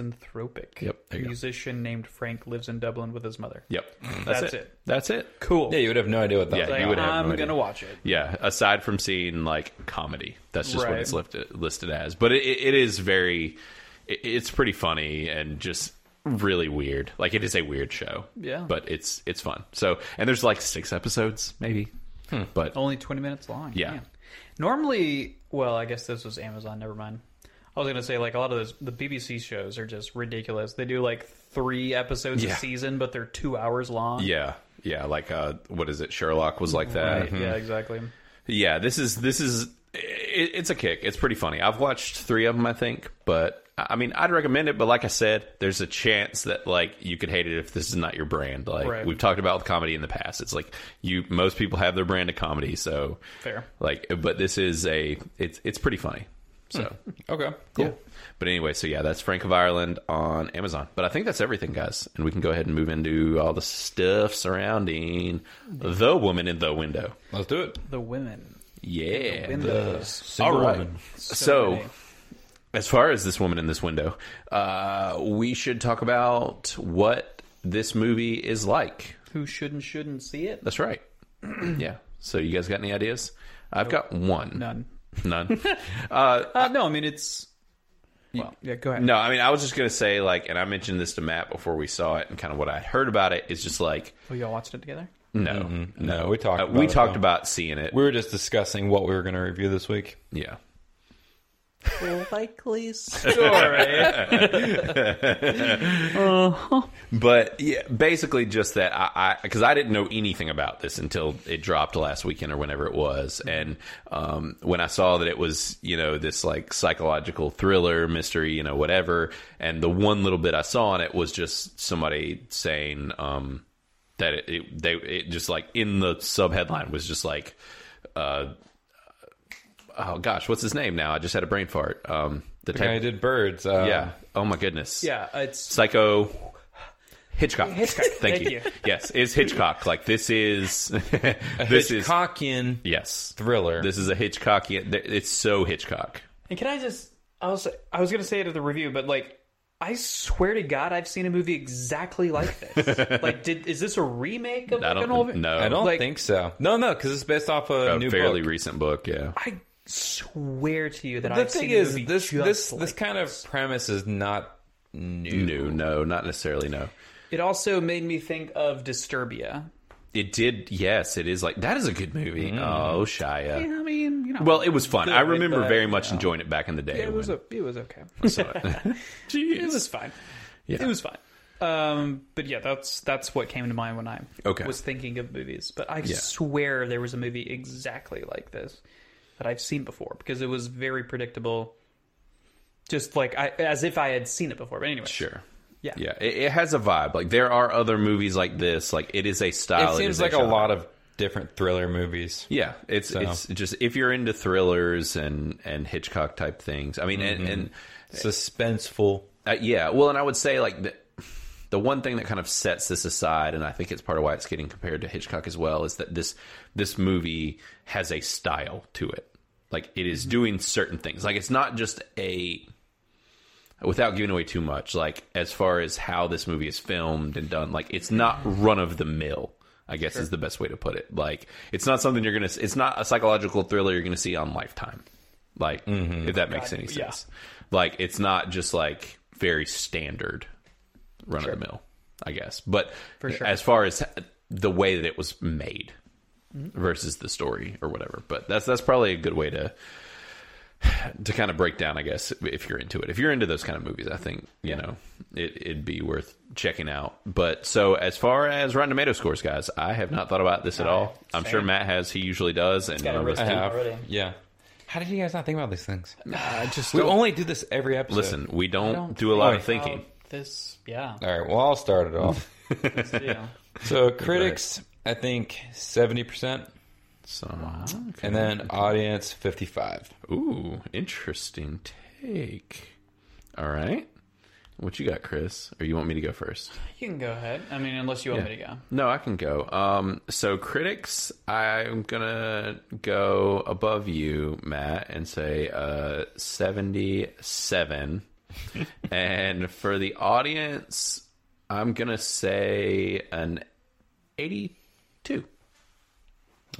Speaker 3: misanthropic
Speaker 1: Yep, there you go.
Speaker 3: musician named Frank lives in Dublin with his mother.
Speaker 1: Yep,
Speaker 3: That's it.
Speaker 1: That's it.
Speaker 3: Cool.
Speaker 2: Yeah, you would have no idea what that
Speaker 1: Yeah,
Speaker 2: was.
Speaker 1: you
Speaker 3: Like,
Speaker 1: would have no
Speaker 3: I'm
Speaker 1: idea.
Speaker 3: gonna watch it.
Speaker 1: Yeah, aside from seeing like comedy, that's just what
Speaker 3: Right.
Speaker 1: it's listed, listed as. But it, it is very, it, it's pretty funny and just really weird. Like it is a weird show.
Speaker 3: Yeah.
Speaker 1: but it's it's fun. So and there's like six episodes maybe,
Speaker 3: Hmm.
Speaker 1: but
Speaker 3: Only 20 minutes long.
Speaker 1: Yeah.
Speaker 3: man. Normally, well, I guess this was Amazon. Never mind. I was gonna say like a lot of those the BBC shows are just ridiculous. They do like three episodes
Speaker 1: Yeah.
Speaker 3: a season, but they're two hours long.
Speaker 1: yeah, yeah. Like uh, what is it? Sherlock was like that.
Speaker 3: Right, Yeah, exactly.
Speaker 1: Yeah, this is this is it, it's a kick. It's pretty funny. I've watched three of them, I think, but I I mean, I'd recommend it. But like I said, there's a chance that like you could hate it if this is not your brand. Like
Speaker 3: Right.
Speaker 1: we've talked about with comedy in the past, it's like you most people have their brand of comedy. So
Speaker 3: Fair.
Speaker 1: like, but this is a it's it's pretty funny. So
Speaker 3: Hmm.
Speaker 2: Okay,
Speaker 1: cool. But anyway, so yeah, that's Frank of Ireland on Amazon. But I think that's everything, guys, and we can go ahead and move into all the stuff surrounding the woman in the window.
Speaker 2: Let's do it.
Speaker 3: The women.
Speaker 1: Yeah,
Speaker 3: Windows.
Speaker 2: Single woman.
Speaker 1: so,
Speaker 3: many.
Speaker 1: as far as this woman in this window, uh, we should talk about what this movie is like.
Speaker 3: Who should and shouldn't see it?
Speaker 1: That's
Speaker 2: *clears throat*
Speaker 1: right. yeah. So, you guys got any ideas? I've got one.
Speaker 3: None.
Speaker 1: *laughs*
Speaker 2: *laughs*
Speaker 1: None.
Speaker 3: Uh, no, I mean it's. Well, yeah. Go ahead.
Speaker 1: no, I mean, I was just going to say, like, and I mentioned this to Matt before we saw it, and kind of what I heard about it is just like,
Speaker 3: Oh, y'all watched it together?
Speaker 1: no,
Speaker 2: Mm-hmm. No, we talked.
Speaker 1: Uh,
Speaker 2: about
Speaker 1: we
Speaker 2: it,
Speaker 1: talked
Speaker 2: though.
Speaker 1: about seeing it.
Speaker 2: We were just discussing what we were going to review this week.
Speaker 1: yeah.
Speaker 3: Likely story.
Speaker 1: But yeah, basically just that I because I, didn't know anything about this until it dropped last weekend or whenever it was,
Speaker 2: Mm-hmm.
Speaker 1: and um, when I saw that it was you know this like psychological thriller mystery you know whatever, and the one little bit I saw on it was just somebody saying um, that it, it they it just like in the sub headline was just like uh, oh gosh what's his name now I just had a brain fart um, the,
Speaker 2: The guy who
Speaker 1: type-
Speaker 2: did birds. Uh,
Speaker 1: yeah oh my goodness
Speaker 3: *laughs* yeah, it's
Speaker 1: Psycho Hitchcock.
Speaker 3: Hitchcock.
Speaker 1: Thank,
Speaker 3: Thank
Speaker 1: you.
Speaker 3: you.
Speaker 1: Yes, is Hitchcock. Like this is *laughs* this
Speaker 2: This
Speaker 1: is
Speaker 2: Hitchcockian
Speaker 1: yes.
Speaker 2: thriller.
Speaker 1: This is a Hitchcockian. It's so Hitchcock.
Speaker 3: And can I just? I was I was gonna say it at the review, but like, I swear to God, I've seen a movie exactly
Speaker 1: *laughs*
Speaker 3: like this. like, did is this a remake of
Speaker 1: I
Speaker 3: like an
Speaker 1: don't
Speaker 3: old?
Speaker 1: no.
Speaker 2: I don't
Speaker 3: like-
Speaker 2: think so. No, no, because it's based off a,
Speaker 1: a
Speaker 2: new
Speaker 1: fairly
Speaker 2: book.
Speaker 1: recent book. Yeah.
Speaker 3: I swear to you that
Speaker 2: the
Speaker 3: I've
Speaker 2: thing
Speaker 3: seen a
Speaker 2: is,
Speaker 3: movie
Speaker 2: this
Speaker 3: just
Speaker 2: this
Speaker 3: like
Speaker 2: this kind of premise is not new.
Speaker 1: New, no, not necessarily. No,
Speaker 3: It also made me think of Disturbia.
Speaker 1: it did. Yes, it is like that is a good movie.
Speaker 2: Mm.
Speaker 1: Oh, Shia.
Speaker 3: I mean, you know,
Speaker 1: Well, it was fun. I
Speaker 2: Good,
Speaker 1: remember
Speaker 2: but,
Speaker 1: very much enjoying it back in the day.
Speaker 3: it was
Speaker 1: when
Speaker 3: o- it was okay.
Speaker 1: I saw it.
Speaker 3: *laughs* it
Speaker 1: *laughs* Jeez.
Speaker 3: was fine.
Speaker 1: Yeah.
Speaker 3: It was fine. Um, but yeah, that's that's what came to mind when I
Speaker 1: Okay.
Speaker 3: was thinking of movies. But I swear there was a movie exactly like this that I've seen before because it was very predictable. Just like I, as if I had seen it before. But anyway,
Speaker 1: Sure.
Speaker 3: Yeah.
Speaker 1: Yeah. It, it has a vibe. Like there are other movies like this. Like it is a style.
Speaker 2: It seems
Speaker 1: is
Speaker 2: like a
Speaker 1: genre.
Speaker 2: lot of different thriller movies.
Speaker 1: Yeah, it's it's just if you're into thrillers and and Hitchcock type things. I mean, and, and
Speaker 2: Suspenseful.
Speaker 1: uh, yeah, well, and I would say like the the one thing that kind of sets this aside, and I think it's part of why it's getting compared to Hitchcock as well, is that this this movie has a style to it. Like it is doing certain things. Like it's not just a without giving away too much, like as far as how this movie is filmed and done, like it's not run of the mill. I guess is the best way to put it. Like it's not something you're gonna. It's not a psychological thriller you're gonna see on Lifetime. Like if that makes any
Speaker 3: yeah.
Speaker 1: sense. Like it's not just like very standard run of the mill. I guess, but
Speaker 3: sure.
Speaker 1: as far as the way that it was made versus the story or whatever, but that's that's probably a good way to to kind of break down, I guess, if you're into it. If you're into those kind of movies, I think you know it, it'd be worth checking out. But so as far as Rotten Tomato scores, guys, I have not thought about this at all. I'm sure Matt has; he usually does, and uh,
Speaker 3: got a
Speaker 1: none of us
Speaker 3: wrist-
Speaker 1: do.
Speaker 3: have. Already.
Speaker 2: Yeah. How did you guys not think about these things? Ah, I just uh, we only do this every episode.
Speaker 1: listen, we don't,
Speaker 3: don't
Speaker 1: do a lot
Speaker 2: think-
Speaker 1: of thinking.
Speaker 3: About this,
Speaker 1: *laughs*
Speaker 3: yeah,
Speaker 2: All right. Well, I'll start it off.
Speaker 3: this, yeah.
Speaker 2: So critics, I think seventy percent,
Speaker 1: So,
Speaker 2: and then audience fifty-five.
Speaker 1: ooh, interesting take. All right, what you got, Chris? Or you want me to go first?
Speaker 3: You can go ahead. I mean, unless you want me to go.
Speaker 1: No, I can go. Um, so critics, I'm gonna go above you, Matt, and say uh, *laughs* 77. and for the audience, I'm gonna say an 82.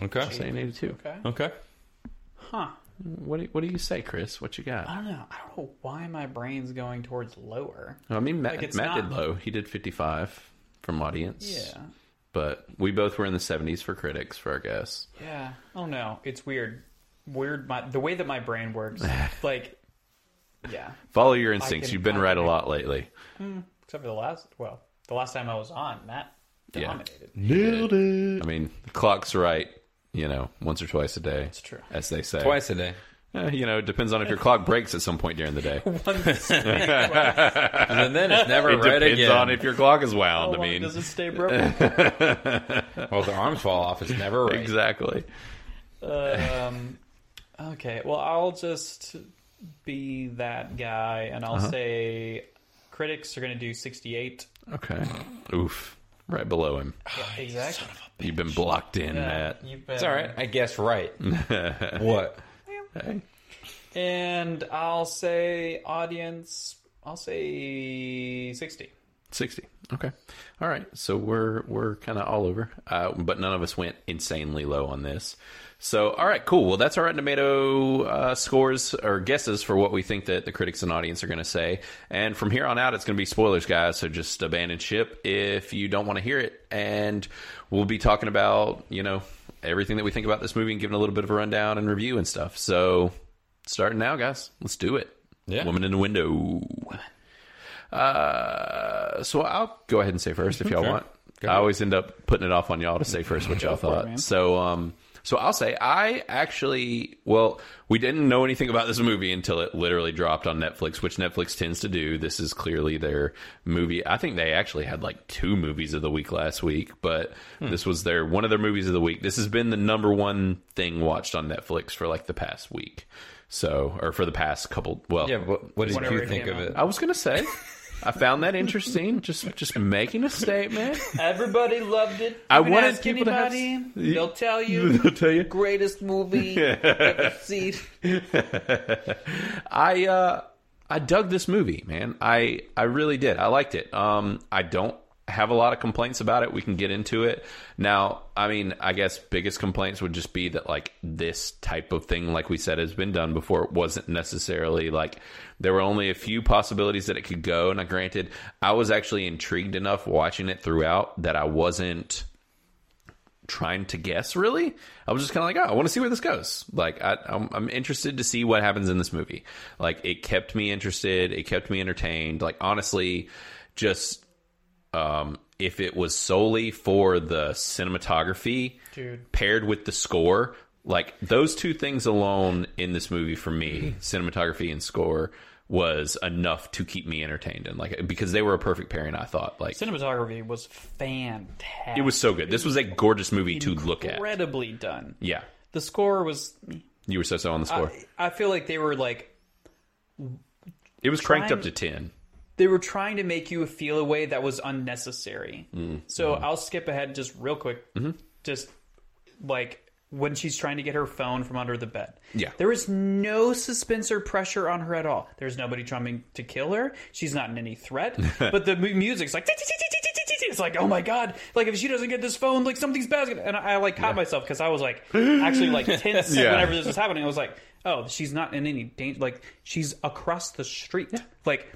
Speaker 2: Okay.
Speaker 1: Say an 82.
Speaker 3: Okay.
Speaker 2: Okay.
Speaker 3: Huh.
Speaker 1: What do you, what do you say, Chris? What you
Speaker 3: I
Speaker 1: got?
Speaker 3: don't know. I don't know why my brain's going towards lower.
Speaker 1: I mean, Matt,
Speaker 3: it's
Speaker 1: Matt did
Speaker 3: not-
Speaker 1: low. He did 55 from audience.
Speaker 3: Yeah.
Speaker 1: But we both were in the 70s for critics for our guess.
Speaker 3: Yeah. Oh no, it's weird. Weird. My the way that my
Speaker 1: *laughs*
Speaker 3: brain works. like, yeah.
Speaker 1: Follow your instincts.
Speaker 3: can-
Speaker 1: You've been
Speaker 3: I
Speaker 1: right a
Speaker 3: can-
Speaker 1: lot lately.
Speaker 3: Except for the last. Well, the last time I was on, Matt
Speaker 1: Yeah.
Speaker 3: dominated. *laughs*
Speaker 2: Nailed it.
Speaker 1: I mean, the clock's right, you know, once or twice a day. That's
Speaker 3: true.
Speaker 1: As they say.
Speaker 2: Twice a day.
Speaker 1: Eh, you know, it depends on if your clock breaks at some point during the
Speaker 3: *laughs*
Speaker 1: day. It
Speaker 2: And then it's never read
Speaker 1: depends
Speaker 2: again.
Speaker 1: on if your clock is
Speaker 3: How
Speaker 1: wound. *laughs* I
Speaker 3: long
Speaker 1: mean, *laughs*
Speaker 3: Oh, does it stay broken?
Speaker 2: Well, the arms fall off. It's never right.
Speaker 1: exactly.
Speaker 3: um, okay. Well, I'll just be that guy, and
Speaker 1: Uh-huh.
Speaker 3: I'll say critics are going to do sixty-eight.
Speaker 1: Okay. Oof. *sighs* Right below him.
Speaker 3: exactly.
Speaker 1: You've been blocked in,
Speaker 3: Yeah,
Speaker 1: Matt.
Speaker 3: you've been,
Speaker 2: It's all right. I guess *laughs* right. what?
Speaker 1: Hey.
Speaker 3: And I'll say audience. I'll say sixty.
Speaker 1: 60. Okay. All right. So we're we're kind of all over, uh, but none of us went insanely low on this. So all right, cool. Well, that's our Rotten Tomato uh, scores or guesses for what we think that the critics and audience are going to say. And from here on out, it's going to be spoilers, guys. So just abandon ship if you don't want to hear it. And we'll be talking about you know everything that we think about this movie and giving a little bit of a rundown and review and stuff. So starting now, guys, let's do it.
Speaker 2: Yeah.
Speaker 1: Woman in the window. Uh, so I'll go ahead and say first if y'all
Speaker 2: Sure.
Speaker 1: want.
Speaker 2: Go
Speaker 1: I
Speaker 2: ahead.
Speaker 1: always end up putting it off on y'all to say first what y'all
Speaker 3: it,
Speaker 1: thought.
Speaker 3: man.
Speaker 1: so um so I'll say I actually well we didn't know anything about this movie until it literally dropped on Netflix, which Netflix tends to do. This is clearly their movie. I think they actually had like two movies of the week last week, but
Speaker 2: Hmm.
Speaker 1: this was their one of their movies of the week. This has been the number one thing watched on Netflix for like the past week. So or for the past couple well
Speaker 2: Yeah. What, what did
Speaker 3: Whenever
Speaker 2: you
Speaker 3: it
Speaker 2: think
Speaker 3: came
Speaker 2: of it?
Speaker 3: out.
Speaker 1: I was gonna say, I found that interesting. Just just making a statement.
Speaker 3: Everybody loved it.
Speaker 1: I
Speaker 3: You can
Speaker 1: wanted
Speaker 3: ask
Speaker 1: people to have-
Speaker 3: anybody, They'll tell
Speaker 1: *laughs*
Speaker 3: you.
Speaker 1: *laughs* I'll tell you, *laughs*
Speaker 3: Greatest movie ever seen.
Speaker 1: I uh, I dug this movie, man. I I really did. I liked it. Um, I don't have a lot of complaints about it. We can get into it. Now, I mean, I guess biggest complaints would just be that like this type of thing, like we said, has been done before. It wasn't necessarily like there were only a few possibilities that it could go. And I granted, I was actually intrigued enough watching it throughout that I wasn't trying to guess really i was just kind of like oh i want to see where this goes like I, I'm, I'm interested to see what happens in this movie like it kept me interested it kept me entertained like honestly just um, if it was solely for the cinematography
Speaker 3: Dude.
Speaker 1: paired with the score like those two things alone in this movie for me cinematography and score was enough to keep me entertained and like because they were a perfect pairing i thought like
Speaker 3: Cinematography was fantastic.
Speaker 1: it was so good this was a gorgeous movie to look at
Speaker 3: incredibly done.
Speaker 1: yeah
Speaker 3: The score was.
Speaker 1: you were so so on the score
Speaker 3: I, I feel like they were like
Speaker 1: it was cranked
Speaker 3: trying-
Speaker 1: up to 10
Speaker 3: they were trying to make you feel a way that was unnecessary.
Speaker 1: Mm-hmm.
Speaker 3: So I'll skip ahead just real quick. Just like when she's trying to get her phone from under the bed.
Speaker 1: Yeah.
Speaker 3: There is no suspense or pressure on her at all. There's nobody trying to kill her. She's not in
Speaker 1: *laughs*
Speaker 3: any threat. but the mu- music's like it's like oh my god like if she doesn't get this phone like something's bad and i like caught myself because i was like actually
Speaker 1: *laughs*
Speaker 3: like tense
Speaker 1: Yeah.
Speaker 3: whenever this was happening i was like oh she's not in any danger like she's across the street like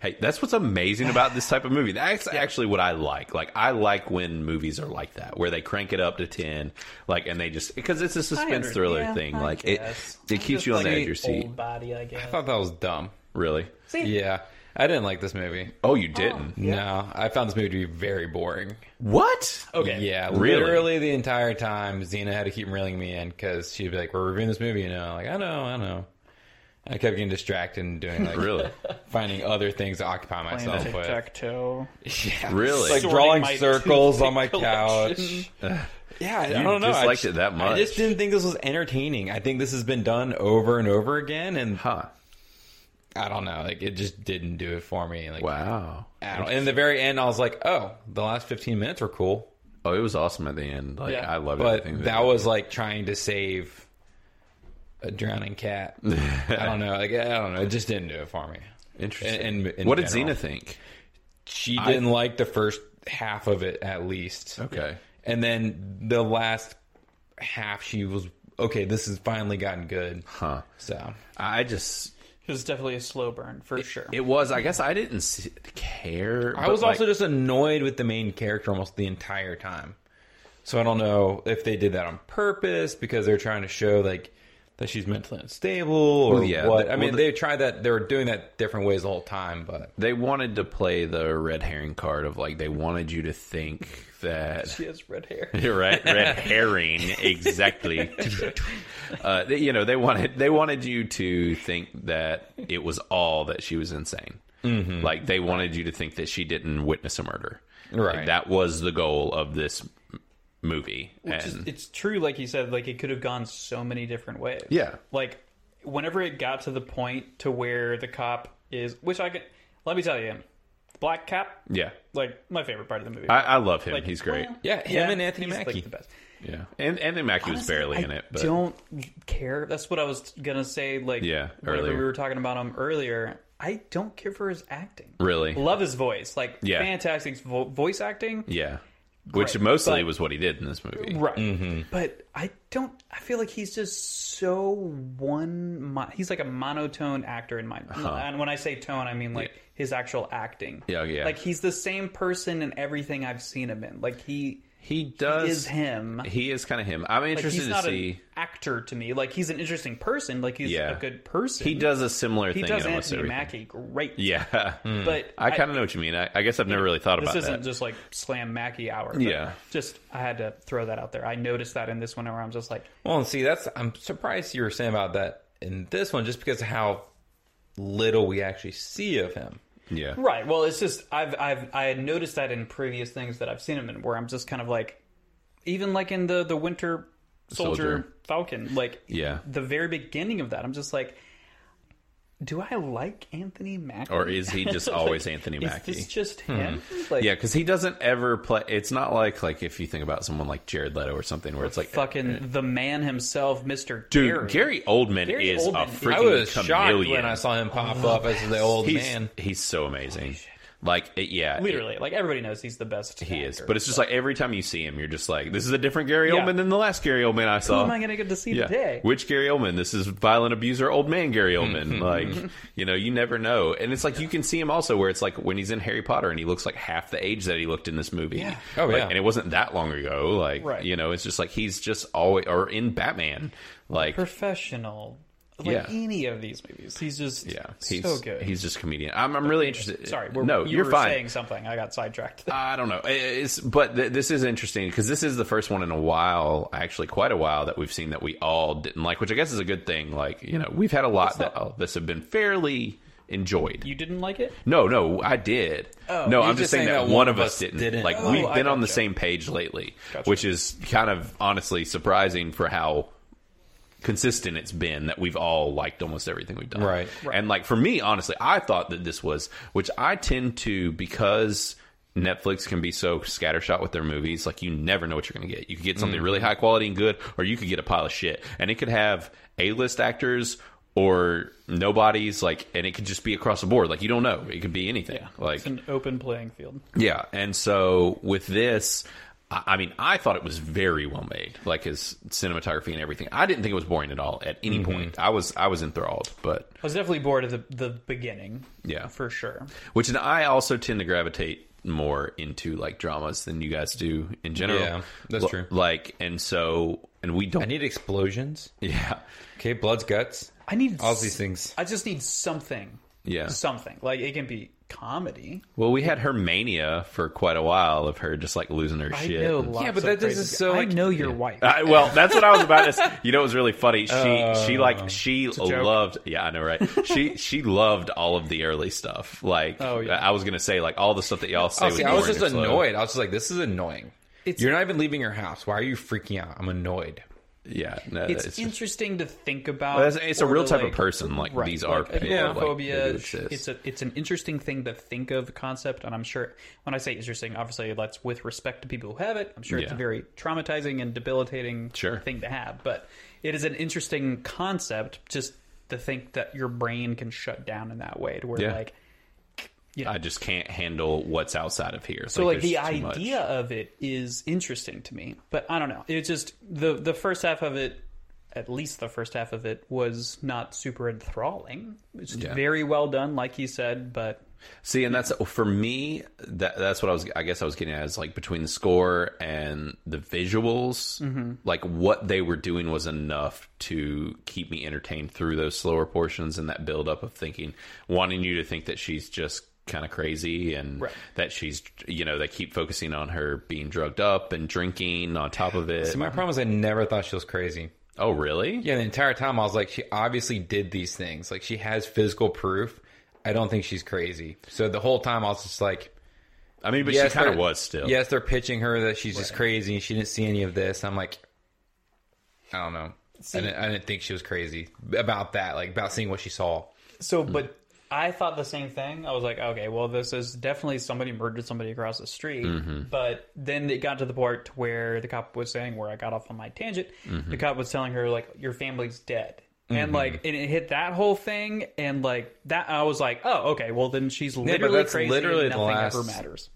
Speaker 1: Hey, that's what's amazing about this type of movie. That's actually what I like. Like I like when movies are like that, where they crank it up to ten, like, and they just because it's a suspense
Speaker 3: under-
Speaker 1: thriller
Speaker 3: yeah,
Speaker 1: thing.
Speaker 3: I
Speaker 1: like
Speaker 3: guess.
Speaker 1: it, it keeps
Speaker 3: Just
Speaker 1: you on
Speaker 3: like
Speaker 1: the edge of
Speaker 2: the
Speaker 1: your seat.
Speaker 3: Old body, I guess.
Speaker 2: I thought that was dumb.
Speaker 3: *laughs*
Speaker 1: Really?
Speaker 3: See,
Speaker 2: Yeah, I didn't like this movie.
Speaker 1: Oh, you didn't?
Speaker 2: No, I found this movie to be very boring.
Speaker 1: What?
Speaker 3: okay,
Speaker 2: Yeah,
Speaker 1: Really?
Speaker 2: literally the entire time, Xena had to keep reeling me in because she'd be like, "We're reviewing this movie," you know. Like, I know, I know. I kept getting distracted and doing *laughs*
Speaker 3: *laughs*
Speaker 2: like
Speaker 1: Really?
Speaker 2: finding other things to occupy myself
Speaker 3: Tic
Speaker 2: with.
Speaker 3: tac toe.
Speaker 2: Yeah,
Speaker 1: Really?
Speaker 2: like
Speaker 3: Sorting
Speaker 2: drawing
Speaker 3: my *laughs*
Speaker 2: circles
Speaker 3: toothpick
Speaker 2: on my
Speaker 3: collection.
Speaker 2: couch. *laughs* yeah, I
Speaker 1: You
Speaker 2: don't know. I
Speaker 1: disliked
Speaker 2: ju-
Speaker 1: it that
Speaker 2: I just
Speaker 1: much.
Speaker 2: didn't think this was entertaining. I think this has been done over and over again, and
Speaker 1: Huh?
Speaker 2: I don't know. Like, it just didn't do it for me. Like,
Speaker 1: Wow.
Speaker 2: I don't- in the very end, I was like, "Oh, the last fifteen minutes were cool."
Speaker 1: Oh, it was awesome at the end. Like
Speaker 3: Yeah.
Speaker 1: I loved
Speaker 2: but
Speaker 1: everything.
Speaker 2: that was like trying to save a
Speaker 1: *laughs*
Speaker 2: drowning cat. I don't know. Like I don't know. It just didn't do it for me.
Speaker 1: *laughs* interesting.
Speaker 2: in- in
Speaker 1: what did
Speaker 2: general.
Speaker 1: Xena think?
Speaker 2: She didn't like the first half of it at least.
Speaker 1: Okay.
Speaker 2: And then the last half she was okay, this has finally gotten good.
Speaker 1: Huh?
Speaker 2: So
Speaker 1: I just.
Speaker 3: It was definitely a slow burn for sure.
Speaker 1: It was. I guess I didn't s care.
Speaker 2: I was also just annoyed with the main character almost the entire time. So I don't know if they did that on purpose because they're trying to show like that she's mentally unstable or
Speaker 1: Well, yeah,
Speaker 2: what.
Speaker 1: the-
Speaker 2: I mean,
Speaker 1: well, the-
Speaker 2: they tried that. They were doing that different ways the whole time, but
Speaker 1: they wanted to play the red herring card of like they wanted you to think
Speaker 3: *laughs*
Speaker 1: that
Speaker 3: she has red hair.
Speaker 1: You're *laughs* right
Speaker 3: *laughs*
Speaker 1: red herring exactly uh, they- you know they wanted they wanted you to think that it was all that she was insane
Speaker 3: Mm-hmm.
Speaker 1: like they wanted you to think that she didn't witness a murder
Speaker 2: Right.
Speaker 1: Like, that was the goal of this m- movie
Speaker 3: Which is,
Speaker 1: and
Speaker 3: it's true, like you said, like it could have gone so many different ways.
Speaker 1: Yeah.
Speaker 3: Like whenever it got to the point to where the cop is, which I can, let me tell you, black cop,
Speaker 1: yeah
Speaker 3: like my favorite part of the movie.
Speaker 1: I, I love him
Speaker 3: Like,
Speaker 1: he's great
Speaker 3: well,
Speaker 2: Yeah, him and Anthony
Speaker 3: he's, like,
Speaker 2: Mackie.
Speaker 3: the best.
Speaker 1: yeah and Anthony Mackie was barely
Speaker 3: I
Speaker 1: in it but
Speaker 3: don't care. That's what I was gonna say. Like,
Speaker 1: Yeah,
Speaker 3: whenever
Speaker 1: earlier.
Speaker 3: we were talking about him earlier, I don't care for his acting.
Speaker 1: really
Speaker 3: Love his voice, like
Speaker 1: Yeah.
Speaker 3: fantastic vo- voice acting.
Speaker 1: yeah which
Speaker 3: Great,
Speaker 1: mostly
Speaker 3: but-
Speaker 1: was what he did in this movie
Speaker 3: Right,
Speaker 1: Mm-hmm.
Speaker 3: but I don't. I feel like he's just so one. Mon- he's like a monotone actor in my. And when I say tone, I mean like his actual acting.
Speaker 1: Uh-huh. Yeah, yeah.
Speaker 3: Like he's the same person in everything I've seen him in. Like he
Speaker 1: he does
Speaker 3: is him.
Speaker 1: He is kind of him. I'm
Speaker 3: Like,
Speaker 1: interested
Speaker 3: he's not
Speaker 1: to see.
Speaker 3: an actor to me. Like he's an interesting person. Like he's
Speaker 1: Yeah.
Speaker 3: a good person.
Speaker 1: He does a similar
Speaker 3: He
Speaker 1: thing
Speaker 3: does
Speaker 1: in almost
Speaker 3: Anthony
Speaker 1: everything.
Speaker 3: Mackie great.
Speaker 1: Yeah, *laughs*
Speaker 3: But
Speaker 1: I kind of know what you mean. I, I guess I've never really thought about
Speaker 3: this isn't
Speaker 1: that.
Speaker 3: just like slam Mackie hour. but
Speaker 1: Yeah.
Speaker 3: Just I had to throw that out there. I noticed that in this one where I'm just like,
Speaker 2: well, and see, that's I'm surprised you were saying about that in this one, just because of how little we actually see of him.
Speaker 1: yeah,
Speaker 3: right. Well, it's just I've I've I had noticed that in previous things that I've seen him in where I'm just kind of like, even like in the the Winter Soldier,
Speaker 1: Soldier.
Speaker 3: Falcon, like
Speaker 1: Yeah.
Speaker 3: the very beginning of that, I'm just like. Do I like Anthony Mackie,
Speaker 1: Or is he just
Speaker 3: *laughs* Like,
Speaker 1: always Anthony Mackie? Hmm.
Speaker 3: Is this just him? Like,
Speaker 1: yeah, because he doesn't ever play. It's not like like if you think about someone like Jared Leto or something, where it's like,
Speaker 3: fucking the man himself, Mr.
Speaker 1: dude,
Speaker 3: Gary.
Speaker 1: Gary Oldman
Speaker 3: Gary
Speaker 1: is a
Speaker 3: Oldman.
Speaker 1: freaking
Speaker 2: I was shocked
Speaker 1: chameleon.
Speaker 2: when I saw him pop up as the old
Speaker 1: Oh, he's,
Speaker 2: man.
Speaker 1: he's so amazing. Like, it, yeah, it-
Speaker 3: Literally, like everybody knows he's the best.
Speaker 1: he is.
Speaker 3: actor.
Speaker 1: But it's just like every time you see him, you're just like, this is a different Gary
Speaker 3: Yeah.
Speaker 1: Oldman than the last Gary Oldman I
Speaker 3: who
Speaker 1: saw.
Speaker 3: am I going to get to see
Speaker 1: yeah.
Speaker 3: today?
Speaker 1: Which Gary Oldman? This is violent abuser old man Gary Oldman.
Speaker 2: Mm-hmm.
Speaker 1: like, you know, you never know. And it's like you can see him also where it's like when he's in Harry Potter and he looks like half the age that he looked in this movie.
Speaker 3: Yeah.
Speaker 2: Oh,
Speaker 1: Like,
Speaker 2: yeah.
Speaker 1: And it wasn't that long ago. Like,
Speaker 3: Right.
Speaker 1: you know, it's just like he's just always or in Batman. Like
Speaker 3: Professional, like
Speaker 1: Yeah.
Speaker 3: any of these movies, he's just
Speaker 1: yeah,
Speaker 3: he's,
Speaker 1: he's
Speaker 3: so good.
Speaker 1: He's just a comedian. I'm, I'm really interested.
Speaker 3: Sorry, we're,
Speaker 1: no,
Speaker 3: you
Speaker 1: are
Speaker 3: were
Speaker 1: fine.
Speaker 3: saying something. I got sidetracked. *laughs*
Speaker 1: I don't know. It's but th- this is interesting because this is the first one in a while, actually quite a while, that we've seen that we all didn't like, which I guess is a good thing. Like you know, we've had a lot that oh, this have been fairly enjoyed.
Speaker 3: you didn't like it?
Speaker 1: no, no, I did.
Speaker 3: Oh.
Speaker 1: no,
Speaker 3: You're
Speaker 1: I'm just, saying, that one of us didn't.
Speaker 2: didn't.
Speaker 1: Like
Speaker 3: Oh,
Speaker 1: we've
Speaker 3: I
Speaker 1: been on the
Speaker 3: gotcha.
Speaker 1: same page lately,
Speaker 3: Gotcha.
Speaker 1: which is kind of honestly surprising for how consistent it's been that we've all liked almost everything we've done.
Speaker 2: Right.
Speaker 3: Right.
Speaker 1: And like for me, honestly, I thought that this was, which I tend to because Netflix can be so scattershot with their movies, like you never know what you're going to get. You could get something really high quality and good, or you could get a pile of shit, and it could have A list actors or nobodies, like, and it could just be across the board. Like you don't know, it could be anything. Like
Speaker 3: It's an open playing field.
Speaker 1: yeah, and so with this, I I mean, I thought it was very well made, like his cinematography and everything. I didn't think it was boring at all at any point. I was I was enthralled, but
Speaker 3: I was definitely bored at the the beginning.
Speaker 1: Yeah.
Speaker 3: for sure.
Speaker 1: which and I also tend to gravitate more into like dramas than you guys do in general.
Speaker 2: Yeah, that's true.
Speaker 1: Like, and so and we
Speaker 2: I
Speaker 1: don't.
Speaker 2: need explosions.
Speaker 1: *laughs* yeah,
Speaker 2: Okay, blood's guts.
Speaker 3: I need
Speaker 2: All
Speaker 3: s-
Speaker 2: these things.
Speaker 3: I just need something.
Speaker 1: Yeah.
Speaker 3: something like it can be comedy.
Speaker 1: well, we had her mania for quite a while of her just like losing her shit.
Speaker 3: I know
Speaker 1: and-
Speaker 3: lots
Speaker 2: Yeah, but
Speaker 3: of
Speaker 2: that
Speaker 3: crazy
Speaker 2: doesn't
Speaker 3: guys.
Speaker 2: so,
Speaker 3: I
Speaker 2: like-
Speaker 3: know your wife.
Speaker 1: I, well, that's what I was about to. Say. *laughs* You know, it was really funny. She she like she
Speaker 3: joke.
Speaker 1: loved. Yeah, I know, right? She she loved all of the early stuff. Like,
Speaker 3: Oh, yeah.
Speaker 1: I was gonna say like all the stuff that y'all say.
Speaker 2: Oh,
Speaker 1: was
Speaker 2: see, I was
Speaker 1: boring
Speaker 2: just
Speaker 1: or slow.
Speaker 2: annoyed. I was just like, this is annoying.
Speaker 3: It's-
Speaker 2: You're not even leaving your house. Why are you freaking out? I'm annoyed.
Speaker 1: Yeah, no,
Speaker 3: it's,
Speaker 1: it's, just-
Speaker 3: interesting to think about.
Speaker 1: that's- it's a
Speaker 3: or
Speaker 1: real
Speaker 3: to,
Speaker 1: type
Speaker 3: like-
Speaker 1: of person. Like
Speaker 3: Right,
Speaker 1: these are
Speaker 3: like, uh,
Speaker 1: people. like,
Speaker 3: Agoraphobia,
Speaker 1: they do exist.
Speaker 3: it's a it's an interesting thing to think of the concept, and I'm sure when I say interesting, obviously that's with respect to people who have it. I'm sure it's a
Speaker 1: Yeah.
Speaker 3: very traumatizing and debilitating
Speaker 1: Sure.
Speaker 3: thing to have, but it is an interesting concept just to think that your brain can shut down in that way to where
Speaker 1: Yeah.
Speaker 3: like
Speaker 1: I just can't handle what's outside of here.
Speaker 3: so like the
Speaker 1: there's too much.
Speaker 3: idea of it is interesting to me but i don't know it just the the first half of it at least the first half of it was not super enthralling it's just
Speaker 1: Yeah.
Speaker 3: very well done like you said but
Speaker 1: See, and that's for me. That that's what I was. I guess I was getting at is like between the score and the visuals,
Speaker 3: Mm-hmm.
Speaker 1: like what they were doing was enough to keep me entertained through those slower portions and that build up of thinking, wanting you to think that she's just kind of crazy and
Speaker 3: Right.
Speaker 1: that she's you know they keep focusing on her being drugged up and drinking on top of it.
Speaker 2: See, my problem is I never thought she was crazy.
Speaker 1: oh, really?
Speaker 2: Yeah, the entire time I was like, she obviously did these things. Like, she has physical proof. I don't think she's crazy. So the whole time I was just like,
Speaker 1: I mean, but
Speaker 2: yes,
Speaker 1: she kind of
Speaker 2: they're-
Speaker 1: was still.
Speaker 2: Yes, they're pitching her that she's just crazy and she didn't see any of this. I'm like, I don't know. I, didn't, I didn't think she was crazy about that, like about seeing what she saw.
Speaker 3: so
Speaker 1: Hmm.
Speaker 3: but i thought the same thing i was like okay well this is definitely somebody murdered somebody across the street
Speaker 1: Mm-hmm.
Speaker 3: but then it got to the part where the cop was saying where i got off on my tangent
Speaker 1: Mm-hmm.
Speaker 3: the cop was telling her like your family's dead and like and it hit that whole thing and like that i was like oh okay well then she's literally
Speaker 2: that's
Speaker 3: crazy
Speaker 2: literally
Speaker 3: and
Speaker 2: the
Speaker 3: nothing
Speaker 2: last-
Speaker 3: ever matters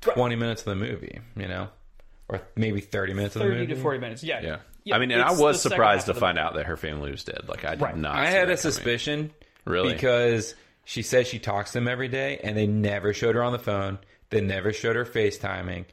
Speaker 2: 20 minutes of the movie, you know? Or maybe 30 minutes of the
Speaker 3: 30
Speaker 2: movie.
Speaker 3: to 40 minutes yeah
Speaker 1: Yeah. I mean, and I
Speaker 3: it's
Speaker 1: was
Speaker 3: the second
Speaker 1: surprised
Speaker 3: half
Speaker 1: to
Speaker 3: of the-
Speaker 1: find out that her family was dead. Like, I did
Speaker 3: Right.
Speaker 1: not.
Speaker 2: I
Speaker 1: see
Speaker 2: had a
Speaker 1: that coming.
Speaker 2: suspicion.
Speaker 1: Really?
Speaker 2: Because she says she talks to them every day and they never showed her on the phone. They never showed her FaceTiming.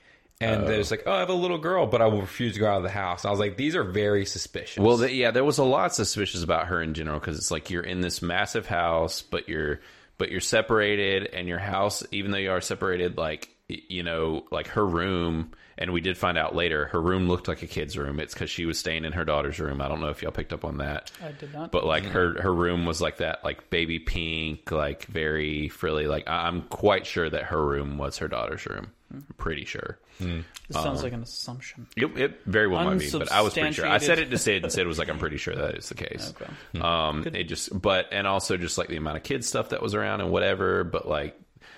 Speaker 2: And they're just like, oh, I have a little girl, but I will refuse to go out of the house. I was like, these are very suspicious.
Speaker 1: Well, th yeah, there was a lot suspicious about her in general because it's like you're in this massive house, but you're but you're separated, and your house, even though you are separated, like y- you know, like her room, and we did find out later, her room looked like a kid's room. It's because she was staying in her daughter's room. I don't know if y'all picked up on that.
Speaker 3: I did not.
Speaker 1: But like her her room was like that, like baby pink, like very frilly. Like I- I'm quite sure that her room was her daughter's room. I'm pretty sure.
Speaker 3: this
Speaker 1: um,
Speaker 3: sounds like an assumption
Speaker 1: It, it very well might be, but I was pretty sure. I said it to Sid, and Sid was like, "I'm pretty sure that is the case."
Speaker 3: Okay. Hmm.
Speaker 1: Um, it just, but and also just like the amount of kid stuff that was around and whatever, but like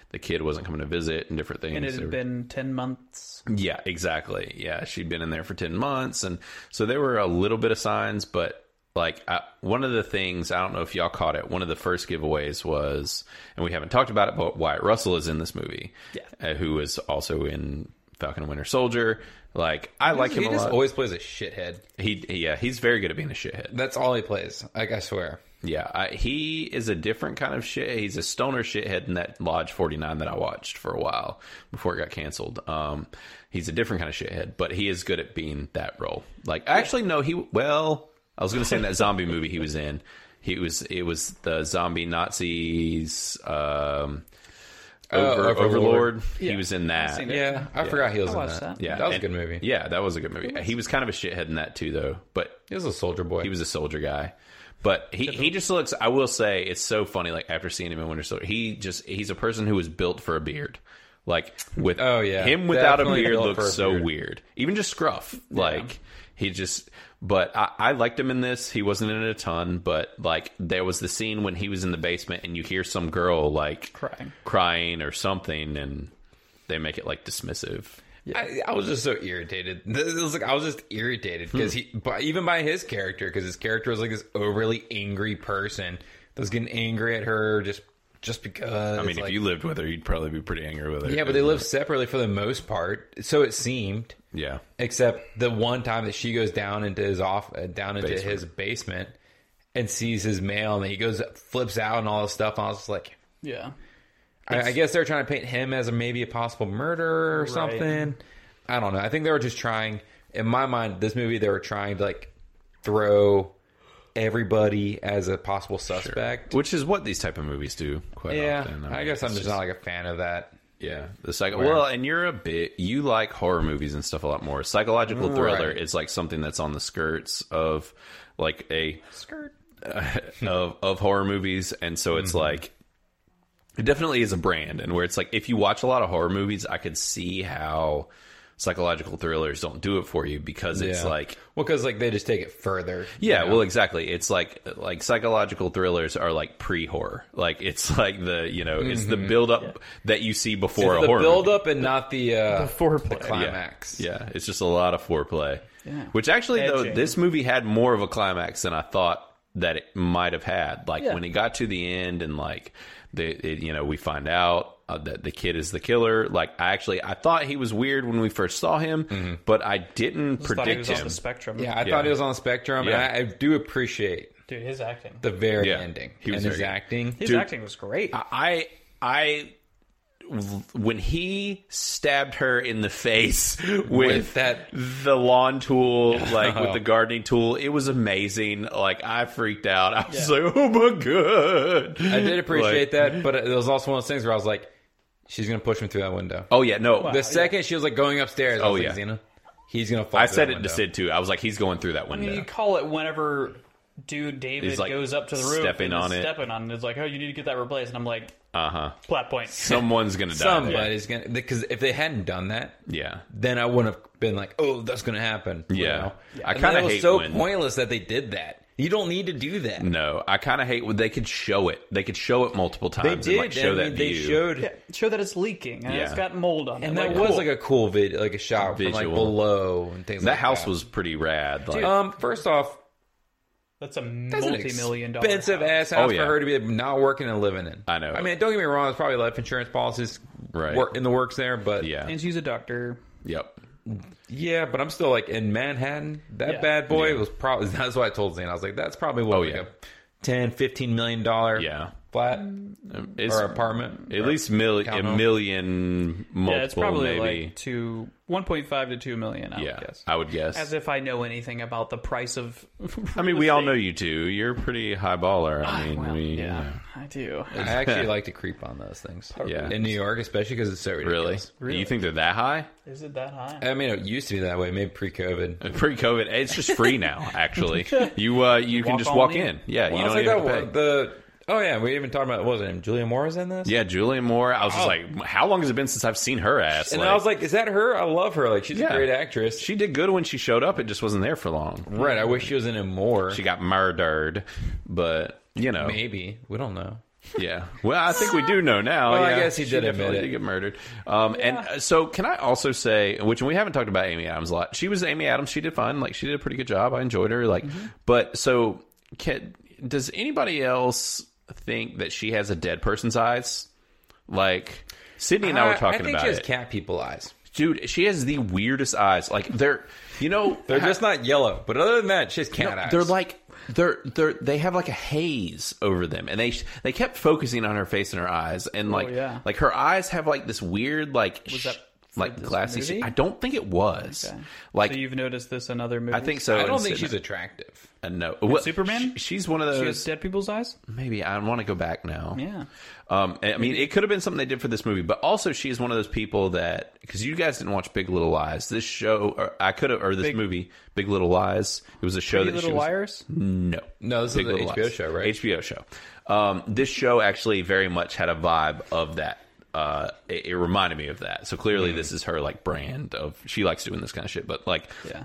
Speaker 1: the kid wasn't coming to visit and different things.
Speaker 3: and it
Speaker 1: They
Speaker 3: had
Speaker 1: were-
Speaker 3: been 10 months
Speaker 1: yeah, exactly. Yeah, she'd been in there for 10 months. And so there were a little bit of signs, but like I, one of the things I don't know if y'all caught it. One of the first giveaways was, and we haven't talked about it, but Wyatt Russell is in this movie,
Speaker 3: Yeah.
Speaker 1: uh, who is also in Falcon and Winter Soldier. Like I like him
Speaker 2: he
Speaker 1: a
Speaker 2: just
Speaker 1: lot.
Speaker 2: always plays a shithead.
Speaker 1: he yeah, he's very good at being a shithead.
Speaker 2: That's all he plays. Like I swear.
Speaker 1: Yeah, I, he is a different kind of shit. He's a stoner shithead in that Lodge 49 that I watched for a while before it got canceled. Um, he's a different kind of shithead, but he is good at being that role. Like, actually, no, he, well, I was going to say in that zombie movie he was in, he was, it was the zombie Nazis, um, over,
Speaker 2: Oh, Overlord.
Speaker 1: Overlord. He
Speaker 3: Yeah,
Speaker 1: was in that.
Speaker 3: seen it.
Speaker 2: Yeah, I forgot he was
Speaker 3: I
Speaker 2: in
Speaker 3: watched
Speaker 2: that.
Speaker 3: that.
Speaker 1: Yeah.
Speaker 2: that was
Speaker 1: and-
Speaker 2: a good movie.
Speaker 1: Yeah, that was a good movie. He was kind of a shithead in that too, though, but
Speaker 2: He was a soldier boy.
Speaker 1: he was a soldier guy. But he, he just looks. I will say it's so funny. Like after seeing him in Winter Soldier, he just he's a person who was built for a beard. Like with
Speaker 2: Oh, yeah.
Speaker 1: him without
Speaker 2: Definitely
Speaker 1: a beard
Speaker 2: built for a
Speaker 1: looks so
Speaker 2: beard.
Speaker 1: weird. Even just scruff. Like he just. But I, I liked him in this. He wasn't in it a ton, but like there was the scene when he was in the basement and you hear some girl like
Speaker 3: Crying.
Speaker 1: crying or something, and they make it like dismissive.
Speaker 2: I, I was just so irritated. *laughs* This is like I was just irritated
Speaker 1: Hmm.
Speaker 2: because he, but even by his character, because his character was like this overly angry person that was getting angry at her just just because.
Speaker 1: I mean, if
Speaker 2: like-
Speaker 1: you lived with her, you'd probably be pretty angry with her.
Speaker 2: yeah, but they live separately for the most part, so it seemed.
Speaker 1: yeah.
Speaker 2: Except the one time that she goes down into his off uh, down into
Speaker 1: Basement.
Speaker 2: his basement and sees his mail, and he goes flips out and all this stuff. And I was just like,
Speaker 3: Yeah.
Speaker 2: I, I guess they're trying to paint him as a, maybe a possible murderer or something. I don't know. I think they were just trying. In my mind, this movie they were trying to like throw everybody as a possible suspect.
Speaker 1: which is what these type of movies do quite
Speaker 2: Yeah,
Speaker 1: often.
Speaker 2: I,
Speaker 1: mean,
Speaker 2: guess I'm
Speaker 1: it's
Speaker 2: just, not like a fan of that.
Speaker 1: yeah. The psycho. Well, and you're a bit you like horror movies and stuff a lot more. Psychological thriller
Speaker 2: Right.
Speaker 1: is like something that's on the skirts of like
Speaker 2: *laughs*
Speaker 1: a
Speaker 3: Skirt.
Speaker 1: of of horror movies, and so
Speaker 2: Mm-hmm.
Speaker 1: it's like it definitely is a brand, and where it's like if you watch a lot of horror movies, I could see how psychological thrillers don't do it for you because it's
Speaker 2: Yeah.
Speaker 1: like
Speaker 2: Well, because like they just take it further.
Speaker 1: yeah, well, exactly. It's like like psychological thrillers are like pre horror. Like it's *laughs* like the you know it's
Speaker 3: Mm-hmm.
Speaker 1: the build up that you see before
Speaker 2: It's
Speaker 1: a
Speaker 2: the
Speaker 1: horror.
Speaker 2: build
Speaker 1: movie.
Speaker 2: up and not the uh,
Speaker 3: foreplay.
Speaker 2: the
Speaker 1: Yeah.
Speaker 2: climax.
Speaker 1: Yeah. it's just a lot of foreplay.
Speaker 3: Yeah.
Speaker 1: Which actually though
Speaker 3: Edging.
Speaker 1: this movie had more of a climax than I thought that it might have had. Like
Speaker 3: Yeah.
Speaker 1: when it got to the end and like the it, you know we find out. Uh, that the kid is the killer. Like I actually, I thought he was weird when we first saw him, but I didn't
Speaker 3: Mm-hmm. Thought he was
Speaker 1: predict
Speaker 3: on
Speaker 1: him.
Speaker 3: the spectrum.
Speaker 2: Yeah, I
Speaker 1: Yeah.
Speaker 2: thought it was on the spectrum,
Speaker 1: Yeah.
Speaker 2: and I, I do appreciate
Speaker 3: Dude, his acting.
Speaker 2: the very
Speaker 1: Yeah.
Speaker 2: ending
Speaker 1: He was
Speaker 2: and his
Speaker 1: very good.
Speaker 2: acting.
Speaker 3: His
Speaker 1: Dude.
Speaker 3: acting was great.
Speaker 1: I I when he stabbed her in the face with,
Speaker 2: that-
Speaker 1: the lawn tool like
Speaker 2: *laughs*
Speaker 1: with the gardening tool it was amazing like i freaked out i was like oh my god *laughs*
Speaker 2: I did appreciate that, but it was also one of those things where I was like, she's gonna push him through that window.
Speaker 1: oh yeah no
Speaker 2: The second she was like going upstairs, I was
Speaker 1: Oh,
Speaker 2: like,
Speaker 1: yeah.
Speaker 2: Xena, he's gonna fall.
Speaker 1: i
Speaker 2: through
Speaker 1: said
Speaker 2: that
Speaker 1: it to
Speaker 2: window.
Speaker 1: sid too i was like he's going through that
Speaker 3: I
Speaker 1: *laughs*
Speaker 3: mean,
Speaker 1: window
Speaker 3: you call it whenever dude David
Speaker 1: He's, like,
Speaker 3: goes up to the roof
Speaker 1: stepping
Speaker 3: and
Speaker 1: on
Speaker 3: is
Speaker 1: it.
Speaker 3: stepping on it. It's like, oh, you need to get that replaced. And I'm like,
Speaker 1: uh-huh
Speaker 3: plot point.
Speaker 1: someone's gonna die there.
Speaker 2: Somebody's gonna because if they hadn't done that,
Speaker 1: yeah
Speaker 2: then I wouldn't have been like, oh, that's gonna happen. you
Speaker 1: Yeah.
Speaker 2: know?
Speaker 1: Yeah. I
Speaker 2: And then
Speaker 1: kinda
Speaker 2: it was
Speaker 1: hate
Speaker 2: so
Speaker 1: when-
Speaker 2: pointless that they did that. You don't need to do that.
Speaker 1: no i kind of hate when they could show it they could show it multiple
Speaker 2: They
Speaker 1: times
Speaker 2: did.
Speaker 1: and like show
Speaker 2: I
Speaker 1: that
Speaker 2: mean, they
Speaker 1: view
Speaker 2: showed,
Speaker 3: Yeah, show that it's leaking and it's
Speaker 1: Yeah.
Speaker 3: got mold on
Speaker 2: and
Speaker 3: it.
Speaker 2: that
Speaker 3: Like,
Speaker 2: was
Speaker 3: cool.
Speaker 2: like a cool video, like a shot from like
Speaker 1: Visual.
Speaker 2: below and things.
Speaker 1: that
Speaker 2: like
Speaker 1: house
Speaker 2: that.
Speaker 1: was pretty rad like
Speaker 2: Um, first off,
Speaker 3: that's a
Speaker 2: that's an
Speaker 3: multi-million dollar
Speaker 2: expensive
Speaker 3: house.
Speaker 2: ass house
Speaker 1: Oh, yeah.
Speaker 2: for her to be not working and living in.
Speaker 1: I know.
Speaker 2: I mean, don't get me wrong. There's probably life insurance policies
Speaker 1: Right.
Speaker 2: wor- in the works there, but
Speaker 1: yeah
Speaker 3: And she's a doctor.
Speaker 1: yep
Speaker 2: yeah. But I'm still like in Manhattan. That
Speaker 3: Yeah.
Speaker 2: bad boy was probably. *laughs* That's why I told Zane. I was like, that's probably what
Speaker 1: Oh,
Speaker 2: like
Speaker 1: yeah.
Speaker 2: a 10, 15 million dollar
Speaker 1: yeah
Speaker 2: flat
Speaker 3: Mm.
Speaker 1: Um, it's,
Speaker 2: or apartment.
Speaker 1: At least mil- a
Speaker 2: Count 'em.
Speaker 1: million, multiple,
Speaker 3: yeah, it's probably
Speaker 1: maybe.
Speaker 3: like to 1.5 to 2 million. I
Speaker 1: yeah,
Speaker 3: would guess.
Speaker 1: I would guess.
Speaker 3: As if I know anything about the price
Speaker 1: *laughs*
Speaker 3: of.
Speaker 1: I mean, we all know you two. You're a pretty high baller. I mean,
Speaker 3: Ah, Well,
Speaker 1: we,
Speaker 3: yeah, I do.
Speaker 2: I actually like to creep on those things.
Speaker 1: Yeah.
Speaker 2: in New York, especially because it's so
Speaker 1: really?
Speaker 2: ridiculous.
Speaker 1: You think they're that high? *laughs*
Speaker 3: Is it that high?
Speaker 2: I mean, it used to be that way. Maybe pre-COVID.
Speaker 1: Pre-COVID, it's just free
Speaker 3: *laughs*
Speaker 1: now. Actually, you uh, you can
Speaker 3: Walk
Speaker 1: just
Speaker 3: on
Speaker 1: walk
Speaker 3: in.
Speaker 1: in. Yeah, you
Speaker 2: I was
Speaker 1: don't
Speaker 2: like
Speaker 1: even
Speaker 2: that
Speaker 1: have to
Speaker 2: one,
Speaker 1: pay.
Speaker 2: the oh yeah, we even talked about what was it him? Julia Moore was in this.
Speaker 1: Yeah, Julian Moore. I was
Speaker 3: Oh.
Speaker 1: just like, how long has it been since I've seen her ass?
Speaker 2: And I was like, is that her? I love her. Like she's
Speaker 1: Yeah.
Speaker 2: a great actress.
Speaker 1: she did good when she showed up. It just wasn't there for long.
Speaker 2: right. I wish she was in it more.
Speaker 1: She got murdered, but you know,
Speaker 2: Maybe we don't know.
Speaker 1: Yeah. Well, I think we do know now.
Speaker 2: Well, I
Speaker 1: yeah.
Speaker 2: guess he
Speaker 1: She
Speaker 2: did admit
Speaker 1: definitely
Speaker 2: it.
Speaker 1: did get murdered. Um, and uh, so can I also say, which we haven't talked about Amy Adams a lot. She was Amy Adams. She did fine. Like she did a pretty good job. I enjoyed her. Like,
Speaker 2: Mm-hmm.
Speaker 1: but so can, does anybody else think that she has a dead person's eyes? Like Sydney and I, were talking
Speaker 2: Uh, I think
Speaker 1: about
Speaker 2: she has
Speaker 1: it.
Speaker 2: cat people eyes.
Speaker 1: Dude, she has the weirdest eyes. Like they're, you know,
Speaker 2: They're just not yellow, but other than that, she has cat eyes.
Speaker 1: they're like they're they're they have like a haze over them, and they they kept focusing on her face and her eyes, and like
Speaker 3: Oh, yeah.
Speaker 1: like her eyes have like this weird like sh-
Speaker 3: that for
Speaker 1: like
Speaker 3: this
Speaker 1: glassy. Sh-
Speaker 3: movie?
Speaker 1: I don't think it was
Speaker 3: Okay.
Speaker 1: like
Speaker 3: So you've noticed this in other movies?
Speaker 1: I think so.
Speaker 2: I
Speaker 1: in
Speaker 2: don't think
Speaker 1: Sydney.
Speaker 2: she's attractive.
Speaker 1: Uh, no Well,
Speaker 3: Superman?
Speaker 1: sh- she's one of those.
Speaker 3: She has dead people's eyes.
Speaker 1: maybe I want to go back now.
Speaker 3: Yeah.
Speaker 1: Um, and, I mean, it could have been something they did for this movie, but also she is one of those people that because you guys didn't watch Big Little Lies, this show or I could have or this
Speaker 3: Big-
Speaker 1: movie, Big Little Lies. It was a show
Speaker 3: Pretty
Speaker 1: that she
Speaker 3: Little
Speaker 1: was.
Speaker 3: Liars.
Speaker 1: No,
Speaker 2: No, this is the
Speaker 1: Little
Speaker 2: HBO
Speaker 1: Lies.
Speaker 2: show, right?
Speaker 1: HBO show. Um, this show actually very much had a vibe of that. Uh, it, it reminded me of that. So
Speaker 2: Mm.
Speaker 1: clearly, this is her like brand of she likes doing this kind of shit. But like
Speaker 3: Yeah.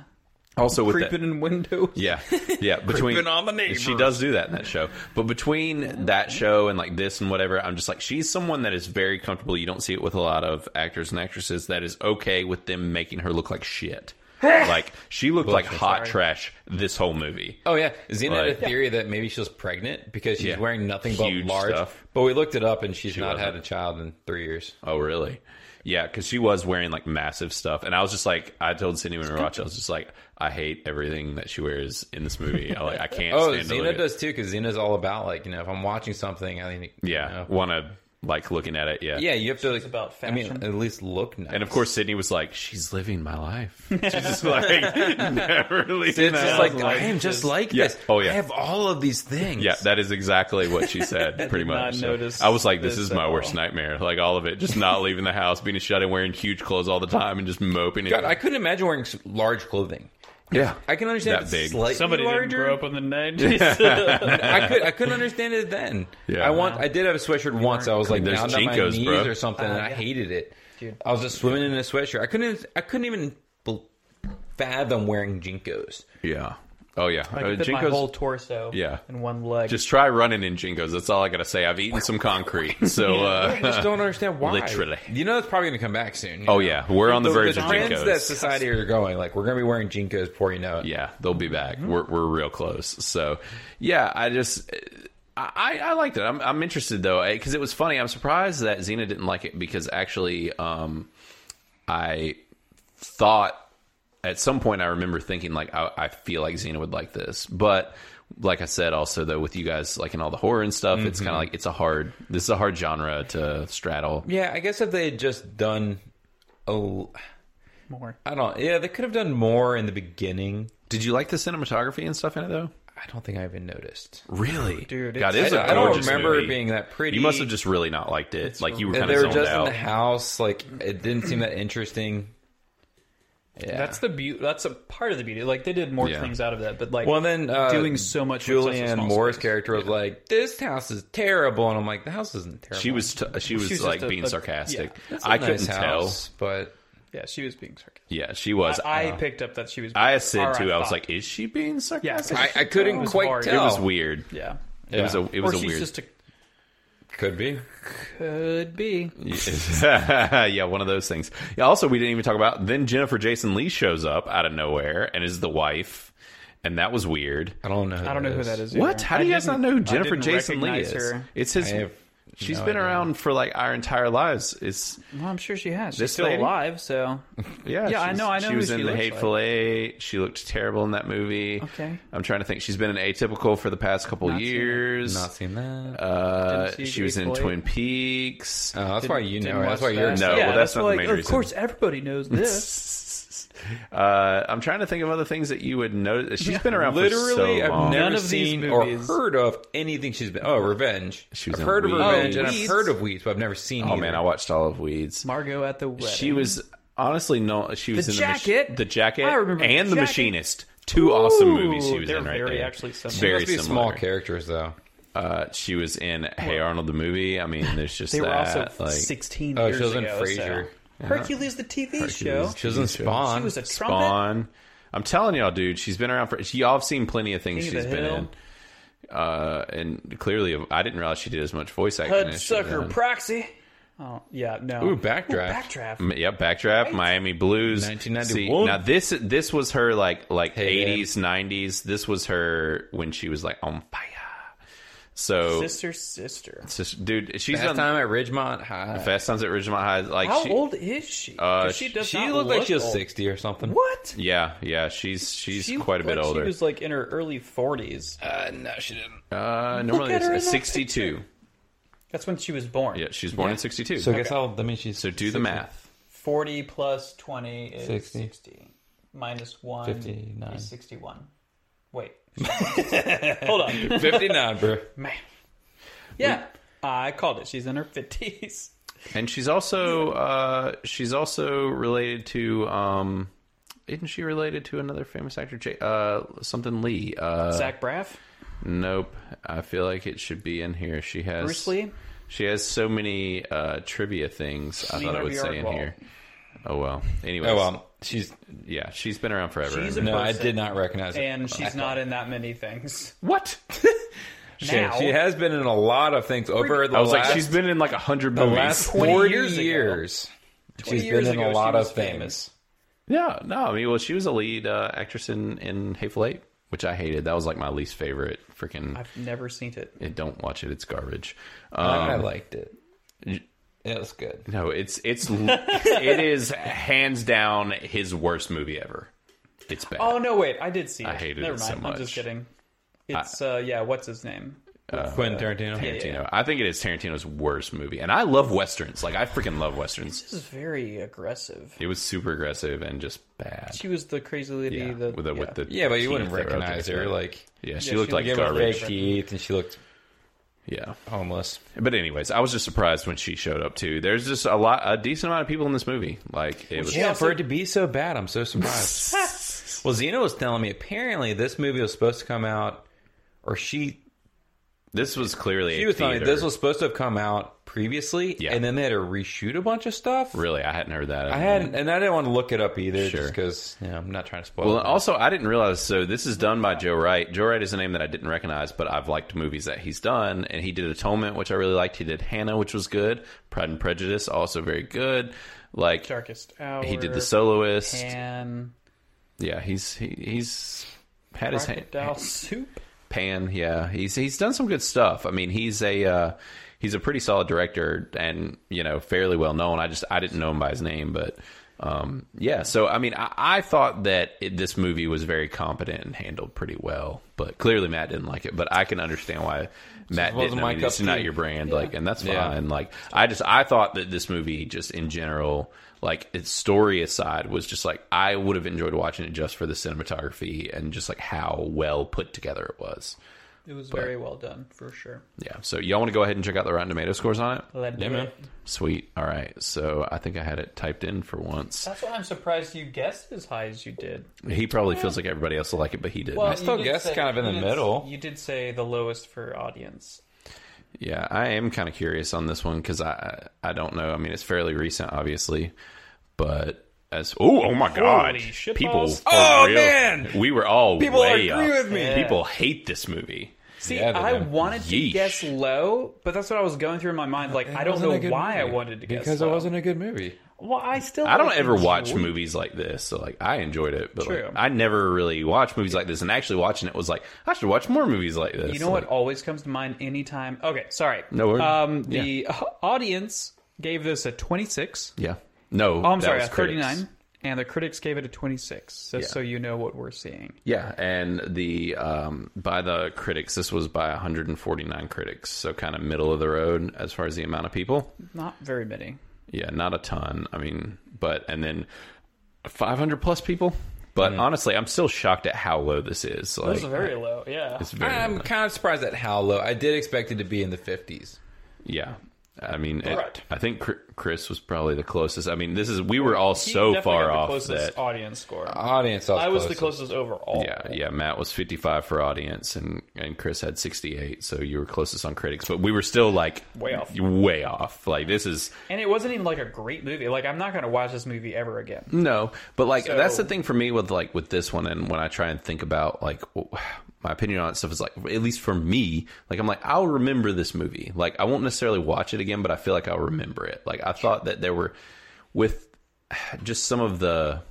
Speaker 1: also with that,
Speaker 3: Creeping in windows. *laughs*
Speaker 2: *laughs*
Speaker 1: yeah, yeah. Between
Speaker 2: Creeping on the neighbors.
Speaker 1: she does do that in that show. But between that show and like this and whatever, I'm just like she's someone that is very comfortable. You don't see it with a lot of actors and actresses that is okay with them making her look like
Speaker 2: *laughs*
Speaker 1: shit. like she looked like hot trash this whole movie.
Speaker 2: Oh yeah, Xena had a
Speaker 1: Right.
Speaker 2: theory that maybe she was pregnant because she's
Speaker 1: Yeah.
Speaker 2: wearing nothing but
Speaker 1: Huge
Speaker 2: large.
Speaker 1: stuff.
Speaker 2: But we looked it up, and she's not
Speaker 1: wasn't.
Speaker 2: had a child in three years.
Speaker 1: Oh, really? Yeah, because she was wearing like massive stuff, and I was just like, I told Sydney when we were watching, I was just like, I hate everything that she wears in this movie. I, like, I can't.
Speaker 2: Oh,
Speaker 1: stand to look
Speaker 2: Xena
Speaker 1: at-
Speaker 2: does too, because Xena's all about like you know if I'm watching something, I think
Speaker 1: Yeah,
Speaker 2: you know.
Speaker 1: want to like looking at it. Yeah,
Speaker 2: yeah, you have to. Like,
Speaker 3: about
Speaker 2: I mean,
Speaker 3: fashion.
Speaker 2: at least look nice.
Speaker 1: And of course, Sydney was like, "She's living my life." She's just like *laughs* never leaving.
Speaker 2: it's
Speaker 1: that.
Speaker 2: just
Speaker 3: I
Speaker 2: like,
Speaker 3: was
Speaker 2: I
Speaker 3: like,
Speaker 2: am just like
Speaker 1: Yeah.
Speaker 2: this.
Speaker 1: Oh, yeah.
Speaker 2: I have all of these things.
Speaker 1: Yeah, that is exactly what she said. pretty
Speaker 3: did not
Speaker 1: much. So
Speaker 3: notice
Speaker 1: I was like, "This,
Speaker 3: this
Speaker 1: is
Speaker 3: at
Speaker 1: my
Speaker 3: all.
Speaker 1: worst nightmare." Like all of it, just not leaving the house, being shut in, wearing huge clothes all the time, and just moping.
Speaker 2: God, I couldn't imagine wearing s- large clothing.
Speaker 1: yeah,
Speaker 2: I can understand
Speaker 1: That
Speaker 2: if
Speaker 1: big.
Speaker 2: it's slightly
Speaker 3: Somebody didn't
Speaker 2: larger.
Speaker 3: grow up in the *laughs* nineties.
Speaker 2: I could I couldn't understand it then.
Speaker 1: Yeah.
Speaker 2: I want I did have a sweatshirt once. I was like
Speaker 1: There's
Speaker 2: down to my
Speaker 1: Jinkos,
Speaker 2: knees
Speaker 1: bro.
Speaker 2: or something, and I hated it. I was just swimming in a sweatshirt. I couldn't I couldn't even bel- fathom wearing jinkos.
Speaker 1: yeah. Oh yeah, Uh,
Speaker 3: I fit my
Speaker 1: Jinkos-
Speaker 3: whole torso.
Speaker 1: Yeah.
Speaker 3: And one leg.
Speaker 1: Just try running in Jinkos. That's all I gotta say. I've eaten some
Speaker 2: *laughs*
Speaker 1: concrete, so
Speaker 2: I just
Speaker 1: uh, *laughs*
Speaker 2: don't understand why.
Speaker 1: Literally.
Speaker 2: you know it's probably going to come back soon. you
Speaker 1: oh
Speaker 2: know?
Speaker 1: yeah, we're on the
Speaker 2: The,
Speaker 1: verge of
Speaker 2: trends that
Speaker 1: Jinkos.
Speaker 2: society are going, like we're going to be wearing jinkos before you know it.
Speaker 1: Yeah, they'll be back.
Speaker 2: Mm-hmm.
Speaker 1: We're we're real close. So yeah, I just. I, I liked it. I'm, I'm interested though because it was funny. I'm surprised that Xena didn't like it because actually, um, I thought at some point I remember thinking like I, I feel like Xena would like this, but like I said also though with you guys like in all the horror and stuff, it's
Speaker 2: Mm-hmm.
Speaker 1: kind of like it's a hard this is a hard genre to straddle.
Speaker 2: Yeah, I guess if they had just done a l-
Speaker 3: more.
Speaker 1: uh,
Speaker 2: I don't. Yeah, they could have done more in the beginning.
Speaker 1: Did you like the cinematography and stuff in it though?
Speaker 2: I don't think I even noticed.
Speaker 1: Really,
Speaker 3: Dude,
Speaker 1: God,
Speaker 3: it's-
Speaker 1: it's a
Speaker 2: I don't
Speaker 1: gorgeous
Speaker 2: remember
Speaker 1: movie.
Speaker 2: it being that pretty.
Speaker 1: You must have just really not liked it. Like you were
Speaker 2: And
Speaker 1: kind
Speaker 2: they
Speaker 1: of
Speaker 2: were
Speaker 1: zoned
Speaker 2: just
Speaker 1: out.
Speaker 2: in the house. Like it didn't seem that interesting. Yeah.
Speaker 3: That's the beauty. That's a part of the beauty. Like they did more
Speaker 1: Yeah.
Speaker 3: things out of that, but like
Speaker 2: well, then uh,
Speaker 3: doing so much with such a
Speaker 2: Julianne
Speaker 3: small
Speaker 2: Moore's
Speaker 3: space.
Speaker 2: character was like, "This house is terrible," and I'm like, "The house isn't terrible."
Speaker 1: she was t- she was
Speaker 3: She's just
Speaker 1: like
Speaker 3: a-
Speaker 1: being
Speaker 3: a-
Speaker 1: sarcastic.
Speaker 3: yeah.
Speaker 2: It's a
Speaker 1: I
Speaker 2: nice
Speaker 1: couldn't tell.
Speaker 2: house, but
Speaker 3: yeah, she was being sarcastic.
Speaker 1: Yeah, she was. I, uh,
Speaker 3: I picked up that she was.
Speaker 1: I said
Speaker 3: or
Speaker 1: too. I was
Speaker 3: thought.
Speaker 1: like, is she being sarcastic?
Speaker 2: I, I
Speaker 3: It
Speaker 2: couldn't
Speaker 3: was
Speaker 2: quite
Speaker 3: hard.
Speaker 2: tell.
Speaker 1: it was weird.
Speaker 3: yeah.
Speaker 1: It was a it was
Speaker 3: or
Speaker 1: a
Speaker 3: she's
Speaker 1: weird.
Speaker 3: just a
Speaker 2: Could be.
Speaker 3: could be.
Speaker 1: *laughs* yeah, one of those things. Yeah, also, we didn't even talk about. Then Jennifer Jason Lee shows up out of nowhere and is the wife, and that was weird.
Speaker 2: I don't know. Who
Speaker 3: I don't know who that is.
Speaker 1: What?
Speaker 3: either.
Speaker 1: How do you
Speaker 3: I
Speaker 1: guys not
Speaker 3: didn't-
Speaker 1: know who
Speaker 3: I
Speaker 1: Jennifer
Speaker 3: didn't
Speaker 1: Jason Lee
Speaker 3: recognize
Speaker 1: is?
Speaker 3: her.
Speaker 1: It's his.
Speaker 2: I have
Speaker 1: She's
Speaker 2: no
Speaker 1: been
Speaker 2: idea.
Speaker 1: around for like our entire lives. It's
Speaker 3: Well, I'm sure she has. She's
Speaker 1: This
Speaker 3: still
Speaker 1: lady?
Speaker 3: alive, so
Speaker 1: Yeah,
Speaker 3: Yeah, I
Speaker 1: she's-
Speaker 3: know- I know
Speaker 1: She
Speaker 3: who
Speaker 1: was
Speaker 3: she
Speaker 1: in the
Speaker 3: looks
Speaker 1: Hateful Eight. She looked terrible in that movie.
Speaker 3: Okay.
Speaker 1: I'm trying to think. She's been in Atypical for the past couple
Speaker 3: Not seen it.
Speaker 1: years.
Speaker 2: Not seen that.
Speaker 1: Uh,
Speaker 3: Didn't see
Speaker 1: she was in
Speaker 3: Hateful Eight.
Speaker 1: Twin Peaks.
Speaker 2: oh, that's why you know.
Speaker 3: Didn't
Speaker 2: it. That's why
Speaker 3: watch
Speaker 2: you're
Speaker 3: that.
Speaker 1: No, well,
Speaker 3: yeah,
Speaker 1: that's not the
Speaker 3: like,
Speaker 1: main
Speaker 3: Of
Speaker 1: reason.
Speaker 3: course, everybody
Speaker 2: *laughs*
Speaker 3: knows
Speaker 1: *laughs*
Speaker 3: this.
Speaker 1: Uh, I'm trying to think of other things that you would notice. She's been around
Speaker 2: Literally,
Speaker 1: for so
Speaker 2: I've
Speaker 1: long.
Speaker 2: never
Speaker 3: None of these
Speaker 2: seen or
Speaker 3: movies-
Speaker 2: heard of anything she's been. Oh, Revenge.
Speaker 1: She was
Speaker 2: I've
Speaker 1: in
Speaker 2: heard of
Speaker 1: Weeds.
Speaker 2: Revenge, and I've
Speaker 3: Weeds.
Speaker 2: heard of Weeds, but I've never seen.
Speaker 1: oh man, I watched all of Weeds.
Speaker 3: Margot at the wedding.
Speaker 1: She was honestly no. She was
Speaker 3: The
Speaker 1: in the, mach-
Speaker 3: Jacket.
Speaker 1: the jacket.
Speaker 3: I remember The
Speaker 1: and the,
Speaker 3: Jacket.
Speaker 1: Machinist. Two awesome movies she was
Speaker 3: they're
Speaker 1: in right
Speaker 3: very
Speaker 1: there.
Speaker 3: actually similar.
Speaker 1: Very
Speaker 2: must be
Speaker 1: similar.
Speaker 2: small characters though.
Speaker 1: Uh, she was in Hey Arnold the movie. I mean, there's just
Speaker 3: They were
Speaker 1: that.
Speaker 3: also
Speaker 1: like,
Speaker 3: 16
Speaker 2: Oh,
Speaker 3: years
Speaker 2: she was in
Speaker 3: ago.
Speaker 2: Frasier.
Speaker 3: So. Hercules, the TV show.
Speaker 2: She was in Spawn.
Speaker 3: She was a trumpet.
Speaker 1: Spawn. I'm telling y'all, dude, she's been around for. Y'all have seen plenty of things
Speaker 3: King of
Speaker 1: she's
Speaker 3: the
Speaker 1: been
Speaker 3: Hill.
Speaker 1: in. Uh, and clearly, I didn't realize she did as much voice acting.
Speaker 3: HUD
Speaker 1: as she
Speaker 3: sucker
Speaker 1: did.
Speaker 3: proxy. Oh yeah, no.
Speaker 2: Ooh, Backdraft.
Speaker 3: backdraft.
Speaker 1: M- Yep, Backdraft, Miami Blues,
Speaker 2: 1991.
Speaker 1: See, now this this was her like like
Speaker 2: Hey, man.
Speaker 1: eighties, nineties. This was her when she was like on fire. So,
Speaker 3: Sister, sister.
Speaker 1: it's just- dude, she's
Speaker 2: Last
Speaker 1: done
Speaker 2: time at Ridgemont High.
Speaker 1: Fast Times at Ridgemont High. Like
Speaker 3: How
Speaker 1: she,
Speaker 3: old is she?
Speaker 1: Uh,
Speaker 3: 'Cause she does
Speaker 2: She
Speaker 3: not
Speaker 2: looked like she was
Speaker 3: old.
Speaker 2: 60 or something.
Speaker 3: What?
Speaker 1: Yeah, yeah, she's she's
Speaker 3: She
Speaker 1: quite a bit
Speaker 3: looked like
Speaker 1: older.
Speaker 3: She was like in her early forties.
Speaker 2: Uh, no, she didn't.
Speaker 1: uh, normally
Speaker 3: at her in
Speaker 1: it's
Speaker 3: that
Speaker 1: sixty-two.
Speaker 3: That's when she was born.
Speaker 1: Yeah, she was born in sixty-two. So,
Speaker 2: So I guess I'll, I mean, she's.
Speaker 1: do the math.
Speaker 3: Forty plus twenty is
Speaker 2: 60.
Speaker 3: sixty. Minus one
Speaker 2: 59.
Speaker 3: is sixty-one. Wait. *laughs* Hold on,
Speaker 1: *laughs*
Speaker 2: 59, bro.
Speaker 3: man. Yeah, I called it. She's in her fifties.
Speaker 1: And she's also uh, she's also related to um, isn't she related to another famous actor? J- uh, something Lee. Uh,
Speaker 3: Zach Braff,
Speaker 1: Nope. I feel like it should be in here. She has
Speaker 3: Bruce Lee.
Speaker 1: She has so many uh, trivia things. I thought I
Speaker 3: Leonard
Speaker 1: would say in
Speaker 3: Yardwell.
Speaker 1: here. Oh well. Anyways,
Speaker 2: Oh, well. She's.
Speaker 1: yeah, she's been around forever.
Speaker 3: She's a
Speaker 2: No, I
Speaker 3: person.
Speaker 2: did not recognize her.
Speaker 3: and she's not in that many things.
Speaker 1: what?
Speaker 2: She,
Speaker 3: now.
Speaker 2: she has been in a lot of things over the
Speaker 1: I was
Speaker 2: last,
Speaker 1: like, she's been in like a hundred
Speaker 2: the
Speaker 1: movies.
Speaker 2: last
Speaker 3: 20
Speaker 2: 40
Speaker 3: years
Speaker 2: years.
Speaker 3: ago.
Speaker 2: She's
Speaker 3: years
Speaker 2: been in
Speaker 3: ago,
Speaker 2: a
Speaker 3: she
Speaker 2: lot
Speaker 3: was
Speaker 2: of
Speaker 3: famous.
Speaker 2: things.
Speaker 1: Yeah, no, I mean, well, she was a lead uh, actress in in Hateful Eight, which I hated. That was like my least favorite. Freaking,
Speaker 3: I've never seen it.
Speaker 1: eh, don't watch it; it's garbage.
Speaker 2: I
Speaker 1: Um,
Speaker 2: liked it. It was good.
Speaker 1: no, it's
Speaker 2: *laughs*
Speaker 1: it's it is hands down his worst movie ever. It's bad.
Speaker 3: Oh no, wait, I did see it.
Speaker 1: I hated
Speaker 3: Never
Speaker 1: it
Speaker 3: mind.
Speaker 1: so
Speaker 3: I'm just
Speaker 1: much.
Speaker 3: kidding. It's uh, yeah. What's his name?
Speaker 2: Quentin Tarantino.
Speaker 1: Uh, Tarantino. I think it is Tarantino's worst movie, and I love westerns. Like I freaking love westerns.
Speaker 3: This is very aggressive.
Speaker 1: It was super aggressive and just bad.
Speaker 3: She was the crazy lady.
Speaker 1: Yeah,
Speaker 3: The,
Speaker 1: with the,
Speaker 3: yeah.
Speaker 1: with the
Speaker 2: Yeah, but you wouldn't
Speaker 1: teeth that were out there.
Speaker 2: recognize her. Like,
Speaker 1: yeah, she
Speaker 3: Yeah,
Speaker 1: looked
Speaker 3: she
Speaker 1: like
Speaker 2: gave her fake
Speaker 1: garbage.
Speaker 2: teeth, and she looked
Speaker 1: Yeah,
Speaker 2: homeless.
Speaker 1: but anyways, I was just surprised when she showed up too. There's just a lot, a decent amount of people in this movie. Like it was.
Speaker 2: Yeah, for it to be so bad, I'm so
Speaker 3: *laughs*
Speaker 2: surprised. well, Xena was telling me apparently this movie was supposed to come out, or she
Speaker 1: This was clearly.
Speaker 2: she
Speaker 1: a
Speaker 2: was telling me
Speaker 1: theater.
Speaker 2: this was supposed to have come out previously,
Speaker 1: Yeah.
Speaker 2: and then they had to reshoot a bunch of stuff.
Speaker 1: really. I hadn't heard that.
Speaker 2: I hadn't, and I didn't want to look it up either,
Speaker 1: Sure.
Speaker 2: just because you know, I'm not trying to spoil.
Speaker 1: Well,
Speaker 2: it.
Speaker 1: and also I didn't realize. So this is done by Joe Wright. Joe Wright is a name that I didn't recognize, but I've liked movies that he's done, and he did Atonement, which I really liked. He did Hannah, which was good. Pride and Prejudice, also very good. Like
Speaker 3: darkest hour.
Speaker 1: he did The Soloist.
Speaker 3: and
Speaker 1: Yeah, he's he, he's had his hand, *laughs*
Speaker 3: crocodile soup.
Speaker 1: Pan. Yeah, he's he's done some good stuff. I mean, he's a uh, he's a pretty solid director, and you know, fairly well known. I just I didn't know him by his name, but um, yeah. So I mean, I, I thought that it, this movie was very competent and handled pretty well, but clearly Matt didn't like it. But I can understand why Matt
Speaker 2: wasn't
Speaker 1: didn't.
Speaker 2: my
Speaker 1: I mean,
Speaker 2: cup
Speaker 1: it's not
Speaker 2: tea.
Speaker 1: your brand, like, and that's fine.
Speaker 2: Yeah.
Speaker 1: Like, I just I thought that this movie, just in general. Like its story aside, was just like I would have enjoyed watching it just for the cinematography and just like how well put together it was.
Speaker 3: It was very well done for sure.
Speaker 1: Yeah. So y'all want to go ahead and check out the Rotten Tomato scores on it?
Speaker 3: Let
Speaker 2: Yeah,
Speaker 3: do
Speaker 2: man.
Speaker 3: it.
Speaker 1: Sweet. All right. So I think I had it typed in for once.
Speaker 3: That's why I'm surprised you guessed as high as you did.
Speaker 1: He probably feels like everybody else will like it, but he didn't.
Speaker 3: Well,
Speaker 2: still
Speaker 3: you did
Speaker 2: guessed
Speaker 3: say-
Speaker 2: kind of in
Speaker 3: you
Speaker 2: the
Speaker 3: did-
Speaker 2: middle.
Speaker 3: You did say the lowest for audience.
Speaker 1: yeah, I am kind of curious on this one because I I don't know. I mean, it's fairly recent, obviously, but. As, oh, oh my God!
Speaker 3: shitballs.
Speaker 1: People, for
Speaker 2: Oh,
Speaker 1: real-
Speaker 2: man!
Speaker 1: we were all
Speaker 2: People
Speaker 1: way
Speaker 2: agree
Speaker 1: up.
Speaker 2: with me.
Speaker 1: People hate this movie.
Speaker 3: See,
Speaker 2: Yeah, they
Speaker 3: I
Speaker 2: did.
Speaker 3: wanted to
Speaker 1: Yeesh.
Speaker 3: guess low, but that's what I was going through in my mind. Like, I don't know why I wanted to guess
Speaker 2: because
Speaker 3: low.
Speaker 2: it wasn't a good movie.
Speaker 3: Well, I still.
Speaker 1: I don't
Speaker 3: like
Speaker 1: ever
Speaker 3: it.
Speaker 1: watch movies like this. So like I enjoyed it, but like,
Speaker 3: True.
Speaker 1: I never really watch movies like this. And actually watching it was like I should watch more movies like this.
Speaker 3: You know
Speaker 1: Like,
Speaker 3: what always comes to mind anytime? Okay, sorry.
Speaker 1: No worries.
Speaker 3: Um, the audience gave this a 26.
Speaker 1: Yeah. No.
Speaker 3: Oh, I'm
Speaker 1: that
Speaker 3: sorry,
Speaker 1: was
Speaker 3: a 39.
Speaker 1: critics.
Speaker 3: And the critics gave it a 26. So, so you know what we're seeing.
Speaker 1: Yeah, and the um, by the critics, this was by 149 critics, so kind of middle of the road as far as the amount of people.
Speaker 3: Not very many.
Speaker 1: Yeah, not a ton. I mean, but and then 500 plus people. But honestly, I'm still shocked at how low this is. Like,
Speaker 3: This is Mm-hmm. very low. Yeah.
Speaker 1: it's very
Speaker 2: I'm
Speaker 1: low.
Speaker 2: kind of surprised at how low. I did expect it to be in the 50s.
Speaker 1: yeah. I mean, it-
Speaker 3: Right.
Speaker 1: I think Chr- Chris was probably the closest. I mean, this is we were all so far off that
Speaker 3: audience score.
Speaker 2: Audience,
Speaker 3: I was the
Speaker 2: closest.
Speaker 3: closest overall.
Speaker 1: Yeah, yeah. Matt was 55 for audience, and and Chris had 68. So you were closest on critics, but we were still like
Speaker 3: Way off.
Speaker 1: way off. Like this is
Speaker 3: And it wasn't even like a great movie. Like I'm not going to watch this movie ever again.
Speaker 1: Mm. no, but like
Speaker 3: So-
Speaker 1: that's the thing for me with like with this one, and when I try and think about like w- my opinion on stuff is like, at least for me, like I'm like, I'll remember this movie. Like I won't necessarily watch it again, but I feel like I'll remember it. Like I thought that there were with just some of the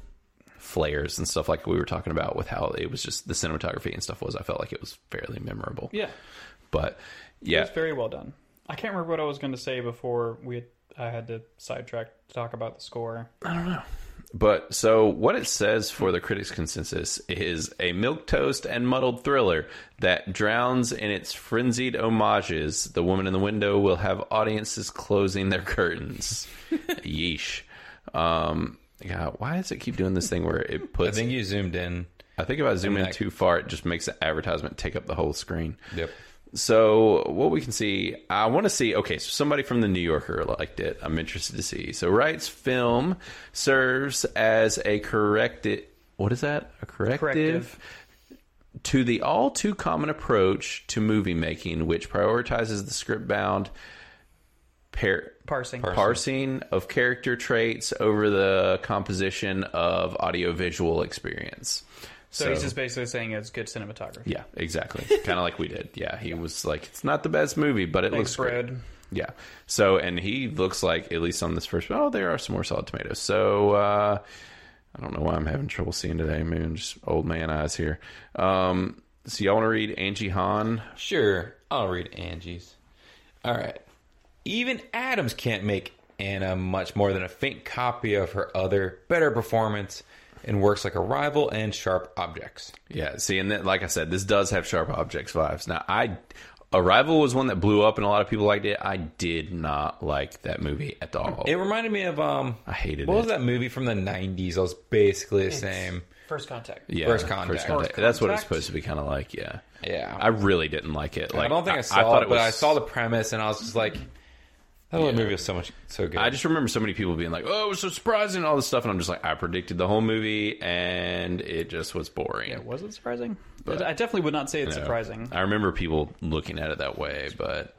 Speaker 1: flares and stuff like we were talking about with how it was just the cinematography and stuff was I felt like it was fairly memorable.
Speaker 3: Yeah,
Speaker 1: But
Speaker 3: it's
Speaker 1: yeah.
Speaker 3: very well done. I can't remember what I was going to say before we had, I had to sidetrack to talk about the score.
Speaker 1: But so what it says for the critics consensus is a milk toast and muddled thriller that drowns in its frenzied homages. The woman in the window will have audiences closing their
Speaker 2: *laughs*
Speaker 1: curtains. Yeesh. Um God, why does it keep doing this thing where it
Speaker 2: I
Speaker 1: puts
Speaker 2: think you zoomed in.
Speaker 1: I think if I zoom in
Speaker 2: that-
Speaker 1: too far, it just makes the advertisement take up the whole screen.
Speaker 2: Yep.
Speaker 1: So what we can see, I want to see. Okay, so somebody from the New Yorker liked it. I'm interested to see. So Wright's film serves as a corrective. What is that? A corrective,
Speaker 3: Corrective.
Speaker 1: to the all too common approach to movie making, which prioritizes the script bound pair
Speaker 3: Parsing.
Speaker 1: parsing of character traits over the composition of audiovisual experience.
Speaker 3: so, he's just basically saying it's good cinematography.
Speaker 1: yeah, exactly, kind of like we did. Yeah, he was like, it's not the best movie, but it looks
Speaker 3: Thanks,
Speaker 1: great.
Speaker 3: Brad.
Speaker 1: Yeah. So, and he looks like at least on this first. Oh, there are some more solid tomatoes. So, uh, I don't know why I'm having trouble seeing today. Maybe I'm just old man eyes here. Um, so y'all want to read Angie Hahn?
Speaker 2: Sure, I'll read Angie's. All right. Even Adams can't make Anna much more than a faint copy of her other, better performance and works like a rival and sharp objects.
Speaker 1: Yeah. See, and that, like I said, this does have sharp objects vibes. Now, I Arrival was one that blew up, and a lot of people liked it. I did not like that movie at all.
Speaker 2: It reminded me of um
Speaker 1: I hated
Speaker 2: what
Speaker 1: it.
Speaker 2: was that movie from the 90s? That was basically the same.
Speaker 3: First contact.
Speaker 1: yeah,
Speaker 2: First Contact.
Speaker 3: First
Speaker 1: That's what it's
Speaker 3: Contact?
Speaker 1: supposed to be kind of like. Yeah.
Speaker 2: Yeah.
Speaker 1: I really didn't like it. Like
Speaker 2: I don't think I, saw it, but I saw the premise and I was just like that little movie was so much so good.
Speaker 1: I just remember so many people being like, "Oh, it was so surprising," and all this stuff, and I'm just like, I predicted the whole movie, and it just was boring.
Speaker 3: Yeah, was it surprising? I definitely would not say
Speaker 1: You
Speaker 3: it's
Speaker 1: know,
Speaker 3: surprising.
Speaker 1: I remember people looking at it that way, but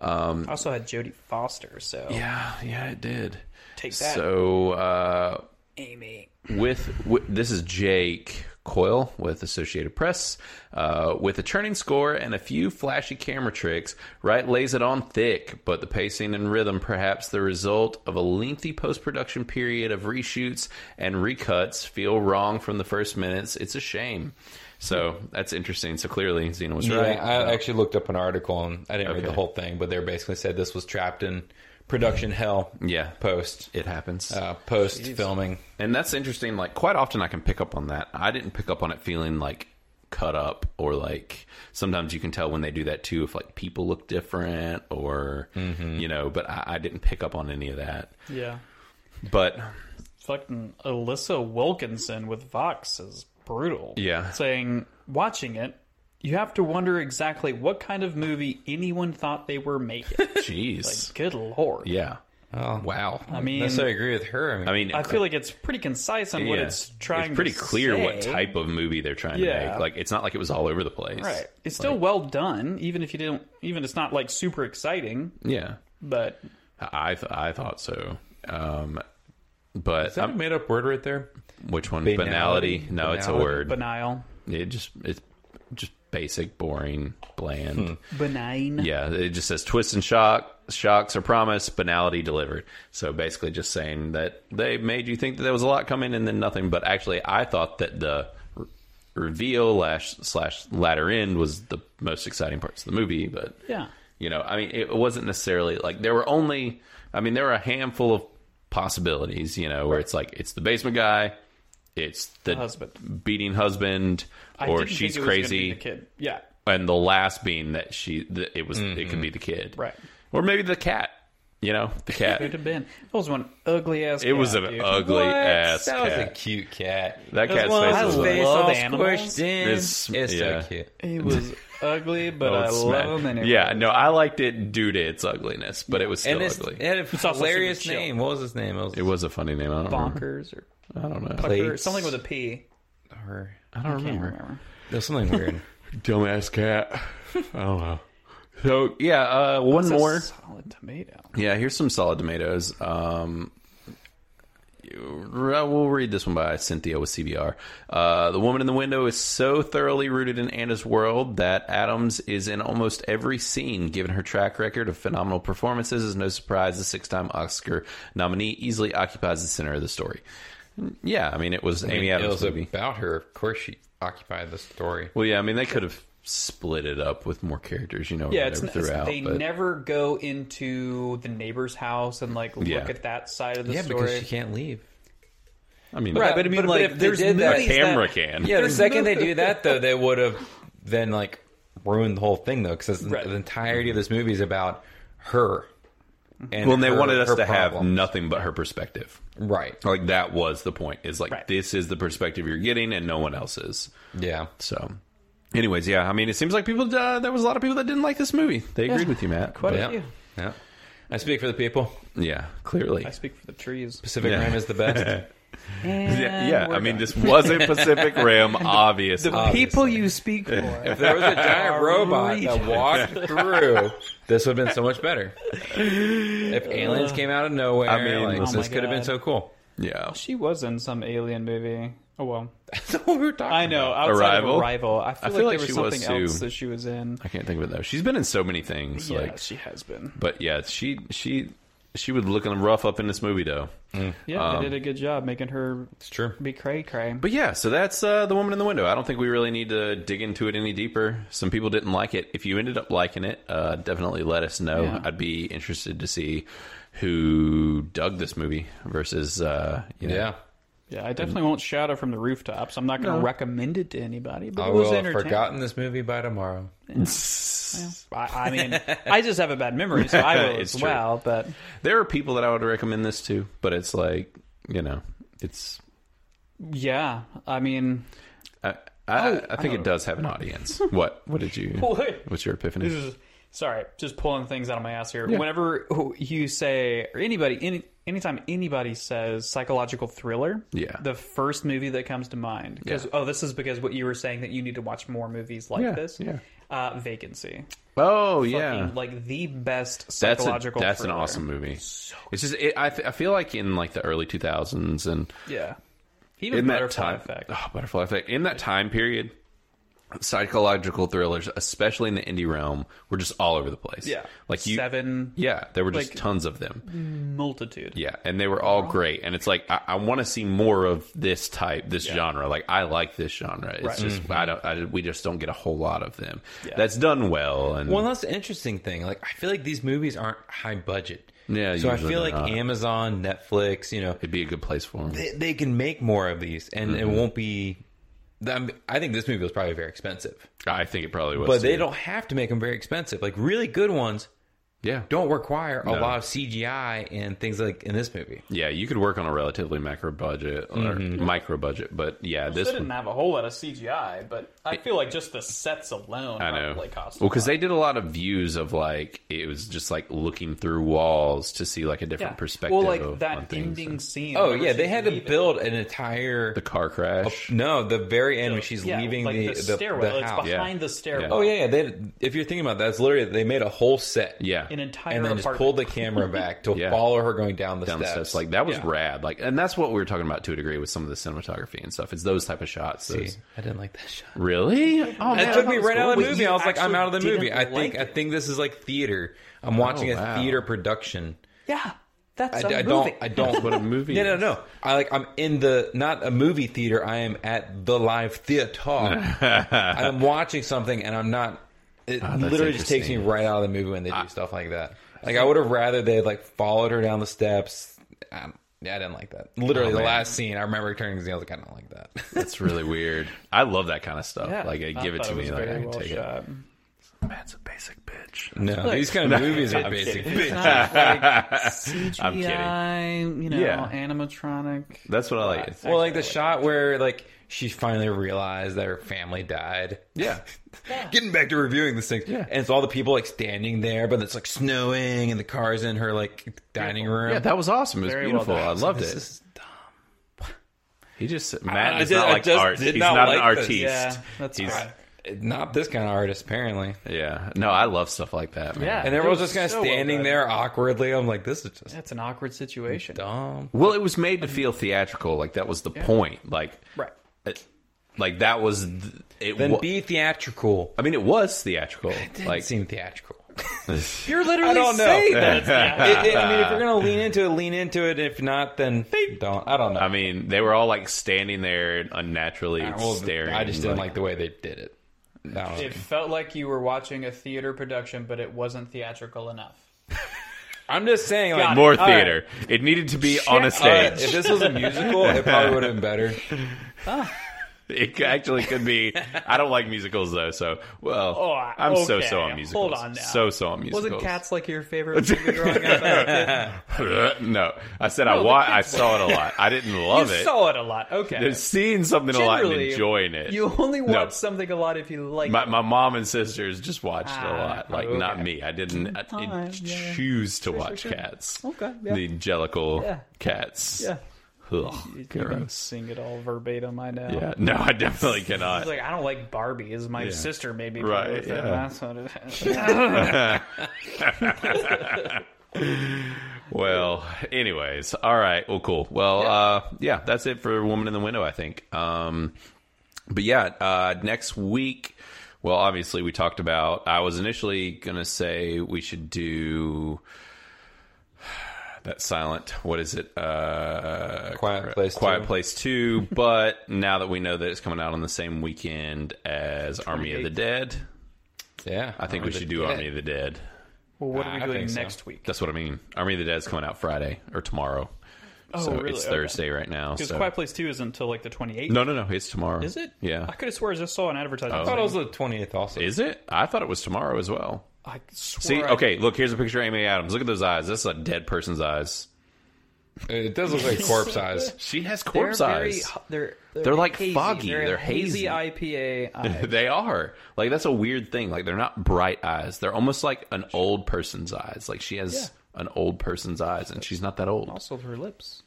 Speaker 3: I also had Jodie Foster, so
Speaker 1: yeah, yeah, it did.
Speaker 3: Take that.
Speaker 1: So uh,
Speaker 3: Amy.
Speaker 1: with, with this is Jake Coyle with Associated Press. Uh, with a churning score and a few flashy camera tricks, Wright lays it on thick, but the pacing and rhythm, perhaps the result of a lengthy post production period of reshoots and recuts, feel wrong from the first minutes. It's a shame. So that's interesting. So clearly, Xena was
Speaker 2: Yeah,
Speaker 1: right.
Speaker 2: I actually looked up an article and I didn't read the
Speaker 1: Okay.
Speaker 2: whole thing, but they basically said this was trapped in production hell.
Speaker 1: Yeah.
Speaker 2: Post
Speaker 1: it happens.
Speaker 2: uh, post filming.
Speaker 1: And that's interesting. Like quite often, I can pick up on that. I didn't pick up on it feeling like cut up or like sometimes you can tell when they do that too if like people look different or
Speaker 3: Mm-hmm.
Speaker 1: you know but I, I didn't pick up on any of that
Speaker 3: Yeah.
Speaker 1: but
Speaker 3: Fucking Alyssa Wilkinson with Vox is brutal.
Speaker 1: Yeah.
Speaker 3: Saying, watching it, you have to wonder exactly what kind of movie anyone thought they
Speaker 1: *laughs*
Speaker 3: were making.
Speaker 1: jeez
Speaker 3: *laughs* like, good lord.
Speaker 1: yeah
Speaker 2: Oh,
Speaker 1: wow
Speaker 2: I
Speaker 3: mean-
Speaker 2: necessarily agree with her. I mean,
Speaker 1: i mean
Speaker 3: Um, I feel like it's pretty concise on what
Speaker 1: yeah.
Speaker 3: it's trying
Speaker 1: it's pretty
Speaker 3: to
Speaker 1: clear what
Speaker 3: say.
Speaker 1: type of movie they're trying to
Speaker 3: Yeah.
Speaker 1: make like it's not like it was all over the place
Speaker 3: Right. It's still well done, even if you didn't, even it's not like super exciting,
Speaker 1: yeah
Speaker 3: but
Speaker 1: i i thought so um but
Speaker 2: is that
Speaker 1: um,
Speaker 2: a made up word right there?
Speaker 1: which one
Speaker 2: Banality?
Speaker 1: banality, no it's a
Speaker 2: Banality?
Speaker 1: word
Speaker 3: banal.
Speaker 1: It just it's just basic, boring, bland.
Speaker 3: Benign.
Speaker 1: Yeah, it just says twist and shock. Shocks are promised, banality delivered. So basically, just saying that they made you think that there was a lot coming and then nothing. But actually, I thought that the r- reveal slash slash latter end was the most exciting parts of the movie. But
Speaker 3: Yeah.
Speaker 1: you know, I mean, it wasn't necessarily like there were only. I mean, there were a handful of possibilities. You know, where it's like it's the basement guy, it's the
Speaker 3: husband.
Speaker 1: beating husband,
Speaker 3: I
Speaker 1: or
Speaker 3: didn't think
Speaker 1: she's
Speaker 3: it was gonna be
Speaker 1: crazy
Speaker 3: the kid. Yeah.
Speaker 1: and the last being that she that it was it could be the kid
Speaker 3: Mm-hmm. Right.
Speaker 1: or maybe the cat you know the
Speaker 3: Could *laughs*
Speaker 1: cat
Speaker 3: have been. That was one ugly ass.
Speaker 1: Uh, it was an ugly
Speaker 2: What?
Speaker 1: ass
Speaker 2: That was a
Speaker 1: cat
Speaker 2: cute cat.
Speaker 1: that
Speaker 3: was
Speaker 1: cat's
Speaker 3: one of
Speaker 1: face
Speaker 3: those
Speaker 1: was
Speaker 3: I
Speaker 2: His
Speaker 1: like,
Speaker 2: face
Speaker 3: love
Speaker 2: all
Speaker 3: animals.
Speaker 2: squished in.
Speaker 1: It's-
Speaker 2: It's,
Speaker 1: yeah.
Speaker 2: so cute.
Speaker 3: It was
Speaker 1: *laughs*
Speaker 3: ugly, but
Speaker 1: oh,
Speaker 3: I
Speaker 1: it's
Speaker 3: love
Speaker 1: smack.
Speaker 3: him anyway.
Speaker 1: yeah no i liked it due to its ugliness but it was still
Speaker 2: And it's,
Speaker 1: ugly
Speaker 2: it had a
Speaker 3: also
Speaker 2: hilarious
Speaker 3: super chill.
Speaker 2: name. What was his name? It was,
Speaker 1: it was a funny name i don't remember
Speaker 3: Bonkers or
Speaker 1: i don't know
Speaker 3: pucker,
Speaker 2: *laughs* Plates.
Speaker 3: something with a P.
Speaker 2: her-
Speaker 1: i don't
Speaker 3: Can't
Speaker 1: remember
Speaker 3: remember.
Speaker 2: There was something weird. *laughs*
Speaker 1: dumbass *laughs* cat Oh, i don't know so yeah uh one
Speaker 3: It's a
Speaker 1: more
Speaker 3: solid tomato.
Speaker 1: Yeah, here's some solid tomatoes. Um, I will read this one by Cynthia with CBR. Uh, the woman in the window is so thoroughly rooted in Anna's world that Adams is in almost every scene. Given her track record of phenomenal performances, is no surprise the six-time Oscar nominee easily occupies the center of the story. Yeah, I mean it was Amy
Speaker 2: it
Speaker 1: Adams
Speaker 2: was
Speaker 1: movie.
Speaker 2: about her. Of course, she occupied the story.
Speaker 1: Well, yeah, I mean they could have split it up with more characters, you know, or
Speaker 3: Yeah, it's,
Speaker 1: whatever,
Speaker 3: it's-
Speaker 1: throughout.
Speaker 3: they
Speaker 1: but-
Speaker 3: never go into the neighbor's house and like look
Speaker 1: Yeah.
Speaker 3: at that side of the
Speaker 2: Yeah,
Speaker 3: story.
Speaker 2: because she can't leave.
Speaker 1: I mean,
Speaker 3: Right,
Speaker 1: that-
Speaker 3: but I mean,
Speaker 2: but
Speaker 3: like,
Speaker 2: if they
Speaker 3: there's
Speaker 2: did that-
Speaker 3: movies
Speaker 1: A camera
Speaker 3: that-
Speaker 1: can.
Speaker 3: *laughs*
Speaker 2: Yeah, the
Speaker 3: There's
Speaker 2: second
Speaker 3: no-
Speaker 2: they do that though, they would have then like ruined the whole thing though, because
Speaker 3: Right.
Speaker 2: the entirety of this movie is about her. And
Speaker 1: Well, and they
Speaker 2: her-
Speaker 1: wanted us
Speaker 2: her
Speaker 1: to have oh.
Speaker 2: problem.
Speaker 1: nothing but her perspective.
Speaker 2: right.
Speaker 1: Like that was the point. Is like
Speaker 3: Right.
Speaker 1: this is the perspective you're getting, and no one else's.
Speaker 2: Yeah,
Speaker 1: So, anyways, yeah. I mean, it seems like people. Uh, there was a lot of people that didn't like this movie. They agreed with you, Matt.
Speaker 3: Quite a
Speaker 2: yeah,
Speaker 3: few.
Speaker 2: yeah. I speak for the people.
Speaker 1: Yeah, clearly.
Speaker 3: I speak for the trees.
Speaker 2: *laughs* Pacific
Speaker 1: Yeah.
Speaker 2: Rim is the
Speaker 1: *laughs*
Speaker 2: best.
Speaker 1: Yeah, yeah,
Speaker 3: we're
Speaker 1: I mean,
Speaker 3: done.
Speaker 1: this was a Pacific Rim, obvious.
Speaker 3: *laughs* The
Speaker 2: Obviously.
Speaker 3: people you
Speaker 1: *laughs*
Speaker 3: speak for.
Speaker 2: if there was a
Speaker 3: *laughs*
Speaker 2: giant
Speaker 3: Are
Speaker 2: robot
Speaker 3: real. *laughs*
Speaker 2: that walked through, this would have been so much better. If aliens came out of nowhere,
Speaker 1: I mean,
Speaker 2: like,
Speaker 1: listen.
Speaker 2: this
Speaker 3: Uh, Oh my
Speaker 2: could have been
Speaker 3: God.
Speaker 2: so cool.
Speaker 3: *laughs*
Speaker 1: yeah,
Speaker 3: she was in some alien movie. Oh well,
Speaker 2: That's what we were talking
Speaker 3: I know.
Speaker 1: about.
Speaker 3: Outside
Speaker 1: Arrival?
Speaker 3: of Arrival, I feel,
Speaker 1: I feel
Speaker 3: like,
Speaker 1: like
Speaker 3: there
Speaker 1: she
Speaker 3: was
Speaker 1: was
Speaker 3: something
Speaker 1: too.
Speaker 3: else that she was in.
Speaker 1: I can't think of it though. She's been in so many things.
Speaker 3: yeah,
Speaker 1: Like,
Speaker 3: she has been.
Speaker 1: but yeah, she she she would look rough up in this movie though.
Speaker 3: Yeah, they did a good job making her
Speaker 2: It's true.
Speaker 3: be cray cray.
Speaker 1: Um, But yeah, so that's uh, the woman in the window. I don't think we really need to dig into it any deeper. Some people didn't like it. If you ended up liking it, uh, definitely let us know.
Speaker 3: Yeah.
Speaker 1: I'd be interested to see who dug this movie versus uh, you know,
Speaker 2: Yeah.
Speaker 3: Yeah, I definitely won't shout it from the rooftops. I'm not going to
Speaker 1: No.
Speaker 3: recommend it to anybody, but
Speaker 2: I
Speaker 3: it was
Speaker 2: will have
Speaker 3: entertaining.
Speaker 2: forgotten this movie by tomorrow.
Speaker 3: I, I mean, I just have a bad memory,
Speaker 1: *laughs*
Speaker 3: so I will
Speaker 1: It's
Speaker 3: as
Speaker 1: true.
Speaker 3: well. But
Speaker 1: There are people that I would recommend this to, but it's like you know, it's
Speaker 3: yeah, I mean, *laughs*
Speaker 1: I I,
Speaker 3: Oh,
Speaker 1: I think
Speaker 3: I
Speaker 1: it does have an audience.
Speaker 3: *laughs*
Speaker 1: what what did you?
Speaker 3: What?
Speaker 1: What's your epiphany?
Speaker 3: this is sorry, just pulling things out of my ass here. Whenever you say or anybody, any anytime anybody says psychological thriller,
Speaker 1: Yeah.
Speaker 3: the first movie that comes to mind because
Speaker 1: Yeah.
Speaker 3: oh, this is because what you were saying that you need to watch more movies like
Speaker 1: Yeah,
Speaker 3: this.
Speaker 1: yeah.
Speaker 3: uh, Vacancy,
Speaker 1: oh yeah,
Speaker 3: Fucking, like the best
Speaker 1: that's a,
Speaker 3: psychological.
Speaker 1: that's an
Speaker 3: thriller.
Speaker 1: awesome movie. it's just it, I th- I feel like in like the early two thousands and.
Speaker 3: Yeah,
Speaker 1: in
Speaker 3: even
Speaker 1: that
Speaker 3: Butterfly
Speaker 1: time
Speaker 3: Effect.
Speaker 1: Oh, butterfly effect in that time period psychological thrillers especially in the indie realm were just all over the place
Speaker 3: Yeah,
Speaker 1: like you
Speaker 3: seven
Speaker 1: yeah there were just
Speaker 3: like- mm-hmm.
Speaker 1: tons of them
Speaker 3: multitude.
Speaker 1: yeah and they were all great and it's like i, I want to see more of this type this genre like i like this genre it's
Speaker 3: Right. Mm-hmm.
Speaker 1: just i don't I, we just don't get a whole lot of them
Speaker 3: Yeah.
Speaker 1: that's done well and
Speaker 2: Well, that's the interesting thing. Like, I feel like these movies aren't high budget.
Speaker 1: Yeah,
Speaker 2: So I
Speaker 1: usually
Speaker 2: feel
Speaker 1: they're
Speaker 2: like
Speaker 1: not.
Speaker 2: Amazon, Netflix, you know,
Speaker 1: it'd be a good place for them
Speaker 2: they, they can make more of these, and it
Speaker 3: Mm-hmm.
Speaker 2: won't be. I'm- I think this movie was probably very expensive,
Speaker 1: i think it probably was
Speaker 2: but they
Speaker 1: too.
Speaker 2: don't have to make them very expensive. Like really good ones
Speaker 1: yeah
Speaker 2: don't require a
Speaker 1: No.
Speaker 2: lot of CGI and things like in this movie.
Speaker 1: yeah you could work on a relatively macro budget or
Speaker 2: Mm-hmm.
Speaker 1: micro budget but yeah
Speaker 3: They
Speaker 1: this one
Speaker 3: didn't have a whole lot of CGI, but I feel like just the sets alone
Speaker 1: I know.
Speaker 3: probably cost.
Speaker 1: well, because they did a lot of views of like it was just like looking through walls to see like a different perspective.
Speaker 3: Well, like
Speaker 1: of, on
Speaker 3: that
Speaker 1: things.
Speaker 3: ending scene.
Speaker 2: Oh
Speaker 3: whenever
Speaker 2: yeah, they
Speaker 3: she's
Speaker 2: had to
Speaker 3: leaving.
Speaker 2: build an entire.
Speaker 1: the car crash.
Speaker 2: No, the very end when she's
Speaker 3: Yeah,
Speaker 2: leaving
Speaker 3: like
Speaker 2: the, the, the
Speaker 3: stairwell. it's
Speaker 2: house.
Speaker 3: behind
Speaker 1: Yeah.
Speaker 3: the stairwell.
Speaker 1: Yeah.
Speaker 2: Oh yeah, yeah. They, if you're thinking about that, it's literally they made a whole set.
Speaker 1: yeah,
Speaker 3: an entire
Speaker 2: and then
Speaker 3: apartment.
Speaker 2: just pulled the camera back to
Speaker 1: *laughs* Yeah.
Speaker 2: follow her going down the
Speaker 1: down the
Speaker 2: steps.
Speaker 1: steps. Like that was rad. Like, and that's what we were talking about to a degree with some of the cinematography and stuff. It's those type of shots. those-
Speaker 2: I didn't like that shot.
Speaker 1: Really? Oh
Speaker 2: It
Speaker 1: man,
Speaker 2: took
Speaker 1: that
Speaker 2: me
Speaker 1: was
Speaker 2: right out of
Speaker 1: cool.
Speaker 2: the movie. I was like, I'm
Speaker 3: actually
Speaker 2: out of the
Speaker 3: didn't
Speaker 2: movie. I think
Speaker 3: like
Speaker 2: I think this is like theater. I'm watching a
Speaker 1: Oh, wow.
Speaker 2: theater production.
Speaker 3: yeah,
Speaker 2: I,
Speaker 3: that's
Speaker 2: I
Speaker 3: a
Speaker 2: don't.
Speaker 3: movie.
Speaker 2: I don't.
Speaker 1: What a movie!
Speaker 2: No, no,
Speaker 1: is.
Speaker 2: no. I like. I'm in the not a movie theater. I am at the live theater. I'm watching something, and I'm not. It
Speaker 1: that's
Speaker 2: literally just takes me
Speaker 1: interesting.
Speaker 2: right out of the movie when they do stuff like that. Like I would have rather they had, like followed her down the steps. Um, yeah, I didn't like that. Literally, the last scene. I remember turning to the other. I don't like that. *laughs*
Speaker 1: That's really weird. I love that kind of stuff.
Speaker 3: Yeah.
Speaker 1: Like, I give it
Speaker 3: thought
Speaker 1: to me.
Speaker 3: was
Speaker 1: Like, I
Speaker 3: very
Speaker 1: can
Speaker 3: well
Speaker 1: take it. *laughs*
Speaker 3: shot.
Speaker 1: Man's a basic bitch.
Speaker 2: no, these kind of movies are basic.
Speaker 3: It's not like CGI,
Speaker 1: I'm kidding.
Speaker 3: you know,
Speaker 1: Yeah.
Speaker 3: animatronic.
Speaker 1: That's what I like.
Speaker 2: *laughs* Well, like the shot where like she finally realized that her family died.
Speaker 1: Yeah.
Speaker 2: Getting back to reviewing this thing,
Speaker 1: Yeah.
Speaker 2: and it's all the people like standing there, but it's like snowing, and the cars in her like dining room.
Speaker 1: Yeah, that was awesome. It was
Speaker 3: Very well
Speaker 1: beautiful.
Speaker 3: done.
Speaker 1: I loved
Speaker 2: *laughs* This
Speaker 1: it.
Speaker 2: is dumb.
Speaker 1: He just Matt
Speaker 2: I
Speaker 1: does
Speaker 2: did-
Speaker 1: not
Speaker 2: I
Speaker 1: like
Speaker 2: just
Speaker 1: art.
Speaker 2: did
Speaker 1: He's
Speaker 2: not
Speaker 1: not, an
Speaker 2: like this.
Speaker 1: artiste.
Speaker 3: Yeah, that's
Speaker 1: He's
Speaker 3: right.
Speaker 2: Not this kind of artist, apparently.
Speaker 1: Yeah. No, I love stuff like that, man.
Speaker 3: Yeah.
Speaker 2: And
Speaker 3: it
Speaker 2: everyone's
Speaker 3: was
Speaker 2: just kind of
Speaker 3: so well
Speaker 2: standing
Speaker 3: done.
Speaker 2: there awkwardly. I'm like, this is just
Speaker 3: That's an awkward situation.
Speaker 2: dumb.
Speaker 1: Well, it was made to feel theatrical. Like that was the point. Like,
Speaker 3: Right.
Speaker 1: it- like that was th- it.
Speaker 2: Then
Speaker 1: wa-
Speaker 2: be theatrical.
Speaker 1: I mean, it was theatrical.
Speaker 2: Like,
Speaker 1: Like,
Speaker 2: seem theatrical.
Speaker 3: You're literally
Speaker 2: I don't know.
Speaker 3: saying
Speaker 1: *laughs*
Speaker 3: that. It's not.
Speaker 2: It- it- *laughs* I mean, if you're gonna lean into it, lean into it. If not, then don't. I don't know.
Speaker 1: I mean, they were all like standing there unnaturally
Speaker 2: Well,
Speaker 1: staring.
Speaker 2: I just didn't like the way they did it. I don't know.
Speaker 3: It felt like you were watching a theater production, but it wasn't theatrical enough.
Speaker 2: I'm just saying, like,
Speaker 3: Got
Speaker 1: more
Speaker 3: All right.
Speaker 1: theater. It needed to be on a
Speaker 2: All right,
Speaker 1: stage.
Speaker 2: if this was a musical,
Speaker 1: *laughs*
Speaker 2: it probably would have been better.
Speaker 1: It actually could be. I don't like musicals though, so well,
Speaker 3: Oh, I-
Speaker 1: I'm so
Speaker 3: okay.
Speaker 1: so on musicals.
Speaker 3: Hold on now.
Speaker 1: so so on musicals.
Speaker 3: Wasn't Cats like
Speaker 1: *laughs*
Speaker 3: your favorite movie growing up?
Speaker 1: no, I said I wa- I saw
Speaker 3: *laughs*
Speaker 1: it a lot. I didn't love
Speaker 3: you
Speaker 1: it.
Speaker 3: saw it a lot. Okay.
Speaker 1: There's seeing something a lot and
Speaker 3: Generally,
Speaker 1: enjoying it.
Speaker 3: you only watch
Speaker 1: No.
Speaker 3: something a lot if you like
Speaker 1: my,
Speaker 3: it.
Speaker 1: my mom and sisters just watched it a
Speaker 3: Ah,
Speaker 1: lot. Like not
Speaker 3: okay.
Speaker 1: me. I didn't I didn't
Speaker 3: Time, yeah.
Speaker 1: choose to
Speaker 3: sure,
Speaker 1: watch
Speaker 3: sure.
Speaker 1: cats.
Speaker 3: Okay, yeah.
Speaker 1: The angelical
Speaker 3: Yeah.
Speaker 1: cats.
Speaker 3: Yeah.
Speaker 1: Ugh,
Speaker 3: You can
Speaker 1: gross.
Speaker 3: sing it all verbatim, I know.
Speaker 1: Yeah. No, I definitely
Speaker 3: It's
Speaker 1: cannot.
Speaker 3: like, I don't like Barbie. Is my sister made me play
Speaker 1: Right,
Speaker 3: with it.
Speaker 1: yeah.
Speaker 3: That's what it is.
Speaker 1: Well, anyways, all right. Well, cool. Well, uh, yeah, that's it for Woman in the Window, I think. Um, but yeah, uh, next week. Well, obviously, we talked about. I was initially gonna say we should do *sighs* that silent. What is it? Uh,
Speaker 2: Quiet Place
Speaker 1: Quiet
Speaker 2: 2.
Speaker 1: Place *laughs* Two. But now that we know that it's coming out on the same weekend as Army of the Dead,
Speaker 2: Yeah,
Speaker 1: I think we should do Army of the Dead.
Speaker 3: Well, what are we
Speaker 2: I
Speaker 3: doing
Speaker 2: think so.
Speaker 3: next week?
Speaker 1: That's what I mean. Army of the Dead's coming out Friday or tomorrow.
Speaker 3: Oh,
Speaker 1: so
Speaker 3: really?
Speaker 1: it's
Speaker 3: Okay.
Speaker 1: Thursday right now.
Speaker 3: Because
Speaker 1: so-
Speaker 3: Quiet Place 2 is until like the 28th.
Speaker 1: No, no, no. It's tomorrow.
Speaker 3: Is it?
Speaker 1: Yeah. Oh.
Speaker 3: I could have swore I just saw an advertisement.
Speaker 2: I thought it was the 20th. Also,
Speaker 1: Is it? I thought it was tomorrow as well.
Speaker 3: I swore.
Speaker 1: See,
Speaker 3: I-
Speaker 1: okay, look, here's a picture of Amy Adams. Look at those eyes. That's a dead person's eyes.
Speaker 2: it does look like corpse eyes.
Speaker 1: She has
Speaker 3: They're
Speaker 1: corpse
Speaker 3: very
Speaker 1: eyes.
Speaker 3: hu- They're, they're,
Speaker 1: like
Speaker 3: hazy.
Speaker 1: foggy.
Speaker 3: They're,
Speaker 1: They're hazy.
Speaker 3: hazy. *laughs* IPA. eyes.
Speaker 1: *laughs* they are. Like, that's a weird thing. Like, they're not bright eyes. They're almost like an old person's eyes. Like, she has an old person's eyes, and she's not that old.
Speaker 3: also, her lips.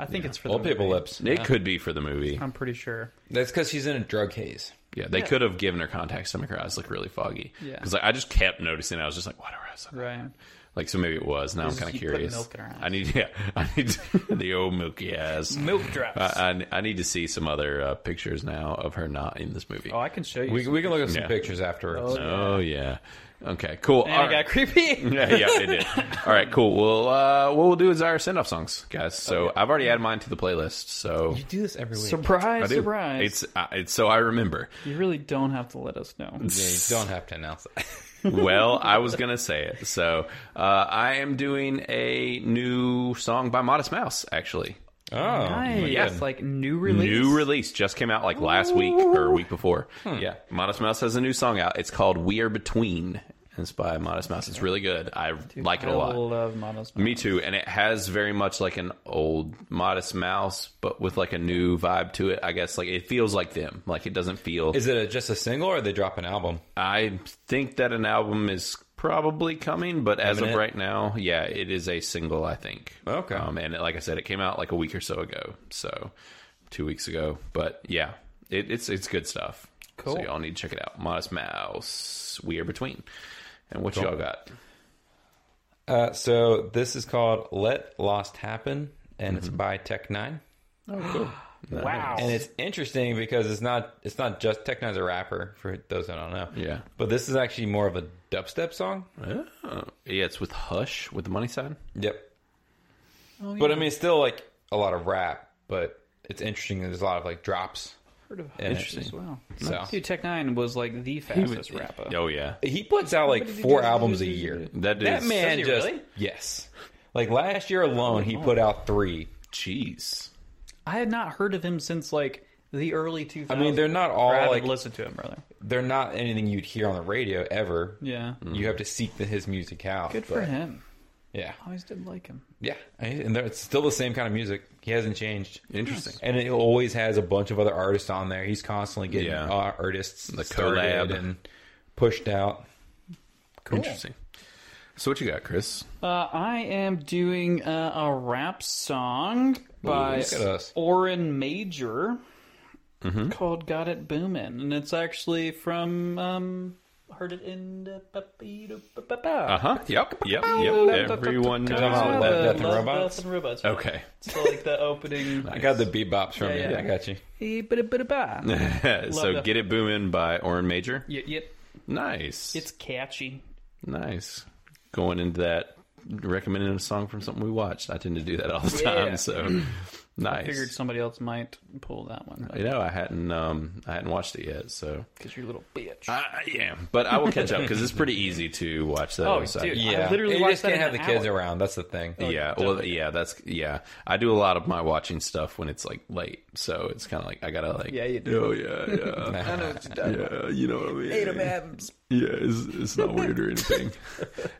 Speaker 3: I think it's for
Speaker 2: Old
Speaker 3: the
Speaker 2: people
Speaker 3: movie.
Speaker 2: lips.
Speaker 1: It could be for the movie.
Speaker 3: I'm pretty sure.
Speaker 2: That's because she's in a drug haze.
Speaker 1: Yeah, they could have given her contacts to make her eyes look really foggy.
Speaker 3: Yeah.
Speaker 1: Because like, I just kept noticing. I was just like, why do her eyes look
Speaker 3: Right.
Speaker 1: Like so, maybe it was. Now I'm
Speaker 3: Just
Speaker 1: kind of
Speaker 3: keep putting
Speaker 1: curious.
Speaker 3: milk in her eyes.
Speaker 1: I need, *laughs* yeah, I need the old milky ass.
Speaker 3: Milk drops.
Speaker 1: I, I, I need to see some other uh, pictures now of her not in this movie.
Speaker 3: oh, I can show you.
Speaker 2: We, we can look at some
Speaker 1: Yeah.
Speaker 2: pictures afterwards.
Speaker 1: Oh, yeah. Okay, cool.
Speaker 3: and
Speaker 1: All
Speaker 3: it got
Speaker 1: right. *laughs*
Speaker 3: creepy.
Speaker 1: yeah, yeah, it did. All right, cool. Well, uh, what we'll do is our send off songs, guys. So I've already added mine to the playlist. So
Speaker 2: You do this every week.
Speaker 1: I
Speaker 3: surprise,
Speaker 1: do.
Speaker 3: surprise.
Speaker 1: It's uh, it's so I remember.
Speaker 3: you really don't have to let us know.
Speaker 2: yeah, you don't have to announce
Speaker 1: *laughs*
Speaker 2: it.
Speaker 1: well, I was gonna say it. So uh, I am doing a new song by Modest Mouse. Actually,
Speaker 2: Oh,
Speaker 3: Nice.
Speaker 1: yeah.
Speaker 3: It's like new release.
Speaker 1: new release just came out like last week or a week before. Yeah, Modest Mouse has a new song out. It's called "We Are Between." and It's by Modest Mouse. It's really good. I like it a
Speaker 3: I
Speaker 1: lot.
Speaker 3: love models.
Speaker 1: Me too. And it has very much like an old Modest Mouse, but with like a new vibe to it. I guess like it feels like them. Like it doesn't feel.
Speaker 2: is it a, just a single or they drop an album?
Speaker 1: I think that an album is probably coming, but as of
Speaker 2: Imminent?
Speaker 1: right now, yeah, it is a single. I think.
Speaker 2: Okay.
Speaker 1: Um, and it, like I said, it came out like a week or so ago, so two weeks ago. But yeah, it, it's it's good stuff.
Speaker 3: Cool.
Speaker 1: So y'all need to check it out. Modest Mouse, We Are Between. And what y'all got?
Speaker 2: Uh, so this is called "Let Lost Happen" and
Speaker 1: Mm-hmm.
Speaker 2: it's by Tech Nine.
Speaker 1: Oh, cool.
Speaker 3: Wow.
Speaker 2: And it's interesting because it's not it's not just Tech Nine's a rapper for those that don't know.
Speaker 1: Yeah.
Speaker 2: But this is actually more of a dubstep song.
Speaker 1: Oh. Yeah, it's with Hush with the money sign.
Speaker 2: Yep.
Speaker 3: Oh,
Speaker 2: But I mean, it's still like a lot of rap, but it's interesting. There's a lot of like drops.
Speaker 3: Heard of
Speaker 2: Yeah.
Speaker 3: Hush as well.
Speaker 2: So
Speaker 3: Dude, Tech Nine was like the fastest rapper.
Speaker 1: Oh yeah,
Speaker 2: he puts out like four albums a year.
Speaker 1: that
Speaker 2: That
Speaker 1: is
Speaker 2: man
Speaker 3: he
Speaker 2: just
Speaker 3: really? Oh,
Speaker 2: yes. Like last year alone, he put out three.
Speaker 1: Jeez.
Speaker 3: I had not heard of him since like the early 2000s.
Speaker 2: I mean, they're not
Speaker 3: Or I
Speaker 2: all
Speaker 3: haven't
Speaker 2: like
Speaker 3: listened to him rather.
Speaker 2: they're not anything you'd hear on the radio ever.
Speaker 3: Yeah, Mm-hmm.
Speaker 2: You have to seek the, his music out.
Speaker 3: good for
Speaker 2: but-
Speaker 3: him.
Speaker 2: Yeah,
Speaker 3: Always did like him.
Speaker 2: yeah, and there- it's still the same kind of music. He hasn't changed.
Speaker 1: Interesting.
Speaker 2: and it always has a bunch of other artists on there. He's constantly getting
Speaker 1: Yeah.
Speaker 2: uh, artists
Speaker 1: The
Speaker 2: started
Speaker 1: collab.
Speaker 2: and pushed out.
Speaker 1: Interesting. So what you got, Chris?
Speaker 3: Uh, I am doing uh, a rap song by
Speaker 2: look at us. Mm-hmm.
Speaker 3: Oren Major. called "Got It Boomin'," and it's actually from um, "Heard It in the Puppy."
Speaker 1: Uh
Speaker 3: Uh-huh.
Speaker 1: huh. Yep. Yep.
Speaker 2: Uh,
Speaker 1: Yep. Everyone knows.
Speaker 2: Love, Death and Robots?
Speaker 3: Death and Robots.
Speaker 1: Okay.
Speaker 3: So like the
Speaker 2: *laughs*
Speaker 3: opening.
Speaker 2: I got the bebops from
Speaker 3: Yeah,
Speaker 2: you.
Speaker 3: yeah.
Speaker 2: I got you.
Speaker 1: *laughs*
Speaker 3: Yep,
Speaker 1: so
Speaker 3: Death-
Speaker 1: get it booming by Orrin Major.
Speaker 3: yep.
Speaker 1: Nice.
Speaker 3: It's catchy.
Speaker 1: Nice. Going into that, recommending a song from something we watched. I tend to do that all the time.
Speaker 3: Yeah. *clears throat*
Speaker 1: So *clears throat* nice.
Speaker 3: Figured somebody else might pull that one
Speaker 1: you know, I hadn't um, I hadn't watched it yet, so
Speaker 3: because you're a little bitch.
Speaker 1: I, I am. But I will catch up because it's pretty easy to watch
Speaker 3: Oh,
Speaker 1: those. I-
Speaker 3: dude. Oh,
Speaker 2: Yeah,
Speaker 3: I literally
Speaker 2: you
Speaker 3: watched
Speaker 2: just
Speaker 3: that
Speaker 2: can't
Speaker 3: in
Speaker 2: have the
Speaker 3: an
Speaker 2: kids
Speaker 3: hour.
Speaker 2: around. That's the thing.
Speaker 1: yeah, well, yeah, that's yeah. I do a lot of my watching stuff when it's like late, so it's kind of like I gotta like,
Speaker 3: Yeah, you do.
Speaker 1: oh yeah,
Speaker 3: *laughs*
Speaker 1: yeah,
Speaker 2: I know
Speaker 1: yeah, you know what I mean. Yeah, it's, it's not weird or
Speaker 2: *laughs*
Speaker 1: anything.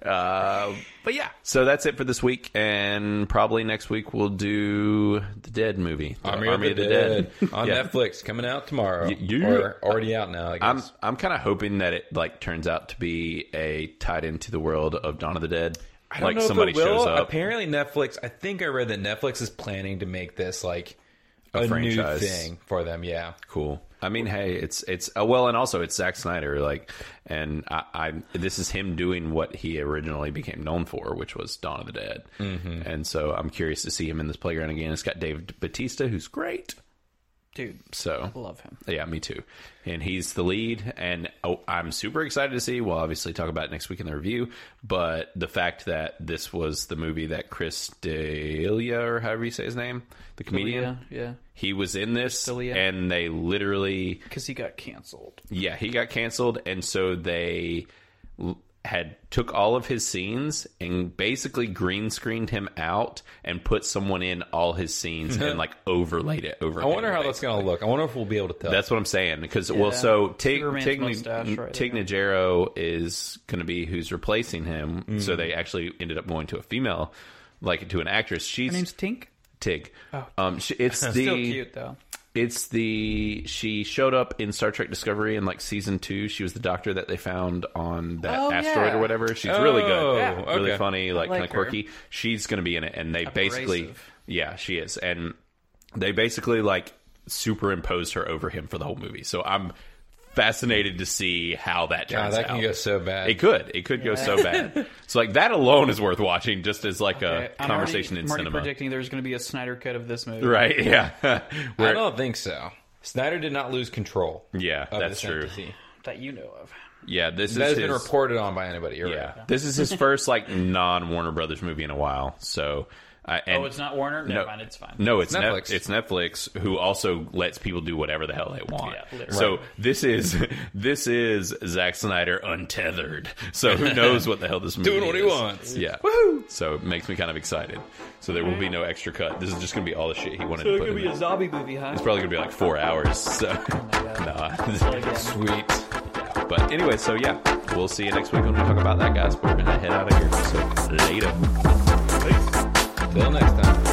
Speaker 1: uh, but yeah, so that's it for this week, and probably next week we'll do the Dead movie, the
Speaker 2: Army, of the, Dead, on
Speaker 1: Yeah.
Speaker 2: Netflix coming out tomorrow.
Speaker 1: you-
Speaker 2: Or already out now. I guess.
Speaker 1: I'm I'm kind of hoping that it like turns out to be a tied into the world of Dawn of the Dead.
Speaker 2: I don't
Speaker 1: like
Speaker 2: know if it
Speaker 1: somebody shows
Speaker 2: will.
Speaker 1: up.
Speaker 2: Apparently, Netflix. I think I read that Netflix is planning to make this like a,
Speaker 1: franchise.
Speaker 2: new thing for them. Yeah,
Speaker 1: Cool. I mean, hey, it's it's uh, well, and also it's Zack Snyder, like, and I, I this is him doing what he originally became known for, which was Dawn of the Dead, mm-hmm. and so I'm curious to see him in this playground again. It's got Dave Batista, who's great,
Speaker 3: Dude,
Speaker 1: so
Speaker 3: love him.
Speaker 1: yeah, me too. And he's the lead, and oh, I'm super excited to see. We'll obviously talk about it next week in the review, but the fact that this was the movie that Chris D'Elia, or however you say his name, the comedian,
Speaker 3: Yeah, yeah.
Speaker 1: he was in this,
Speaker 3: D'Elia.
Speaker 1: and they literally
Speaker 3: Because he got canceled.
Speaker 1: yeah, he got canceled, and so they l- had took all of his scenes and basically green screened him out and put someone in all his scenes
Speaker 3: *laughs*
Speaker 1: and like overlaid it over.
Speaker 2: I wonder how that's going to look. I wonder if we'll be able to tell.
Speaker 1: That's what I'm saying because well,
Speaker 3: Yeah.
Speaker 1: so Tig
Speaker 3: Superman's
Speaker 1: Tig
Speaker 3: mustache right
Speaker 1: Tig
Speaker 3: there.
Speaker 1: Notaro is going to be who's replacing him. So
Speaker 3: Mm.
Speaker 1: they actually ended up going to a female, like to an actress. She's
Speaker 3: Her name's Tink.
Speaker 1: Tig. Um, she, it's the
Speaker 3: Oh. *laughs*
Speaker 1: uh,
Speaker 3: Still cute though.
Speaker 1: it's the she showed up in Star Trek Discovery in like season two. She was the doctor that they found on that
Speaker 3: Oh,
Speaker 1: asteroid
Speaker 3: yeah.
Speaker 1: or whatever. She's really
Speaker 2: Oh,
Speaker 1: good,
Speaker 2: Yeah.
Speaker 1: really
Speaker 2: okay.
Speaker 1: funny, like,
Speaker 3: like
Speaker 1: kind of
Speaker 3: her.
Speaker 1: quirky. She's going to be in it, and they basically,
Speaker 3: Abrasive.
Speaker 1: yeah, she is, and they basically like superimposed her over him for the whole movie. So I'm fascinated to see how that
Speaker 2: God,
Speaker 1: turns
Speaker 2: that can
Speaker 1: out.
Speaker 2: go so bad.
Speaker 1: it could, it could go so bad. So like that alone is worth watching, just as like
Speaker 3: Okay,
Speaker 1: a
Speaker 3: I'm
Speaker 1: conversation
Speaker 3: already,
Speaker 1: in
Speaker 3: I'm already
Speaker 1: cinema,
Speaker 3: predicting there's going to be a Snyder cut of this movie.
Speaker 1: right? *laughs* Yeah,
Speaker 2: I
Speaker 1: Where-
Speaker 2: don't think so. Snyder did not lose control.
Speaker 1: yeah,
Speaker 2: of
Speaker 1: that's
Speaker 2: this
Speaker 1: true.
Speaker 2: entity.
Speaker 3: That you know of.
Speaker 1: Yeah, this
Speaker 2: That
Speaker 1: is
Speaker 2: has been
Speaker 1: his-
Speaker 2: reported on by anybody. You're
Speaker 1: Yeah.
Speaker 2: right.
Speaker 1: This is his first like non Warner Brothers movie in a while. So I and
Speaker 3: Oh, it's not Warner. Never
Speaker 1: no,
Speaker 3: mind. It's fine.
Speaker 1: No, it's Netflix.
Speaker 2: Netflix.
Speaker 1: it's Netflix who also lets people do whatever the hell they want.
Speaker 3: Yeah, literally.
Speaker 1: so this is *laughs* this is Zack Snyder untethered. So who knows what the hell
Speaker 2: *laughs*
Speaker 1: this movie
Speaker 2: Doing what he
Speaker 1: is.
Speaker 2: wants.
Speaker 1: Yeah. Woohoo! So it makes me kind of excited. So there will be no extra cut. This is just going to be all the shit he wanted
Speaker 3: So
Speaker 1: to
Speaker 3: it
Speaker 1: put
Speaker 3: could
Speaker 1: in.
Speaker 3: be a
Speaker 1: It's
Speaker 3: zombie movie, huh?
Speaker 1: probably going to be like 4 hours. So *laughs* nah.
Speaker 2: Sweet.
Speaker 1: But anyway, so yeah, we'll see you next week when we talk about that, guys. But we're gonna head out of here. So later.
Speaker 2: Till next time.